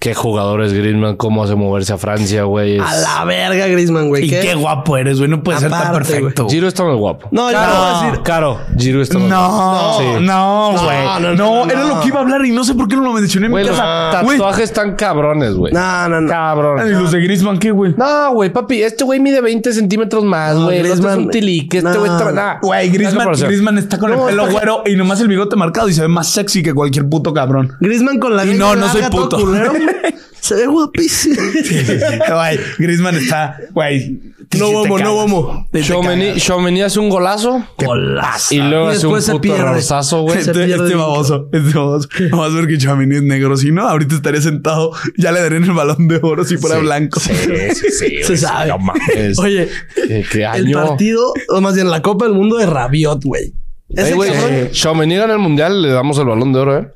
[SPEAKER 1] Qué jugadores Griezmann, cómo hace moverse a Francia, güey. es-
[SPEAKER 2] A la verga, Griezmann, güey.
[SPEAKER 3] Y qué guapo eres, güey. No puede ser tan
[SPEAKER 2] Aparte, güey.
[SPEAKER 3] perfecto.
[SPEAKER 1] Giroud está más guapo.
[SPEAKER 2] No, yo no voy a decir.
[SPEAKER 1] Caro, Giroud está más guapo.
[SPEAKER 3] No,
[SPEAKER 1] Sí.
[SPEAKER 3] no, güey.
[SPEAKER 2] No,
[SPEAKER 3] No,
[SPEAKER 2] no, no, ah, no.
[SPEAKER 3] era lo que iba a hablar y no sé por qué no lo mencioné en
[SPEAKER 1] Güey,
[SPEAKER 3] mi
[SPEAKER 1] los
[SPEAKER 3] casa. Güey, ah,
[SPEAKER 1] tatuajes están cabrones, güey.
[SPEAKER 2] No, no, no.
[SPEAKER 3] y
[SPEAKER 1] Cabrón.
[SPEAKER 3] los de Griezmann, ¿qué, güey?
[SPEAKER 1] No, güey, papi, este güey mide 20 centímetros más, güey. el otro es
[SPEAKER 2] Griezmann-
[SPEAKER 1] un tilique, este
[SPEAKER 2] No.
[SPEAKER 1] güey está. nah.
[SPEAKER 3] Güey,
[SPEAKER 1] Nada
[SPEAKER 3] Griezmann,
[SPEAKER 1] por hacer.
[SPEAKER 3] Griezmann está con el
[SPEAKER 2] No,
[SPEAKER 3] pelo
[SPEAKER 2] está-
[SPEAKER 3] güero y nomás el bigote marcado y se ve más sexy que cualquier puto cabrón.
[SPEAKER 2] Griezmann con la
[SPEAKER 3] Y
[SPEAKER 2] greña
[SPEAKER 3] no, no soy
[SPEAKER 2] larga, todo
[SPEAKER 3] puto.
[SPEAKER 2] culero, güey. Se ve guapísimo.
[SPEAKER 3] Güey, Griezmann está, güey.
[SPEAKER 2] No
[SPEAKER 3] huevo,
[SPEAKER 2] vamos, no vamos.
[SPEAKER 1] Tchouameni- Tchouameni hace un golazo
[SPEAKER 2] Golazo.
[SPEAKER 1] y luego
[SPEAKER 2] Y
[SPEAKER 1] hace un
[SPEAKER 2] después se
[SPEAKER 1] puto
[SPEAKER 2] pierde.
[SPEAKER 1] rosazo, güey.
[SPEAKER 2] Se
[SPEAKER 3] Este,
[SPEAKER 2] pierde
[SPEAKER 3] este
[SPEAKER 2] el
[SPEAKER 3] baboso, este baboso. Nomás porque Chamini es negro. Si no, ahorita estaría sentado. Ya le darían el balón de oro si fuera blanco.
[SPEAKER 2] Se sabe.
[SPEAKER 1] mames.
[SPEAKER 2] Oye,
[SPEAKER 1] Este, ¿Qué, qué
[SPEAKER 2] el
[SPEAKER 1] año?
[SPEAKER 2] partido, o más bien la Copa del Mundo de Rabiot, güey. Ese
[SPEAKER 1] Ey, güey,
[SPEAKER 2] cabrón.
[SPEAKER 1] Tchouameni gana el mundial, le damos el balón de oro, ¿eh?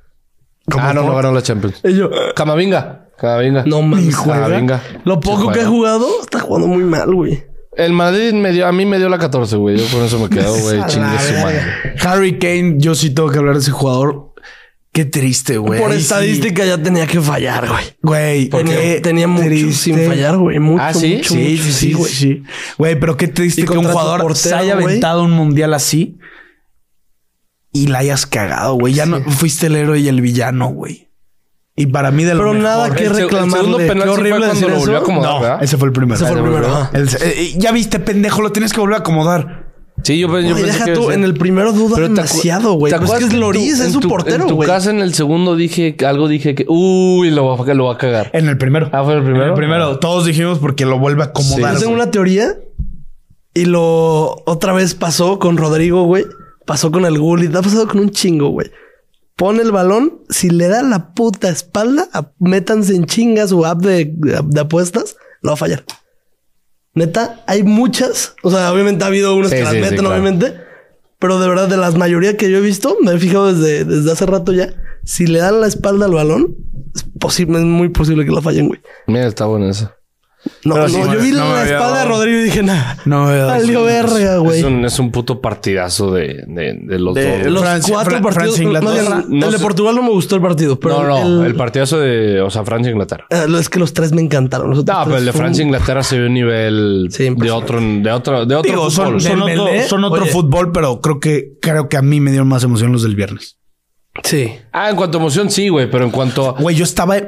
[SPEAKER 1] Ah, no, no ganó la Champions.
[SPEAKER 2] Y yo,
[SPEAKER 1] Camavinga. Camavinga.
[SPEAKER 2] no
[SPEAKER 3] Ni
[SPEAKER 2] mames.
[SPEAKER 3] juega.
[SPEAKER 1] Camavinga.
[SPEAKER 2] Lo poco
[SPEAKER 1] Sí,
[SPEAKER 2] que ha
[SPEAKER 1] juega.
[SPEAKER 2] jugado, está jugando muy mal, güey.
[SPEAKER 1] El Madrid me dio, a mí me dio la 14, güey. Yo por eso me quedo, güey.
[SPEAKER 3] A la
[SPEAKER 1] Chingue su
[SPEAKER 3] verga.
[SPEAKER 1] madre.
[SPEAKER 3] Harry Kane, yo sí tengo que hablar de ese jugador. Qué triste, güey.
[SPEAKER 2] Por
[SPEAKER 3] Ahí sí.
[SPEAKER 2] estadística ya tenía que fallar, güey.
[SPEAKER 3] Güey,
[SPEAKER 2] Porque
[SPEAKER 3] qué
[SPEAKER 2] tenía mucho
[SPEAKER 3] triste.
[SPEAKER 2] sin fallar, güey. Mucho,
[SPEAKER 1] Ah, ¿sí?
[SPEAKER 2] mucho,
[SPEAKER 3] Sí,
[SPEAKER 2] mucho,
[SPEAKER 3] sí, sí,
[SPEAKER 2] güey.
[SPEAKER 3] sí, sí. Güey, pero qué triste
[SPEAKER 2] Y
[SPEAKER 3] que un
[SPEAKER 2] contrata
[SPEAKER 3] jugador
[SPEAKER 2] portero,
[SPEAKER 3] se haya
[SPEAKER 2] güey.
[SPEAKER 3] aventado un mundial así y la hayas cagado, güey. Ya no fuiste el héroe y el villano, güey. Y para mí de lo
[SPEAKER 2] Pero
[SPEAKER 3] mejor-
[SPEAKER 2] nada que
[SPEAKER 1] El se- el
[SPEAKER 2] reclamarle.
[SPEAKER 1] segundo penal
[SPEAKER 2] Qué
[SPEAKER 1] sí fue
[SPEAKER 2] horrible
[SPEAKER 1] cuando
[SPEAKER 2] decir
[SPEAKER 1] lo
[SPEAKER 2] eso.
[SPEAKER 1] volvió a acomodar,
[SPEAKER 2] No.
[SPEAKER 1] ¿verdad?
[SPEAKER 3] Ese fue el primero.
[SPEAKER 2] Ese fue el primero. ajá.
[SPEAKER 3] El- eh, eh, ya viste, pendejo, lo tienes que volver a acomodar.
[SPEAKER 1] Sí, yo, pe- yo
[SPEAKER 2] Güey,
[SPEAKER 1] pensé
[SPEAKER 2] deja
[SPEAKER 1] que iba a
[SPEAKER 2] tú,
[SPEAKER 1] ser-
[SPEAKER 2] en el primero duda
[SPEAKER 1] Pero te acu-
[SPEAKER 2] demasiado, güey.
[SPEAKER 1] ¿te
[SPEAKER 2] Pues es que
[SPEAKER 1] acuerdas
[SPEAKER 2] es
[SPEAKER 1] tú
[SPEAKER 2] Loris,
[SPEAKER 1] en
[SPEAKER 2] es su
[SPEAKER 1] tu-
[SPEAKER 2] portero,
[SPEAKER 1] En tu
[SPEAKER 2] güey.
[SPEAKER 1] casa en el segundo dije, que- algo dije que, uy, lo va, a- lo va a cagar.
[SPEAKER 3] En el primero.
[SPEAKER 1] Ah, ¿fue el primero?
[SPEAKER 3] En el primero. Todos dijimos porque lo vuelve a acomodar.
[SPEAKER 2] Yo tengo
[SPEAKER 3] güey.
[SPEAKER 2] una teoría y lo otra vez pasó con Rodrigo, güey. Pasó con el Gullit, ha pasado con un chingo, güey. Pone el balón, si le da la puta espalda, a- métanse en chinga su app de, de apuestas, lo va a fallar. Neta, hay muchas. O sea, obviamente ha habido unas
[SPEAKER 1] Sí,
[SPEAKER 2] que las
[SPEAKER 1] sí, sí,
[SPEAKER 2] meten,
[SPEAKER 1] claro.
[SPEAKER 2] obviamente. Pero de verdad, de las mayoría que yo he visto, me he fijado desde, desde hace rato ya. Si le dan la espalda al balón, es posible, es muy posible que la fallen, güey.
[SPEAKER 1] Mira, está bueno eso.
[SPEAKER 2] No,
[SPEAKER 1] Pero
[SPEAKER 2] no,
[SPEAKER 1] sí,
[SPEAKER 2] yo
[SPEAKER 3] güey,
[SPEAKER 2] vi
[SPEAKER 3] no me
[SPEAKER 2] la
[SPEAKER 3] había
[SPEAKER 2] espalda de
[SPEAKER 3] dado-
[SPEAKER 2] Rodrigo y dije, nada.
[SPEAKER 3] No me había dado
[SPEAKER 2] Valió
[SPEAKER 3] cuenta.
[SPEAKER 2] verga,
[SPEAKER 1] Es
[SPEAKER 2] Ah, güey.
[SPEAKER 1] un, es un puto partidazo de, de, de los
[SPEAKER 2] De
[SPEAKER 1] dos. güey.
[SPEAKER 2] los
[SPEAKER 3] Francia-
[SPEAKER 2] cuatro
[SPEAKER 3] Fra-
[SPEAKER 2] partidos.
[SPEAKER 3] Francia,
[SPEAKER 2] más bien,
[SPEAKER 3] Inglaterra.
[SPEAKER 1] No
[SPEAKER 2] el de
[SPEAKER 1] sé.
[SPEAKER 2] Portugal no me gustó el partido, pero.
[SPEAKER 1] no, no, el,
[SPEAKER 2] el-
[SPEAKER 1] partidazo de, o sea, Francia-Inglaterra.
[SPEAKER 2] eh, no, es que los tres me encantaron. Los otros
[SPEAKER 1] No, pero el de
[SPEAKER 2] tres fueron-
[SPEAKER 1] Francia-Inglaterra se ve un nivel
[SPEAKER 2] Sí,
[SPEAKER 1] de
[SPEAKER 2] impresionante.
[SPEAKER 1] otro, de otro, de otro
[SPEAKER 3] Digo, son,
[SPEAKER 1] fútbol.
[SPEAKER 3] son
[SPEAKER 2] Del
[SPEAKER 3] otro,
[SPEAKER 2] Belé,
[SPEAKER 3] son otro
[SPEAKER 2] oye.
[SPEAKER 3] fútbol, pero creo que, creo que a mí me dieron más emoción los del viernes.
[SPEAKER 2] Sí.
[SPEAKER 1] Ah, en cuanto a emoción, sí, güey, pero en cuanto a
[SPEAKER 3] Güey, yo estaba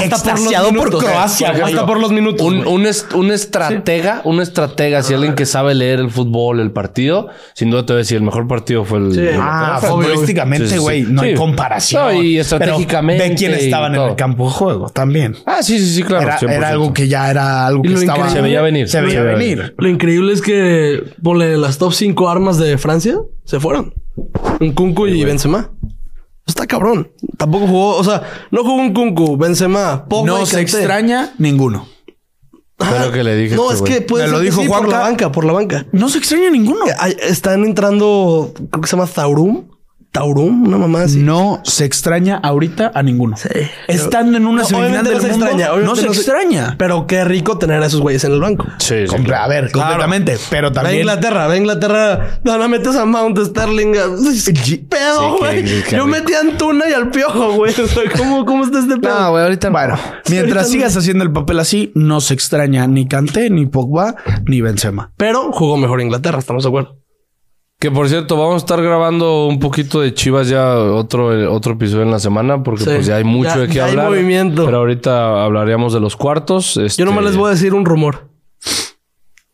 [SPEAKER 3] extasiado por,
[SPEAKER 2] minutos,
[SPEAKER 3] Croacia,
[SPEAKER 2] por
[SPEAKER 3] güey.
[SPEAKER 2] ejemplo. Hasta por los minutos.
[SPEAKER 1] un,
[SPEAKER 2] güey.
[SPEAKER 1] un, est- un estratega, un estratega, si alguien que sabe leer el fútbol, el partido, sin duda te voy a decir, el mejor partido fue el.
[SPEAKER 2] Sí.
[SPEAKER 1] el-
[SPEAKER 3] Ah,
[SPEAKER 1] Francia.
[SPEAKER 3] futbolísticamente,
[SPEAKER 1] Sí, sí, sí.
[SPEAKER 3] güey, no hay
[SPEAKER 1] Sí.
[SPEAKER 3] comparación.
[SPEAKER 1] No, y
[SPEAKER 3] Pero
[SPEAKER 1] estratégicamente
[SPEAKER 3] Ve quién
[SPEAKER 1] y
[SPEAKER 3] estaban en
[SPEAKER 1] todo.
[SPEAKER 3] el campo de juego también.
[SPEAKER 1] Ah, sí, sí, sí, claro.
[SPEAKER 3] Era,
[SPEAKER 1] 100%.
[SPEAKER 3] era algo que ya era algo
[SPEAKER 2] Y
[SPEAKER 3] que
[SPEAKER 2] lo
[SPEAKER 3] estaba.
[SPEAKER 2] increíble- Se
[SPEAKER 1] veía venir.
[SPEAKER 3] Se veía
[SPEAKER 1] Se veía
[SPEAKER 3] venir.
[SPEAKER 1] venir.
[SPEAKER 2] Lo increíble es que ponle, las top 5 armas de Francia se fueron. Un Kunku y Benzema. Está cabrón. Tampoco jugó, o sea, no jugó un Kunku, Benzema, Pogba y
[SPEAKER 3] No se
[SPEAKER 2] Kanté.
[SPEAKER 3] extraña ninguno.
[SPEAKER 2] Ajá.
[SPEAKER 1] Fue lo que le dije a
[SPEAKER 2] No,
[SPEAKER 1] este
[SPEAKER 2] es
[SPEAKER 1] güey.
[SPEAKER 2] que puede
[SPEAKER 3] Me
[SPEAKER 2] ser
[SPEAKER 3] lo
[SPEAKER 2] que
[SPEAKER 3] dijo
[SPEAKER 2] sí, por
[SPEAKER 3] Juanca.
[SPEAKER 2] la banca, por la banca.
[SPEAKER 3] No se extraña ninguno.
[SPEAKER 2] Eh, ay, Están entrando, creo que se llama Taurum. Taurum, una mamá así.
[SPEAKER 3] No se extraña ahorita a ninguno.
[SPEAKER 2] Sí.
[SPEAKER 3] Estando en una
[SPEAKER 2] No,
[SPEAKER 3] semifinal
[SPEAKER 2] obviamente
[SPEAKER 3] del
[SPEAKER 2] no se
[SPEAKER 3] mundo,
[SPEAKER 2] extraña,
[SPEAKER 3] no
[SPEAKER 2] obviamente
[SPEAKER 3] se
[SPEAKER 2] no se-
[SPEAKER 3] extraña.
[SPEAKER 2] Pero qué rico tener a esos güeyes en el banco.
[SPEAKER 1] Sí, sí,
[SPEAKER 3] Comple-
[SPEAKER 1] claro.
[SPEAKER 3] A ver, completamente. Pero
[SPEAKER 2] Ve a
[SPEAKER 3] también.
[SPEAKER 2] Inglaterra, ve a Inglaterra. No, no metes a Mount Sterling. a-
[SPEAKER 3] Sí,
[SPEAKER 2] Pedo,
[SPEAKER 1] qué-
[SPEAKER 2] güey.
[SPEAKER 1] qué rico.
[SPEAKER 2] Yo metí a Antuna y al piojo, güey. O sea, ¿cómo, cómo está este pedo?
[SPEAKER 1] No, güey, ahorita no.
[SPEAKER 3] Bueno,
[SPEAKER 2] Ahorita
[SPEAKER 3] mientras sigas haciendo el papel así, no se extraña ni Kanté, ni Pogba, ni Benzema.
[SPEAKER 2] Pero jugó mejor Inglaterra, estamos de acuerdo.
[SPEAKER 1] Que por cierto, vamos a estar grabando un poquito de Chivas ya otro, otro episodio en la semana, porque
[SPEAKER 2] Sí.
[SPEAKER 1] pues ya hay mucho
[SPEAKER 2] Ya-
[SPEAKER 1] de qué
[SPEAKER 2] ya hay
[SPEAKER 1] hablar.
[SPEAKER 2] movimiento.
[SPEAKER 1] Pero ahorita hablaríamos de los cuartos. este,
[SPEAKER 2] Yo nomás les voy a decir un rumor.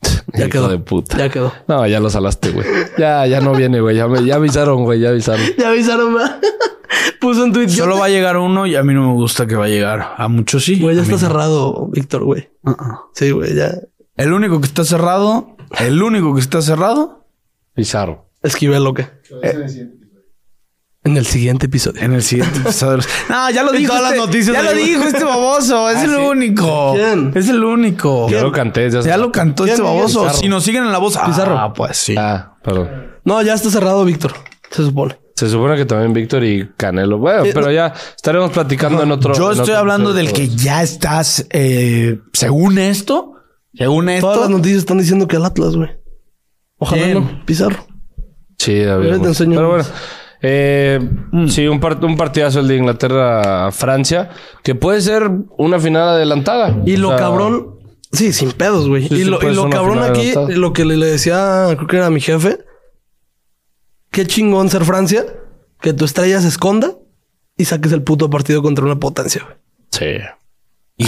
[SPEAKER 1] a
[SPEAKER 2] Ya quedó.
[SPEAKER 1] de puta.
[SPEAKER 2] Ya quedó.
[SPEAKER 1] No, ya lo salaste, güey. Ya, ya no viene, güey. Ya, me- ya avisaron, güey. Ya avisaron.
[SPEAKER 2] Ya avisaron, ¿verdad? Puso en Twitter.
[SPEAKER 3] Solo va a llegar uno y a mí no me gusta que va a llegar. A muchos sí.
[SPEAKER 2] Güey, ya
[SPEAKER 3] a mí
[SPEAKER 2] está
[SPEAKER 3] no.
[SPEAKER 2] cerrado, Víctor, güey.
[SPEAKER 3] Uh-uh.
[SPEAKER 2] Sí, güey, ya.
[SPEAKER 3] El único que está cerrado, el único que está cerrado
[SPEAKER 1] Pizarro.
[SPEAKER 2] Esquivé lo que. en el siguiente episodio.
[SPEAKER 3] en el siguiente episodio. No, ya lo
[SPEAKER 2] En
[SPEAKER 3] dijo.
[SPEAKER 2] todas las
[SPEAKER 3] este-
[SPEAKER 2] noticias
[SPEAKER 3] ya
[SPEAKER 2] de- Ah,
[SPEAKER 3] lo dijo este baboso. Es el único.
[SPEAKER 2] ¿Quién?
[SPEAKER 3] Es el único.
[SPEAKER 1] Ya lo canté. Ya,
[SPEAKER 3] Ya lo cantó
[SPEAKER 2] ¿Quién,
[SPEAKER 3] este
[SPEAKER 2] Miguel?
[SPEAKER 3] baboso.
[SPEAKER 1] Pizarro.
[SPEAKER 3] Si nos siguen en la voz,
[SPEAKER 2] Pizarro.
[SPEAKER 3] Ah, pues sí.
[SPEAKER 1] Ah, perdón.
[SPEAKER 2] No, ya está cerrado, Víctor. Se supone.
[SPEAKER 1] Se supone que también Víctor y Canelo. Bueno, pero ya estaremos platicando en otro.
[SPEAKER 3] Yo
[SPEAKER 1] en
[SPEAKER 3] estoy
[SPEAKER 1] otro
[SPEAKER 3] hablando del
[SPEAKER 1] episodio.
[SPEAKER 3] que ya estás, eh, según esto, según
[SPEAKER 2] Todas las
[SPEAKER 3] esto,
[SPEAKER 2] noticias están diciendo que el Atlas, güey. Ojalá
[SPEAKER 3] ¿Quién?
[SPEAKER 2] no. Pizarro.
[SPEAKER 1] Sí, había
[SPEAKER 2] Yo te
[SPEAKER 1] mucho.
[SPEAKER 2] enseño Mm.
[SPEAKER 1] Pero bueno,
[SPEAKER 2] unos.
[SPEAKER 1] eh, sí, un, par- un partidazo el de Inglaterra a Francia, que puede ser una final adelantada.
[SPEAKER 2] Y lo
[SPEAKER 1] O sea,
[SPEAKER 2] cabrón. Sí, sin pedos, güey.
[SPEAKER 1] Sí,
[SPEAKER 2] y
[SPEAKER 1] sí,
[SPEAKER 2] lo, y
[SPEAKER 1] puede
[SPEAKER 2] lo
[SPEAKER 1] ser una
[SPEAKER 2] cabrón
[SPEAKER 1] final
[SPEAKER 2] aquí,
[SPEAKER 1] adelantada.
[SPEAKER 2] lo que le, le decía, creo que era mi jefe. Qué chingón ser Francia, que tu estrella se esconda y saques el puto partido contra una potencia, güey.
[SPEAKER 1] Sí.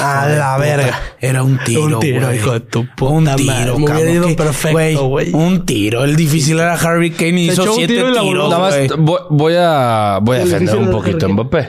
[SPEAKER 2] A
[SPEAKER 3] de
[SPEAKER 2] la
[SPEAKER 3] puta.
[SPEAKER 2] verga.
[SPEAKER 3] Era un tiro.
[SPEAKER 2] Un tiro,
[SPEAKER 3] güey.
[SPEAKER 2] hijo de tu puta
[SPEAKER 3] Un
[SPEAKER 2] madre.
[SPEAKER 3] tiro,
[SPEAKER 2] Me
[SPEAKER 3] cabrón.
[SPEAKER 2] hubiera ido
[SPEAKER 3] Que-
[SPEAKER 2] perfecto, güey.
[SPEAKER 3] Un tiro. El difícil era Harry Kane y
[SPEAKER 2] Se
[SPEAKER 3] hizo
[SPEAKER 2] echó un
[SPEAKER 3] siete
[SPEAKER 2] tiro y la voló.
[SPEAKER 3] tiros.
[SPEAKER 1] Nada más
[SPEAKER 3] güey.
[SPEAKER 1] vo- voy, a, voy a
[SPEAKER 2] El
[SPEAKER 1] defender
[SPEAKER 2] difícil
[SPEAKER 1] un
[SPEAKER 2] de
[SPEAKER 1] poquito a
[SPEAKER 2] Jorge.
[SPEAKER 1] Mbappé.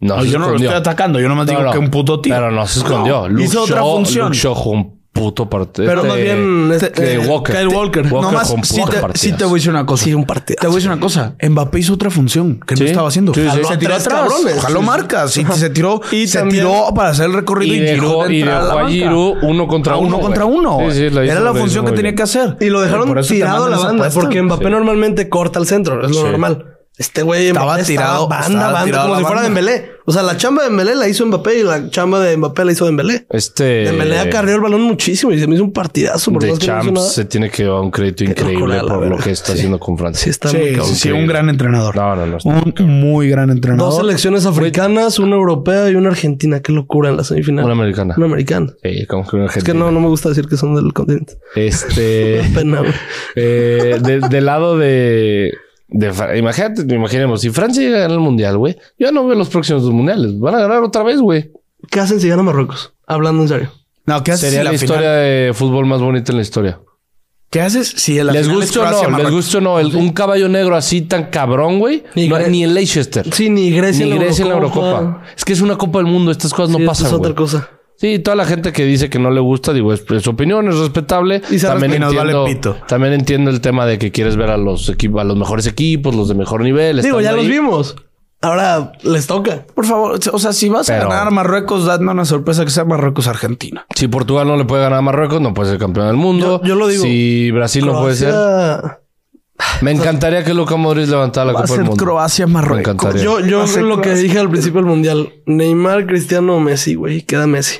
[SPEAKER 1] No,
[SPEAKER 3] No,
[SPEAKER 1] se
[SPEAKER 3] yo no lo
[SPEAKER 1] escondió.
[SPEAKER 3] estoy atacando. Yo nomás
[SPEAKER 1] No,
[SPEAKER 3] digo
[SPEAKER 1] no.
[SPEAKER 3] que un puto tiro.
[SPEAKER 1] Pero no se escondió.
[SPEAKER 3] No,
[SPEAKER 1] Luke
[SPEAKER 3] hizo otra
[SPEAKER 1] Shaw-
[SPEAKER 3] función.
[SPEAKER 1] Luke Shaw jugó un puto partido.
[SPEAKER 2] Pero más bien, este,
[SPEAKER 1] eh, Walker.
[SPEAKER 2] Kyle Walker.
[SPEAKER 1] Walker
[SPEAKER 3] Nomás,
[SPEAKER 1] jugó un
[SPEAKER 3] sí
[SPEAKER 1] puto
[SPEAKER 3] te,
[SPEAKER 1] partidazo.
[SPEAKER 3] sí te voy a decir una cosa.
[SPEAKER 2] Sí, un partidazo.
[SPEAKER 3] Te voy a decir una cosa. Mbappé hizo otra función que
[SPEAKER 1] Sí.
[SPEAKER 3] no estaba haciendo.
[SPEAKER 1] Sí, sí,
[SPEAKER 3] Jaló
[SPEAKER 1] sí.
[SPEAKER 3] a tres
[SPEAKER 2] Tres cabrones.
[SPEAKER 3] Jaló
[SPEAKER 2] Sí, sí.
[SPEAKER 3] marcas. Y se tiró.
[SPEAKER 2] Y
[SPEAKER 3] se
[SPEAKER 2] también-
[SPEAKER 3] tiró para hacer el recorrido
[SPEAKER 1] Y
[SPEAKER 3] y,
[SPEAKER 1] dejó,
[SPEAKER 3] Giroud
[SPEAKER 1] y
[SPEAKER 3] entra a la
[SPEAKER 1] dejó a
[SPEAKER 3] banca.
[SPEAKER 1] Giroud uno contra
[SPEAKER 3] A
[SPEAKER 1] uno.
[SPEAKER 3] uno contra
[SPEAKER 1] güey.
[SPEAKER 3] uno.
[SPEAKER 1] Sí, sí,
[SPEAKER 3] güey. Era
[SPEAKER 1] hizo,
[SPEAKER 3] la
[SPEAKER 1] hizo
[SPEAKER 3] función que
[SPEAKER 1] muy
[SPEAKER 3] tenía
[SPEAKER 1] bien.
[SPEAKER 3] que hacer.
[SPEAKER 2] Y lo
[SPEAKER 3] Por
[SPEAKER 2] dejaron
[SPEAKER 3] eso te
[SPEAKER 2] tirado a
[SPEAKER 3] mandan
[SPEAKER 2] la
[SPEAKER 3] esa
[SPEAKER 2] banda.
[SPEAKER 3] apuesta.
[SPEAKER 2] Porque Mbappé
[SPEAKER 1] Sí.
[SPEAKER 2] normalmente corta al centro. Es lo
[SPEAKER 1] Sí.
[SPEAKER 2] normal. Este güey
[SPEAKER 3] Estaba
[SPEAKER 2] Mbappé
[SPEAKER 3] tirado,
[SPEAKER 2] banda,
[SPEAKER 3] estaba
[SPEAKER 2] banda,
[SPEAKER 3] tirado
[SPEAKER 2] como
[SPEAKER 3] la
[SPEAKER 2] si fuera de
[SPEAKER 3] banda.
[SPEAKER 2] Dembélé. O sea, la chamba de Dembélé la hizo Mbappé y la chamba de Mbappé la hizo Dembélé.
[SPEAKER 1] Este.
[SPEAKER 2] Dembélé acarreó el balón muchísimo y se me hizo un partidazo. Por
[SPEAKER 1] de
[SPEAKER 2] más que no hizo
[SPEAKER 1] Champs
[SPEAKER 2] nada.
[SPEAKER 1] se tiene que dar un crédito
[SPEAKER 2] Qué locura,
[SPEAKER 1] increíble
[SPEAKER 2] la
[SPEAKER 1] por lo
[SPEAKER 2] verdad.
[SPEAKER 1] que está
[SPEAKER 2] Sí.
[SPEAKER 1] haciendo con Francia.
[SPEAKER 2] Sí, está
[SPEAKER 3] Sí,
[SPEAKER 2] muy
[SPEAKER 3] sí,
[SPEAKER 2] cabrón.
[SPEAKER 3] sí, un gran entrenador.
[SPEAKER 1] No, no, no. está-
[SPEAKER 3] Un muy gran
[SPEAKER 2] Dos
[SPEAKER 3] entrenador.
[SPEAKER 2] selecciones africanas, una europea y una argentina. Qué locura en la semifinal.
[SPEAKER 1] Una americana.
[SPEAKER 2] Una americana.
[SPEAKER 1] Sí, como que una
[SPEAKER 2] Es que
[SPEAKER 1] argentina.
[SPEAKER 2] no, no me gusta decir que son del continente.
[SPEAKER 1] Este.
[SPEAKER 2] Pena, güey.
[SPEAKER 1] Eh, de- del lado de, de Fra- Imagínate, imaginemos, si Francia llega a ganar el mundial, güey, yo no veo los próximos dos mundiales. Van a ganar otra vez, güey.
[SPEAKER 2] ¿Qué hacen si gana Marruecos? Hablando en serio.
[SPEAKER 3] No, ¿qué haces
[SPEAKER 1] Sería
[SPEAKER 3] si
[SPEAKER 1] la,
[SPEAKER 3] la
[SPEAKER 1] historia
[SPEAKER 3] final-
[SPEAKER 1] de fútbol más bonita en la historia.
[SPEAKER 3] ¿Qué haces si la
[SPEAKER 1] les
[SPEAKER 3] final es
[SPEAKER 1] gusta o no, les
[SPEAKER 3] Croacia-Marruecos?
[SPEAKER 1] gusta o no. el- un caballo negro así tan cabrón, güey.
[SPEAKER 2] Ni
[SPEAKER 1] no hay
[SPEAKER 2] Gre-
[SPEAKER 1] ni en Leicester.
[SPEAKER 2] Sí, ni Grecia,
[SPEAKER 1] Ni
[SPEAKER 2] en, la
[SPEAKER 1] Grecia en la Eurocopa. Es que es una Copa del Mundo. Estas cosas no
[SPEAKER 2] Sí, esto
[SPEAKER 1] pasan.
[SPEAKER 2] Es otra
[SPEAKER 1] güey.
[SPEAKER 2] cosa.
[SPEAKER 1] Sí, toda la gente que dice que no le gusta, digo, es, es su opinión, es respetable.
[SPEAKER 2] Y se
[SPEAKER 1] también
[SPEAKER 3] respeta. Y nos vale
[SPEAKER 1] entiendo,
[SPEAKER 3] pito.
[SPEAKER 1] también entiendo el tema de que quieres ver a los equipos, a los mejores equipos, los de mejor nivel. estando
[SPEAKER 2] Digo, ya los
[SPEAKER 1] ahí.
[SPEAKER 2] vimos. Ahora les toca.
[SPEAKER 3] Por favor, o sea, si vas
[SPEAKER 1] Pero-
[SPEAKER 3] a ganar Marruecos, dadme una sorpresa que sea Marruecos-Argentina.
[SPEAKER 1] Si Portugal no le puede ganar a Marruecos, no puede ser campeón del mundo.
[SPEAKER 2] Yo- yo lo digo.
[SPEAKER 1] Si Brasil no puede ser.
[SPEAKER 2] Croacia-
[SPEAKER 1] Me encantaría que Luca Modric levantara la
[SPEAKER 3] Va a
[SPEAKER 1] Copa del
[SPEAKER 3] ser
[SPEAKER 1] Mundo. Me
[SPEAKER 3] Croacia-Marruecos.
[SPEAKER 1] encantaría.
[SPEAKER 2] Yo, yo
[SPEAKER 3] Va a ser
[SPEAKER 2] lo que
[SPEAKER 3] Croacia.
[SPEAKER 2] dije al principio del mundial. Neymar, Cristiano, Messi, güey. Queda Messi.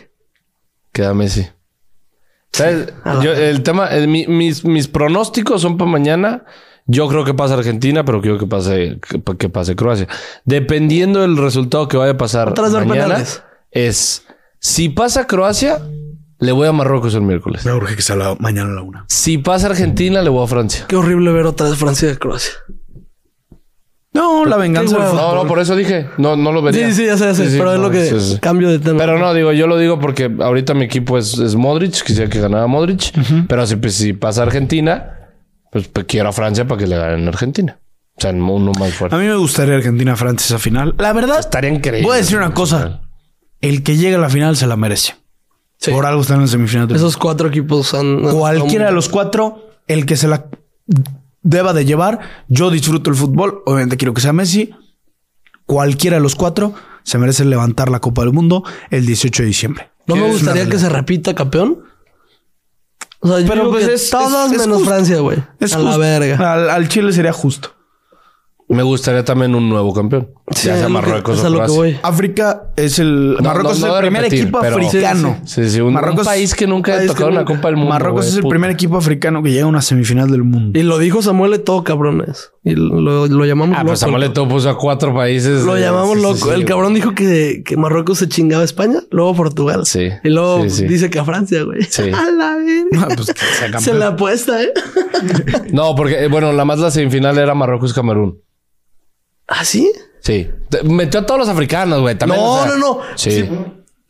[SPEAKER 1] Queda Messi. ¿Sabes?
[SPEAKER 2] a la
[SPEAKER 1] Yo- el tema, el- mi- mis, mis pronósticos son para mañana. Yo creo que pasa Argentina, pero quiero que pase, que, que pase Croacia. Dependiendo del resultado que vaya a pasar
[SPEAKER 2] Otra vez ver
[SPEAKER 1] mañana,
[SPEAKER 2] penales.
[SPEAKER 1] es si pasa Croacia, le voy a Marruecos el miércoles.
[SPEAKER 3] Me urge que sea la- mañana a la una.
[SPEAKER 1] Si pasa Argentina, le voy a Francia.
[SPEAKER 2] Qué horrible ver otra vez Francia y Croacia.
[SPEAKER 3] No, la venganza del
[SPEAKER 2] hueva.
[SPEAKER 3] fútbol.
[SPEAKER 1] No, no, por eso dije. No, no lo vería.
[SPEAKER 2] Sí, sí, ya sé, ya sé.
[SPEAKER 1] Sí, sí,
[SPEAKER 2] pero es
[SPEAKER 1] no,
[SPEAKER 2] lo que
[SPEAKER 1] sí, sí.
[SPEAKER 2] cambio de tema.
[SPEAKER 1] Pero no, digo, yo lo digo porque ahorita mi equipo es, es Modric, quisiera que ganara Modric, pero si, pues, si pasa Argentina, pues, pues, quiero a Francia para que le ganen a Argentina. O sea, en uno más fuerte.
[SPEAKER 3] A mí me gustaría Argentina-Francia esa final. La verdad,
[SPEAKER 1] Estaría increíble.
[SPEAKER 3] voy a decir una cosa. El que llegue a la final se la merece.
[SPEAKER 2] Sí.
[SPEAKER 3] Por algo están en la semifinal. de-
[SPEAKER 2] Esos cuatro equipos han.
[SPEAKER 3] Cualquiera de los cuatro, el que se la deba de llevar. Yo disfruto el fútbol. Obviamente quiero que sea Messi. Cualquiera de los cuatro se merece levantar la Copa del Mundo el 18 de diciembre.
[SPEAKER 2] No me
[SPEAKER 3] Es
[SPEAKER 2] gustaría
[SPEAKER 3] una
[SPEAKER 2] que se repita campeón. O sea, yo
[SPEAKER 3] Pero,
[SPEAKER 2] digo
[SPEAKER 3] pues,
[SPEAKER 2] que
[SPEAKER 3] es-
[SPEAKER 2] todas
[SPEAKER 3] es- es
[SPEAKER 2] menos
[SPEAKER 3] justo.
[SPEAKER 2] Francia, güey. A
[SPEAKER 3] Es
[SPEAKER 2] la
[SPEAKER 3] justo. Ah.
[SPEAKER 2] verga.
[SPEAKER 3] Al, al Chile sería justo.
[SPEAKER 1] Me gustaría también un nuevo campeón.
[SPEAKER 2] Sí,
[SPEAKER 1] ya
[SPEAKER 2] es
[SPEAKER 1] sea
[SPEAKER 2] lo que-
[SPEAKER 1] Marruecos
[SPEAKER 2] es a
[SPEAKER 1] o
[SPEAKER 2] lo que
[SPEAKER 1] Croacia. Ah,
[SPEAKER 2] voy.
[SPEAKER 3] África es el.
[SPEAKER 1] No,
[SPEAKER 3] Marruecos
[SPEAKER 1] no, no
[SPEAKER 3] es
[SPEAKER 1] de
[SPEAKER 3] el primer
[SPEAKER 1] repetir,
[SPEAKER 3] equipo
[SPEAKER 1] pero-
[SPEAKER 3] africano.
[SPEAKER 1] Sí, sí, un,
[SPEAKER 3] Marruecos-
[SPEAKER 1] un país que nunca ha
[SPEAKER 3] país que
[SPEAKER 1] tocado una
[SPEAKER 3] nunca-
[SPEAKER 1] Copa del Mundo.
[SPEAKER 3] Marruecos
[SPEAKER 1] güey,
[SPEAKER 3] es el
[SPEAKER 1] puta.
[SPEAKER 3] primer equipo africano que llega a una semifinal del mundo.
[SPEAKER 2] Y lo dijo Samuel Eto'o, cabrones. Y lo, lo llamamos
[SPEAKER 1] Ah,
[SPEAKER 2] loco.
[SPEAKER 1] pues Samuel Eto'o puso a cuatro países.
[SPEAKER 2] Lo
[SPEAKER 1] eh,
[SPEAKER 2] llamamos
[SPEAKER 1] sí, sí,
[SPEAKER 2] loco.
[SPEAKER 1] sí,
[SPEAKER 2] el
[SPEAKER 1] güey.
[SPEAKER 2] cabrón dijo que, que Marruecos se chingaba a España, luego Portugal.
[SPEAKER 1] Sí,
[SPEAKER 2] Y luego
[SPEAKER 1] sí, sí.
[SPEAKER 2] dice que a Francia, güey.
[SPEAKER 1] Sí.
[SPEAKER 2] A la
[SPEAKER 3] Ah,
[SPEAKER 2] verga.
[SPEAKER 3] pues, que sea campeón.
[SPEAKER 2] Se la apuesta, ¿eh?
[SPEAKER 1] No, porque, eh, bueno, la más la semifinal era Marruecos-Camerún.
[SPEAKER 2] ¿Ah, sí?
[SPEAKER 1] Sí. Te- Metió a todos los africanos, güey. también,
[SPEAKER 2] No,
[SPEAKER 1] o sea,
[SPEAKER 2] no, no.
[SPEAKER 1] Sí.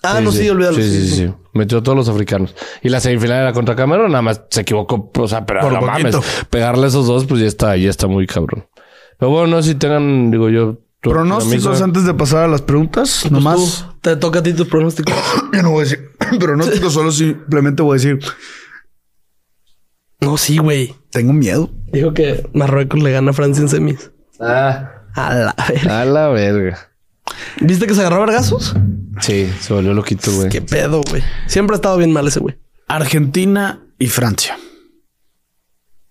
[SPEAKER 2] Ah, no, sí, olvídalo.
[SPEAKER 1] Sí, sí, sí, sí. Metió a todos los africanos. Y la semifinal era contra Camerún, nada más se equivocó. O sea, pero
[SPEAKER 3] Por
[SPEAKER 1] no
[SPEAKER 3] poquito.
[SPEAKER 1] mames. Pegarle a esos dos, pues ya está, ya está muy cabrón. Pero bueno, no sé si tengan, digo yo. tu-
[SPEAKER 3] Pronósticos
[SPEAKER 1] tu amigo-
[SPEAKER 3] antes de pasar a las preguntas.
[SPEAKER 2] Pues
[SPEAKER 3] nomás.
[SPEAKER 2] tú, te toca a ti tus pronósticos.
[SPEAKER 3] Yo no voy a decir pronósticos, solo simplemente voy a decir:
[SPEAKER 2] no, sí, güey.
[SPEAKER 3] Tengo miedo.
[SPEAKER 2] Dijo que Marruecos le gana a Francia en semis.
[SPEAKER 1] Ah,
[SPEAKER 2] A la verga.
[SPEAKER 1] a la verga.
[SPEAKER 2] ¿Viste que se agarró a vergazos?
[SPEAKER 1] Sí, se volvió loquito, güey.
[SPEAKER 2] Qué pedo, güey. Siempre ha estado bien mal ese güey.
[SPEAKER 3] Argentina y Francia.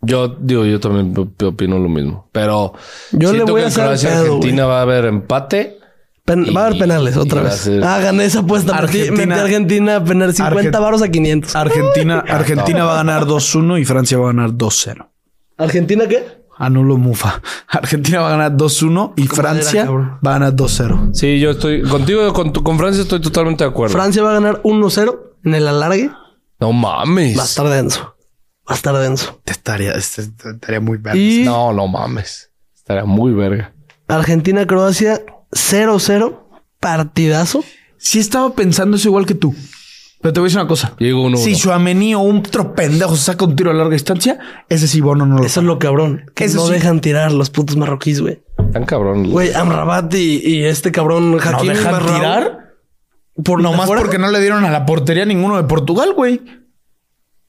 [SPEAKER 1] Yo digo, yo también op- opino lo mismo. Pero
[SPEAKER 2] Yo le
[SPEAKER 1] siento
[SPEAKER 2] voy
[SPEAKER 1] que
[SPEAKER 2] a
[SPEAKER 1] en
[SPEAKER 2] hacer el
[SPEAKER 1] Croacia
[SPEAKER 2] pedo,
[SPEAKER 1] Argentina va a haber empate.
[SPEAKER 2] Pen-
[SPEAKER 1] Y-
[SPEAKER 2] va a haber penales otra
[SPEAKER 1] y va a
[SPEAKER 2] vez.
[SPEAKER 1] ser-
[SPEAKER 2] Ah, gané esa apuesta. Argentina,
[SPEAKER 3] Argentina-
[SPEAKER 2] metí a Argentina a penal 50
[SPEAKER 3] Argen-
[SPEAKER 2] varos a 500.
[SPEAKER 3] Argentina, Argentina va a ganar 2-1 y Francia va a ganar 2-0.
[SPEAKER 2] ¿Argentina qué?
[SPEAKER 3] Anulo Mufa. Argentina va a ganar 2-1 y Francia
[SPEAKER 2] cabrón.
[SPEAKER 3] va a ganar 2-0.
[SPEAKER 1] Sí, yo estoy contigo, con, tu- con Francia estoy totalmente de acuerdo.
[SPEAKER 2] Francia va a ganar 1-0 en el alargue.
[SPEAKER 1] no mames.
[SPEAKER 2] Va a estar denso. Va a estar denso.
[SPEAKER 3] Te Estaría, este- estaría muy verde.
[SPEAKER 2] Y
[SPEAKER 1] No, no mames. Estaría muy verga.
[SPEAKER 2] Argentina-Croacia 0-0. Partidazo.
[SPEAKER 3] Sí estaba pensando eso igual que tú. Pero te voy a decir una cosa.
[SPEAKER 1] Llego uno.
[SPEAKER 3] Si
[SPEAKER 1] uno.
[SPEAKER 3] Chuamení o un otro pendejo se saca un tiro a larga distancia, ese sí Bono no lo
[SPEAKER 2] Eso es lo cabrón. Que
[SPEAKER 3] Eso
[SPEAKER 2] no
[SPEAKER 3] sí.
[SPEAKER 2] dejan tirar los putos marroquíes, güey.
[SPEAKER 1] Tan cabrón.
[SPEAKER 2] Güey, Amrabat y, y este cabrón Hakimi
[SPEAKER 3] dejan
[SPEAKER 2] Barrao,
[SPEAKER 3] tirar?
[SPEAKER 2] Por
[SPEAKER 3] Nomás
[SPEAKER 2] fuera.
[SPEAKER 3] porque no le dieron a la portería ninguno de Portugal, güey.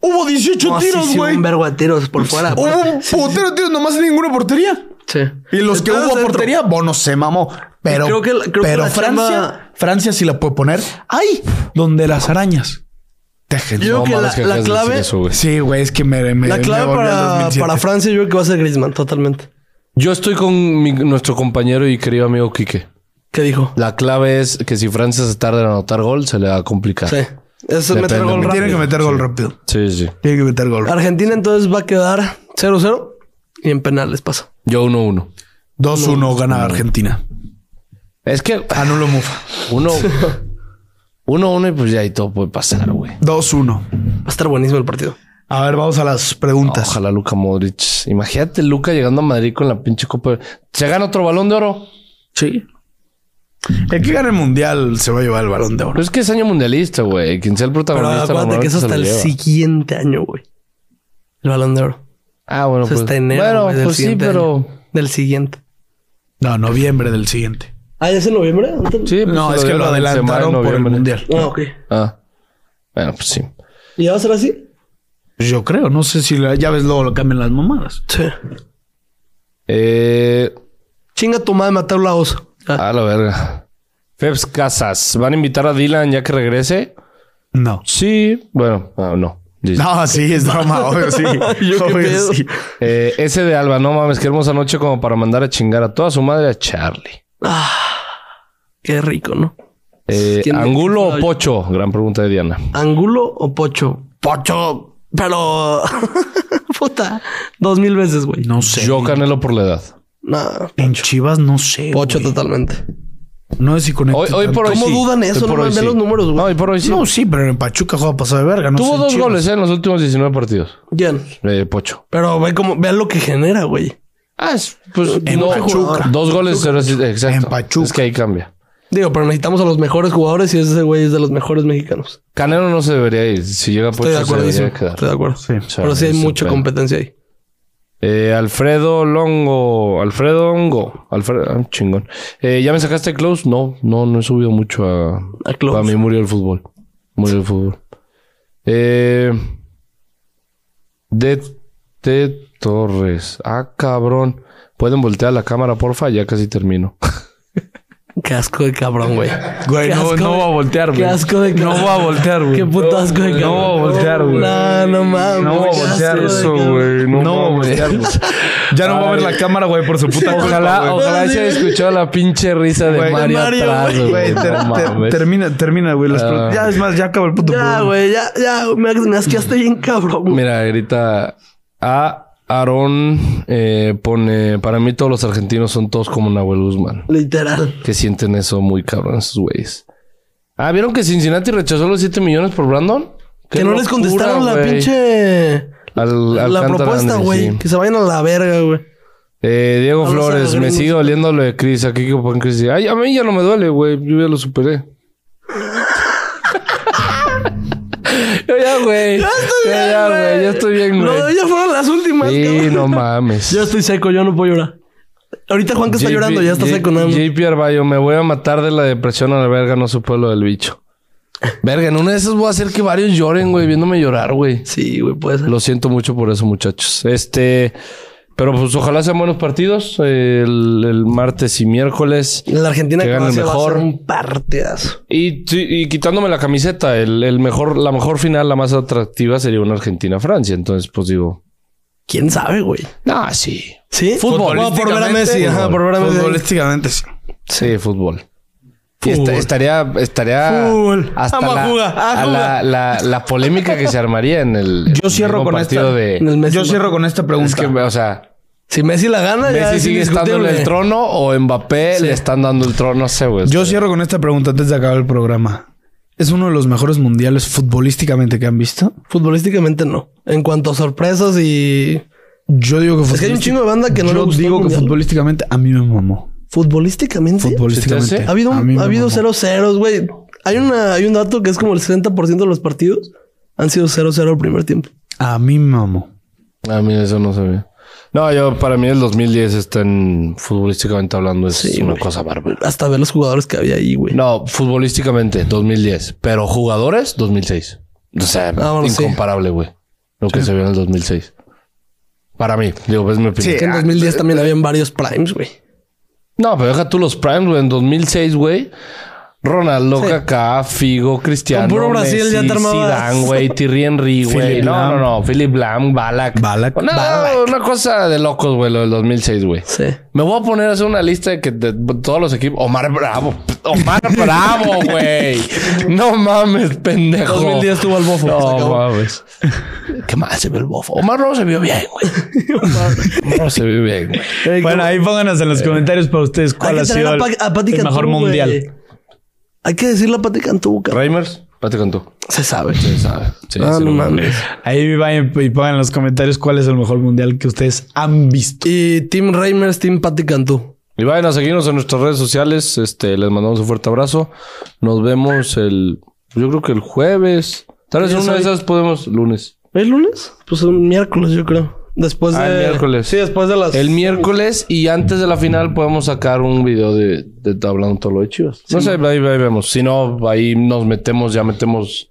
[SPEAKER 3] Hubo 18
[SPEAKER 2] No, sí,
[SPEAKER 3] tiros,
[SPEAKER 2] sí,
[SPEAKER 3] güey.
[SPEAKER 2] un vergo de tiros por fuera.
[SPEAKER 3] Hubo un putero de tiros, nomás en ninguna portería.
[SPEAKER 2] Sí.
[SPEAKER 3] Y los que
[SPEAKER 2] Entonces,
[SPEAKER 3] hubo
[SPEAKER 2] dentro.
[SPEAKER 3] portería, Bono se mamó. Pero,
[SPEAKER 2] Creo que la- creo que
[SPEAKER 3] pero
[SPEAKER 2] la
[SPEAKER 3] Francia,
[SPEAKER 2] chamba-
[SPEAKER 3] Francia sí la puede poner ahí, donde las arañas. Tejen.
[SPEAKER 2] Yo
[SPEAKER 1] No
[SPEAKER 2] creo que
[SPEAKER 1] mames,
[SPEAKER 2] la-
[SPEAKER 1] acabas
[SPEAKER 2] la
[SPEAKER 1] de decir
[SPEAKER 2] clave-
[SPEAKER 1] eso, güey.
[SPEAKER 3] Sí, güey, es que me, me-
[SPEAKER 2] La
[SPEAKER 3] me
[SPEAKER 2] clave
[SPEAKER 3] volvió al
[SPEAKER 2] para,
[SPEAKER 3] 2007.
[SPEAKER 2] para Francia yo creo que va a ser Griezmann, totalmente.
[SPEAKER 1] Yo estoy con mi- nuestro compañero y querido amigo Quique.
[SPEAKER 2] ¿Qué dijo?
[SPEAKER 1] La clave es que si Francia se tarda en anotar gol, se le va a complicar.
[SPEAKER 2] Sí. Es meter
[SPEAKER 1] Depende,
[SPEAKER 2] gol
[SPEAKER 1] me
[SPEAKER 2] rápido.
[SPEAKER 3] Tiene que meter gol rápido.
[SPEAKER 1] Sí, sí.
[SPEAKER 3] Tiene que meter gol.
[SPEAKER 2] Argentina entonces va a quedar 0-0 y en penales pasa.
[SPEAKER 1] Yo 1-1.
[SPEAKER 3] 2-1 gana Argentina.
[SPEAKER 1] Es que
[SPEAKER 3] Anulo Mufa.
[SPEAKER 1] uno, uno, uno y pues ya y todo puede pasar, güey.
[SPEAKER 3] 2-1.
[SPEAKER 2] Va a estar buenísimo el partido.
[SPEAKER 3] A ver, vamos a las preguntas.
[SPEAKER 1] Ojalá Luca Modric. Imagínate Luca llegando a Madrid con la pinche copa. Se gana otro balón de oro.
[SPEAKER 2] Sí.
[SPEAKER 3] El que gane el mundial se va a llevar el balón de oro.
[SPEAKER 1] Pero es que es año mundialista, güey. Quien sea el
[SPEAKER 2] Pero
[SPEAKER 1] protagonista.
[SPEAKER 2] acuérdate que
[SPEAKER 1] normalmente
[SPEAKER 2] eso
[SPEAKER 1] se
[SPEAKER 2] hasta
[SPEAKER 1] lo
[SPEAKER 2] el
[SPEAKER 1] lleva.
[SPEAKER 2] siguiente año, güey. El balón de oro.
[SPEAKER 1] Ah, bueno,
[SPEAKER 2] Eso
[SPEAKER 1] pues.
[SPEAKER 2] está enero.
[SPEAKER 1] bueno,
[SPEAKER 2] güey, del
[SPEAKER 1] pues sí,
[SPEAKER 2] siguiente
[SPEAKER 1] pero.
[SPEAKER 2] año. Del siguiente.
[SPEAKER 3] No, noviembre del siguiente.
[SPEAKER 2] Ah, ¿ya es en noviembre? ¿Antes?
[SPEAKER 1] Sí, pues
[SPEAKER 3] No,
[SPEAKER 1] se
[SPEAKER 3] es que
[SPEAKER 1] dieron
[SPEAKER 3] lo
[SPEAKER 1] en
[SPEAKER 3] adelantaron
[SPEAKER 1] semana de
[SPEAKER 3] por el
[SPEAKER 1] noviembre.
[SPEAKER 3] mundial.
[SPEAKER 2] Ah, ok.
[SPEAKER 1] Ah. Bueno, pues sí.
[SPEAKER 2] ¿Y ya va a ser así?
[SPEAKER 3] Yo creo, no sé si la- ya ves luego lo cambian las mamadas.
[SPEAKER 2] Sí.
[SPEAKER 1] Eh,
[SPEAKER 2] Chinga tu madre, matar la osa. Ah,
[SPEAKER 1] a la verga. Peps Casas. ¿Van a invitar a Dylan ya que regrese?
[SPEAKER 3] No.
[SPEAKER 1] Sí. Bueno, ah, no. Dice.
[SPEAKER 3] No, sí, es broma, obvio, sí.
[SPEAKER 2] Yo qué
[SPEAKER 3] Obvio,
[SPEAKER 2] pedo.
[SPEAKER 3] sí.
[SPEAKER 1] Eh, ese de Alba, no mames, que hermosa noche como para mandar a chingar a toda su madre a Charlie.
[SPEAKER 2] Ah, qué rico, ¿no?
[SPEAKER 1] Eh,
[SPEAKER 2] ¿Quién-
[SPEAKER 1] ¿Angulo
[SPEAKER 2] quién
[SPEAKER 1] o
[SPEAKER 2] fue?
[SPEAKER 1] Pocho? Gran pregunta de Diana.
[SPEAKER 2] ¿Angulo o pocho? Pocho. Pero... Puta. Dos mil veces, güey.
[SPEAKER 3] No sé.
[SPEAKER 1] Yo canelo por la edad.
[SPEAKER 2] No.
[SPEAKER 3] En Chivas no sé.
[SPEAKER 2] Pocho
[SPEAKER 3] güey.
[SPEAKER 2] totalmente.
[SPEAKER 3] No sé si conecta.
[SPEAKER 1] Hoy, hoy por hoy
[SPEAKER 2] ¿Cómo
[SPEAKER 1] sí.
[SPEAKER 2] dudan
[SPEAKER 1] Hoy
[SPEAKER 2] eso?
[SPEAKER 1] por
[SPEAKER 2] No
[SPEAKER 1] hoy
[SPEAKER 2] me vean
[SPEAKER 1] sí.
[SPEAKER 2] los números, güey.
[SPEAKER 1] No, hoy por hoy sí.
[SPEAKER 3] No, sí, pero en Pachuca juega pasado de verga. No sé
[SPEAKER 1] Tuvo
[SPEAKER 3] en
[SPEAKER 1] dos
[SPEAKER 3] Chivas.
[SPEAKER 1] goles eh, en los últimos 19 partidos.
[SPEAKER 2] Bien.
[SPEAKER 1] Eh, Pocho.
[SPEAKER 2] Pero ve cómo... Vean lo que genera, güey.
[SPEAKER 1] Ah, es- pues
[SPEAKER 3] En
[SPEAKER 1] no,
[SPEAKER 3] Pachuca.
[SPEAKER 1] dos goles, cero asistencias. exacto.
[SPEAKER 3] En Pachuca.
[SPEAKER 1] Es que ahí cambia.
[SPEAKER 2] Digo, pero necesitamos a los mejores jugadores y ese güey es de los mejores mexicanos.
[SPEAKER 1] Canelo no se debería ir. Si llega Pocho,
[SPEAKER 2] Estoy de
[SPEAKER 1] se
[SPEAKER 2] acuerdo.
[SPEAKER 1] debería quedar.
[SPEAKER 2] Estoy de acuerdo.
[SPEAKER 3] Sí.
[SPEAKER 1] O sea,
[SPEAKER 2] Pero sí hay
[SPEAKER 1] es un
[SPEAKER 2] mucha
[SPEAKER 1] pedo.
[SPEAKER 2] competencia ahí.
[SPEAKER 1] Eh, Alfredo Longo. Alfredo Longo. Alfredo, ah, chingón. Eh, ¿Ya me sacaste close? No, no, no he subido mucho a.
[SPEAKER 2] A Close.
[SPEAKER 1] A mí murió el fútbol. Murió el fútbol. Eh, de, de Torres. Ah, cabrón. ¿Pueden voltear la cámara, porfa? Ya casi termino.
[SPEAKER 2] Qué asco de cabrón, güey.
[SPEAKER 3] Güey,
[SPEAKER 2] Qué
[SPEAKER 3] no-
[SPEAKER 2] asco
[SPEAKER 3] no
[SPEAKER 2] de-
[SPEAKER 3] voy a voltear, güey.
[SPEAKER 2] Qué asco de
[SPEAKER 3] No
[SPEAKER 2] cabrón.
[SPEAKER 3] voy a voltear, güey.
[SPEAKER 2] Qué puto asco de
[SPEAKER 1] No,
[SPEAKER 2] cabrón.
[SPEAKER 3] no voy a voltear, güey.
[SPEAKER 2] No, no mames.
[SPEAKER 3] No voy a
[SPEAKER 2] qué asco
[SPEAKER 3] voltear
[SPEAKER 2] de
[SPEAKER 3] eso,
[SPEAKER 2] cabrón.
[SPEAKER 3] No, güey. Ya no va a ver la cámara, güey, por su puta culpa,
[SPEAKER 1] Ojalá,
[SPEAKER 3] güey.
[SPEAKER 1] ojalá se escuchó la pinche risa de
[SPEAKER 3] Güey,
[SPEAKER 1] Mario,
[SPEAKER 2] Mario,
[SPEAKER 1] atrás,
[SPEAKER 2] güey.
[SPEAKER 1] güey.
[SPEAKER 3] Güey,
[SPEAKER 1] No
[SPEAKER 3] ter- ter-
[SPEAKER 1] mames.
[SPEAKER 3] termina, termina, güey. las preguntas. ya es más, ya acabó el puto
[SPEAKER 2] Ya,
[SPEAKER 3] programa.
[SPEAKER 2] güey, ya, ya. Me, me asqueaste bien cabrón, güey.
[SPEAKER 1] Mira, grita a Aarón eh, pone para mí todos los argentinos son todos como Nahuel Guzmán.
[SPEAKER 2] Literal.
[SPEAKER 1] Que sienten eso muy cabrón esos güeyes. Ah, ¿vieron que Cincinnati rechazó los 7 millones por Brandon? ¡Qué
[SPEAKER 2] Que no les
[SPEAKER 1] locura,
[SPEAKER 2] contestaron la
[SPEAKER 1] güey!
[SPEAKER 2] pinche...
[SPEAKER 1] Al- al
[SPEAKER 2] la
[SPEAKER 1] Alcántara
[SPEAKER 2] propuesta,
[SPEAKER 1] Anderson,
[SPEAKER 2] güey.
[SPEAKER 1] sí.
[SPEAKER 2] Que se vayan a la verga, güey.
[SPEAKER 1] Eh, Diego
[SPEAKER 2] Vamos a
[SPEAKER 1] Flores,
[SPEAKER 2] los
[SPEAKER 1] me
[SPEAKER 2] gringos.
[SPEAKER 1] sigue doliendo lo de Chris. Aquí que ponen Chris. Ay, a mí ya no me duele, güey. Yo ya lo superé. Yo ya, güey. Ya estoy bien, ya, güey. Ya estoy bien,
[SPEAKER 2] No,
[SPEAKER 1] güey.
[SPEAKER 2] ya fueron las últimas,
[SPEAKER 1] Sí,
[SPEAKER 2] cabrón.
[SPEAKER 1] no mames.
[SPEAKER 2] Yo estoy seco, yo no puedo llorar. Ahorita Juan que está
[SPEAKER 1] JP,
[SPEAKER 2] llorando, ya está
[SPEAKER 1] J-
[SPEAKER 2] seco nada más.
[SPEAKER 1] JP Arballo, me voy a matar de la depresión a la verga, no supo lo del bicho. Verga, en una de esas voy a hacer que varios lloren, güey, viéndome llorar, güey.
[SPEAKER 2] Sí, güey, puede ser.
[SPEAKER 1] Lo siento mucho por eso, muchachos. Este, pero pues ojalá sean buenos partidos eh, el, el martes y miércoles.
[SPEAKER 2] La Argentina
[SPEAKER 1] Que gane el
[SPEAKER 2] Croacia va a ser
[SPEAKER 1] mejor.
[SPEAKER 2] un partidazo.
[SPEAKER 1] Y, sí, y quitándome la camiseta, el, el mejor, la mejor final, la más atractiva sería una Argentina-Francia. Entonces, pues digo,
[SPEAKER 2] ¿Quién sabe, güey?
[SPEAKER 1] ah, sí.
[SPEAKER 2] ¿Sí?
[SPEAKER 1] Fútbol.
[SPEAKER 2] No, por ver a Messi. Ajá, por ver a Messi.
[SPEAKER 3] Futbolísticamente, sí.
[SPEAKER 1] Sí, fútbol. Y esta- estaría, estaría
[SPEAKER 3] Fútbol.
[SPEAKER 1] hasta
[SPEAKER 3] Vamos a
[SPEAKER 1] la,
[SPEAKER 3] jugar, a
[SPEAKER 1] a la, la- la polémica que se armaría en el en
[SPEAKER 3] Yo
[SPEAKER 1] el
[SPEAKER 3] cierro
[SPEAKER 1] mismo
[SPEAKER 3] con
[SPEAKER 1] partido
[SPEAKER 3] esta.
[SPEAKER 1] de
[SPEAKER 2] En el Messi
[SPEAKER 3] Yo
[SPEAKER 2] no.
[SPEAKER 3] cierro con esta
[SPEAKER 1] es
[SPEAKER 3] pregunta.
[SPEAKER 1] que, o sea,
[SPEAKER 2] Si Messi la gana, ya
[SPEAKER 1] Messi
[SPEAKER 2] es
[SPEAKER 1] sigue estando en el
[SPEAKER 2] indiscutible.
[SPEAKER 1] trono o Mbappé le están dando el trono, no sé, güey.
[SPEAKER 3] Yo cierro con esta pregunta antes de acabar el programa. ¿Es uno de los mejores mundiales futbolísticamente que han visto?
[SPEAKER 2] Futbolísticamente no. En cuanto a sorpresas y...
[SPEAKER 3] Yo digo que
[SPEAKER 2] Es que hay un
[SPEAKER 3] futbolística-
[SPEAKER 2] chingo de banda que no
[SPEAKER 3] Yo
[SPEAKER 2] le gustó el
[SPEAKER 3] digo que
[SPEAKER 2] mundial.
[SPEAKER 3] futbolísticamente a mí me mamó.
[SPEAKER 2] Futbolísticamente.
[SPEAKER 1] ¿Se te
[SPEAKER 3] Futbolísticamente.
[SPEAKER 1] hace?
[SPEAKER 2] Ha habido, un-
[SPEAKER 3] a mí me
[SPEAKER 2] ha habido
[SPEAKER 3] mamó.
[SPEAKER 2] cero ceros, güey. Hay, una, hay un dato que es como el 60% de los partidos han sido 0-0 al primer tiempo.
[SPEAKER 3] A mí me mamó.
[SPEAKER 1] A
[SPEAKER 2] Ah,
[SPEAKER 1] mí eso no sabía. No, yo para mí el 2010 está en futbolísticamente hablando es
[SPEAKER 2] Sí,
[SPEAKER 1] una
[SPEAKER 2] güey.
[SPEAKER 1] cosa bárbara.
[SPEAKER 2] Hasta ver los jugadores que había ahí, güey.
[SPEAKER 1] No, futbolísticamente 2010, pero jugadores 2006. O sea,
[SPEAKER 2] Ah, bueno, sí.
[SPEAKER 1] incomparable, güey. Lo que se vio en el 2006. Para mí, digo, es mi opinión.
[SPEAKER 3] Sí,
[SPEAKER 2] Que en 2010 también habían varios primes, güey.
[SPEAKER 1] No, pero deja tú los primes, güey. En 2006, güey, Ronaldo, Kaká, Figo, Cristiano,
[SPEAKER 2] Con puro Brasil ya te
[SPEAKER 1] Messi,
[SPEAKER 2] armabas.
[SPEAKER 1] Zidane, güey, Thierry Henry, güey.
[SPEAKER 3] Philip
[SPEAKER 1] No, no,
[SPEAKER 3] Lahm.
[SPEAKER 1] no. Philip Lam, Balak.
[SPEAKER 3] Ballack.
[SPEAKER 1] Una,
[SPEAKER 2] Ballack.
[SPEAKER 1] una cosa de locos, güey, lo del 2006, güey.
[SPEAKER 2] Sí.
[SPEAKER 1] Me voy a poner a hacer una lista de, que de todos los equipos. Omar Bravo. Omar Bravo, güey. No mames, pendejo.
[SPEAKER 2] 2010 tuvo al bofo. Se
[SPEAKER 1] No
[SPEAKER 2] acabó.
[SPEAKER 1] mames. ¿Qué más se ve el bofo? Omar Bravo se vio bien, güey. Omar Bravo se vio bien, güey.
[SPEAKER 4] Bueno, ahí pónganos en los comentarios para ustedes
[SPEAKER 2] Eh, Hay
[SPEAKER 4] cuál
[SPEAKER 2] que
[SPEAKER 4] ha
[SPEAKER 2] traer
[SPEAKER 4] sido
[SPEAKER 2] a,
[SPEAKER 4] el,
[SPEAKER 2] Pa- a Pati
[SPEAKER 4] el
[SPEAKER 2] Cantú,
[SPEAKER 4] mejor
[SPEAKER 2] güey.
[SPEAKER 4] mundial.
[SPEAKER 2] Hay que decirle a Pati Cantú, cabrón.
[SPEAKER 1] Reimers, pate con tú.
[SPEAKER 2] Se sabe.
[SPEAKER 1] Sí, sabe. Sí,
[SPEAKER 2] Ah,
[SPEAKER 1] sí,
[SPEAKER 2] no
[SPEAKER 1] lo-
[SPEAKER 2] mames.
[SPEAKER 4] Ahí vayan y pongan en los comentarios cuál es el mejor mundial que ustedes han visto.
[SPEAKER 2] Y Team Reimers, Team Pati Cantú.
[SPEAKER 1] Y vayan a seguirnos en nuestras redes sociales. Este, les mandamos un fuerte abrazo. Nos vemos el, yo creo que el jueves. Tal vez
[SPEAKER 2] Sí,
[SPEAKER 1] en una de
[SPEAKER 2] soy-
[SPEAKER 1] esas podemos lunes.
[SPEAKER 2] ¿El lunes? Pues un miércoles, yo creo. Después
[SPEAKER 1] Ah,
[SPEAKER 2] de.
[SPEAKER 1] el miércoles.
[SPEAKER 2] Sí, después de las.
[SPEAKER 1] El miércoles y antes de la final podemos sacar un video de, de, hablando todo lo de Chivas. No sé, ahí, ahí vemos. Si no, ahí nos metemos, ya metemos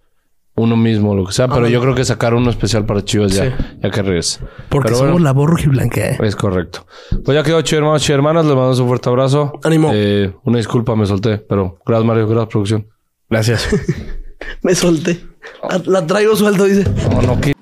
[SPEAKER 1] uno mismo, lo que sea. Pero yo creo que sacar uno especial para Chivas ya,
[SPEAKER 2] Sí.
[SPEAKER 1] ya que regrese.
[SPEAKER 2] Porque
[SPEAKER 1] Pero
[SPEAKER 2] somos
[SPEAKER 1] bueno,
[SPEAKER 2] la voz rojiblanca, eh.
[SPEAKER 1] Es correcto. Pues ya quedó, chido hermanos, chido hermanas. Les mandamos un fuerte abrazo.
[SPEAKER 2] Ánimo.
[SPEAKER 1] Eh, una disculpa, me solté. Pero gracias, Mario. Gracias, producción.
[SPEAKER 3] Gracias.
[SPEAKER 2] Me solté. La, la traigo suelto, dice.
[SPEAKER 1] No, no, qué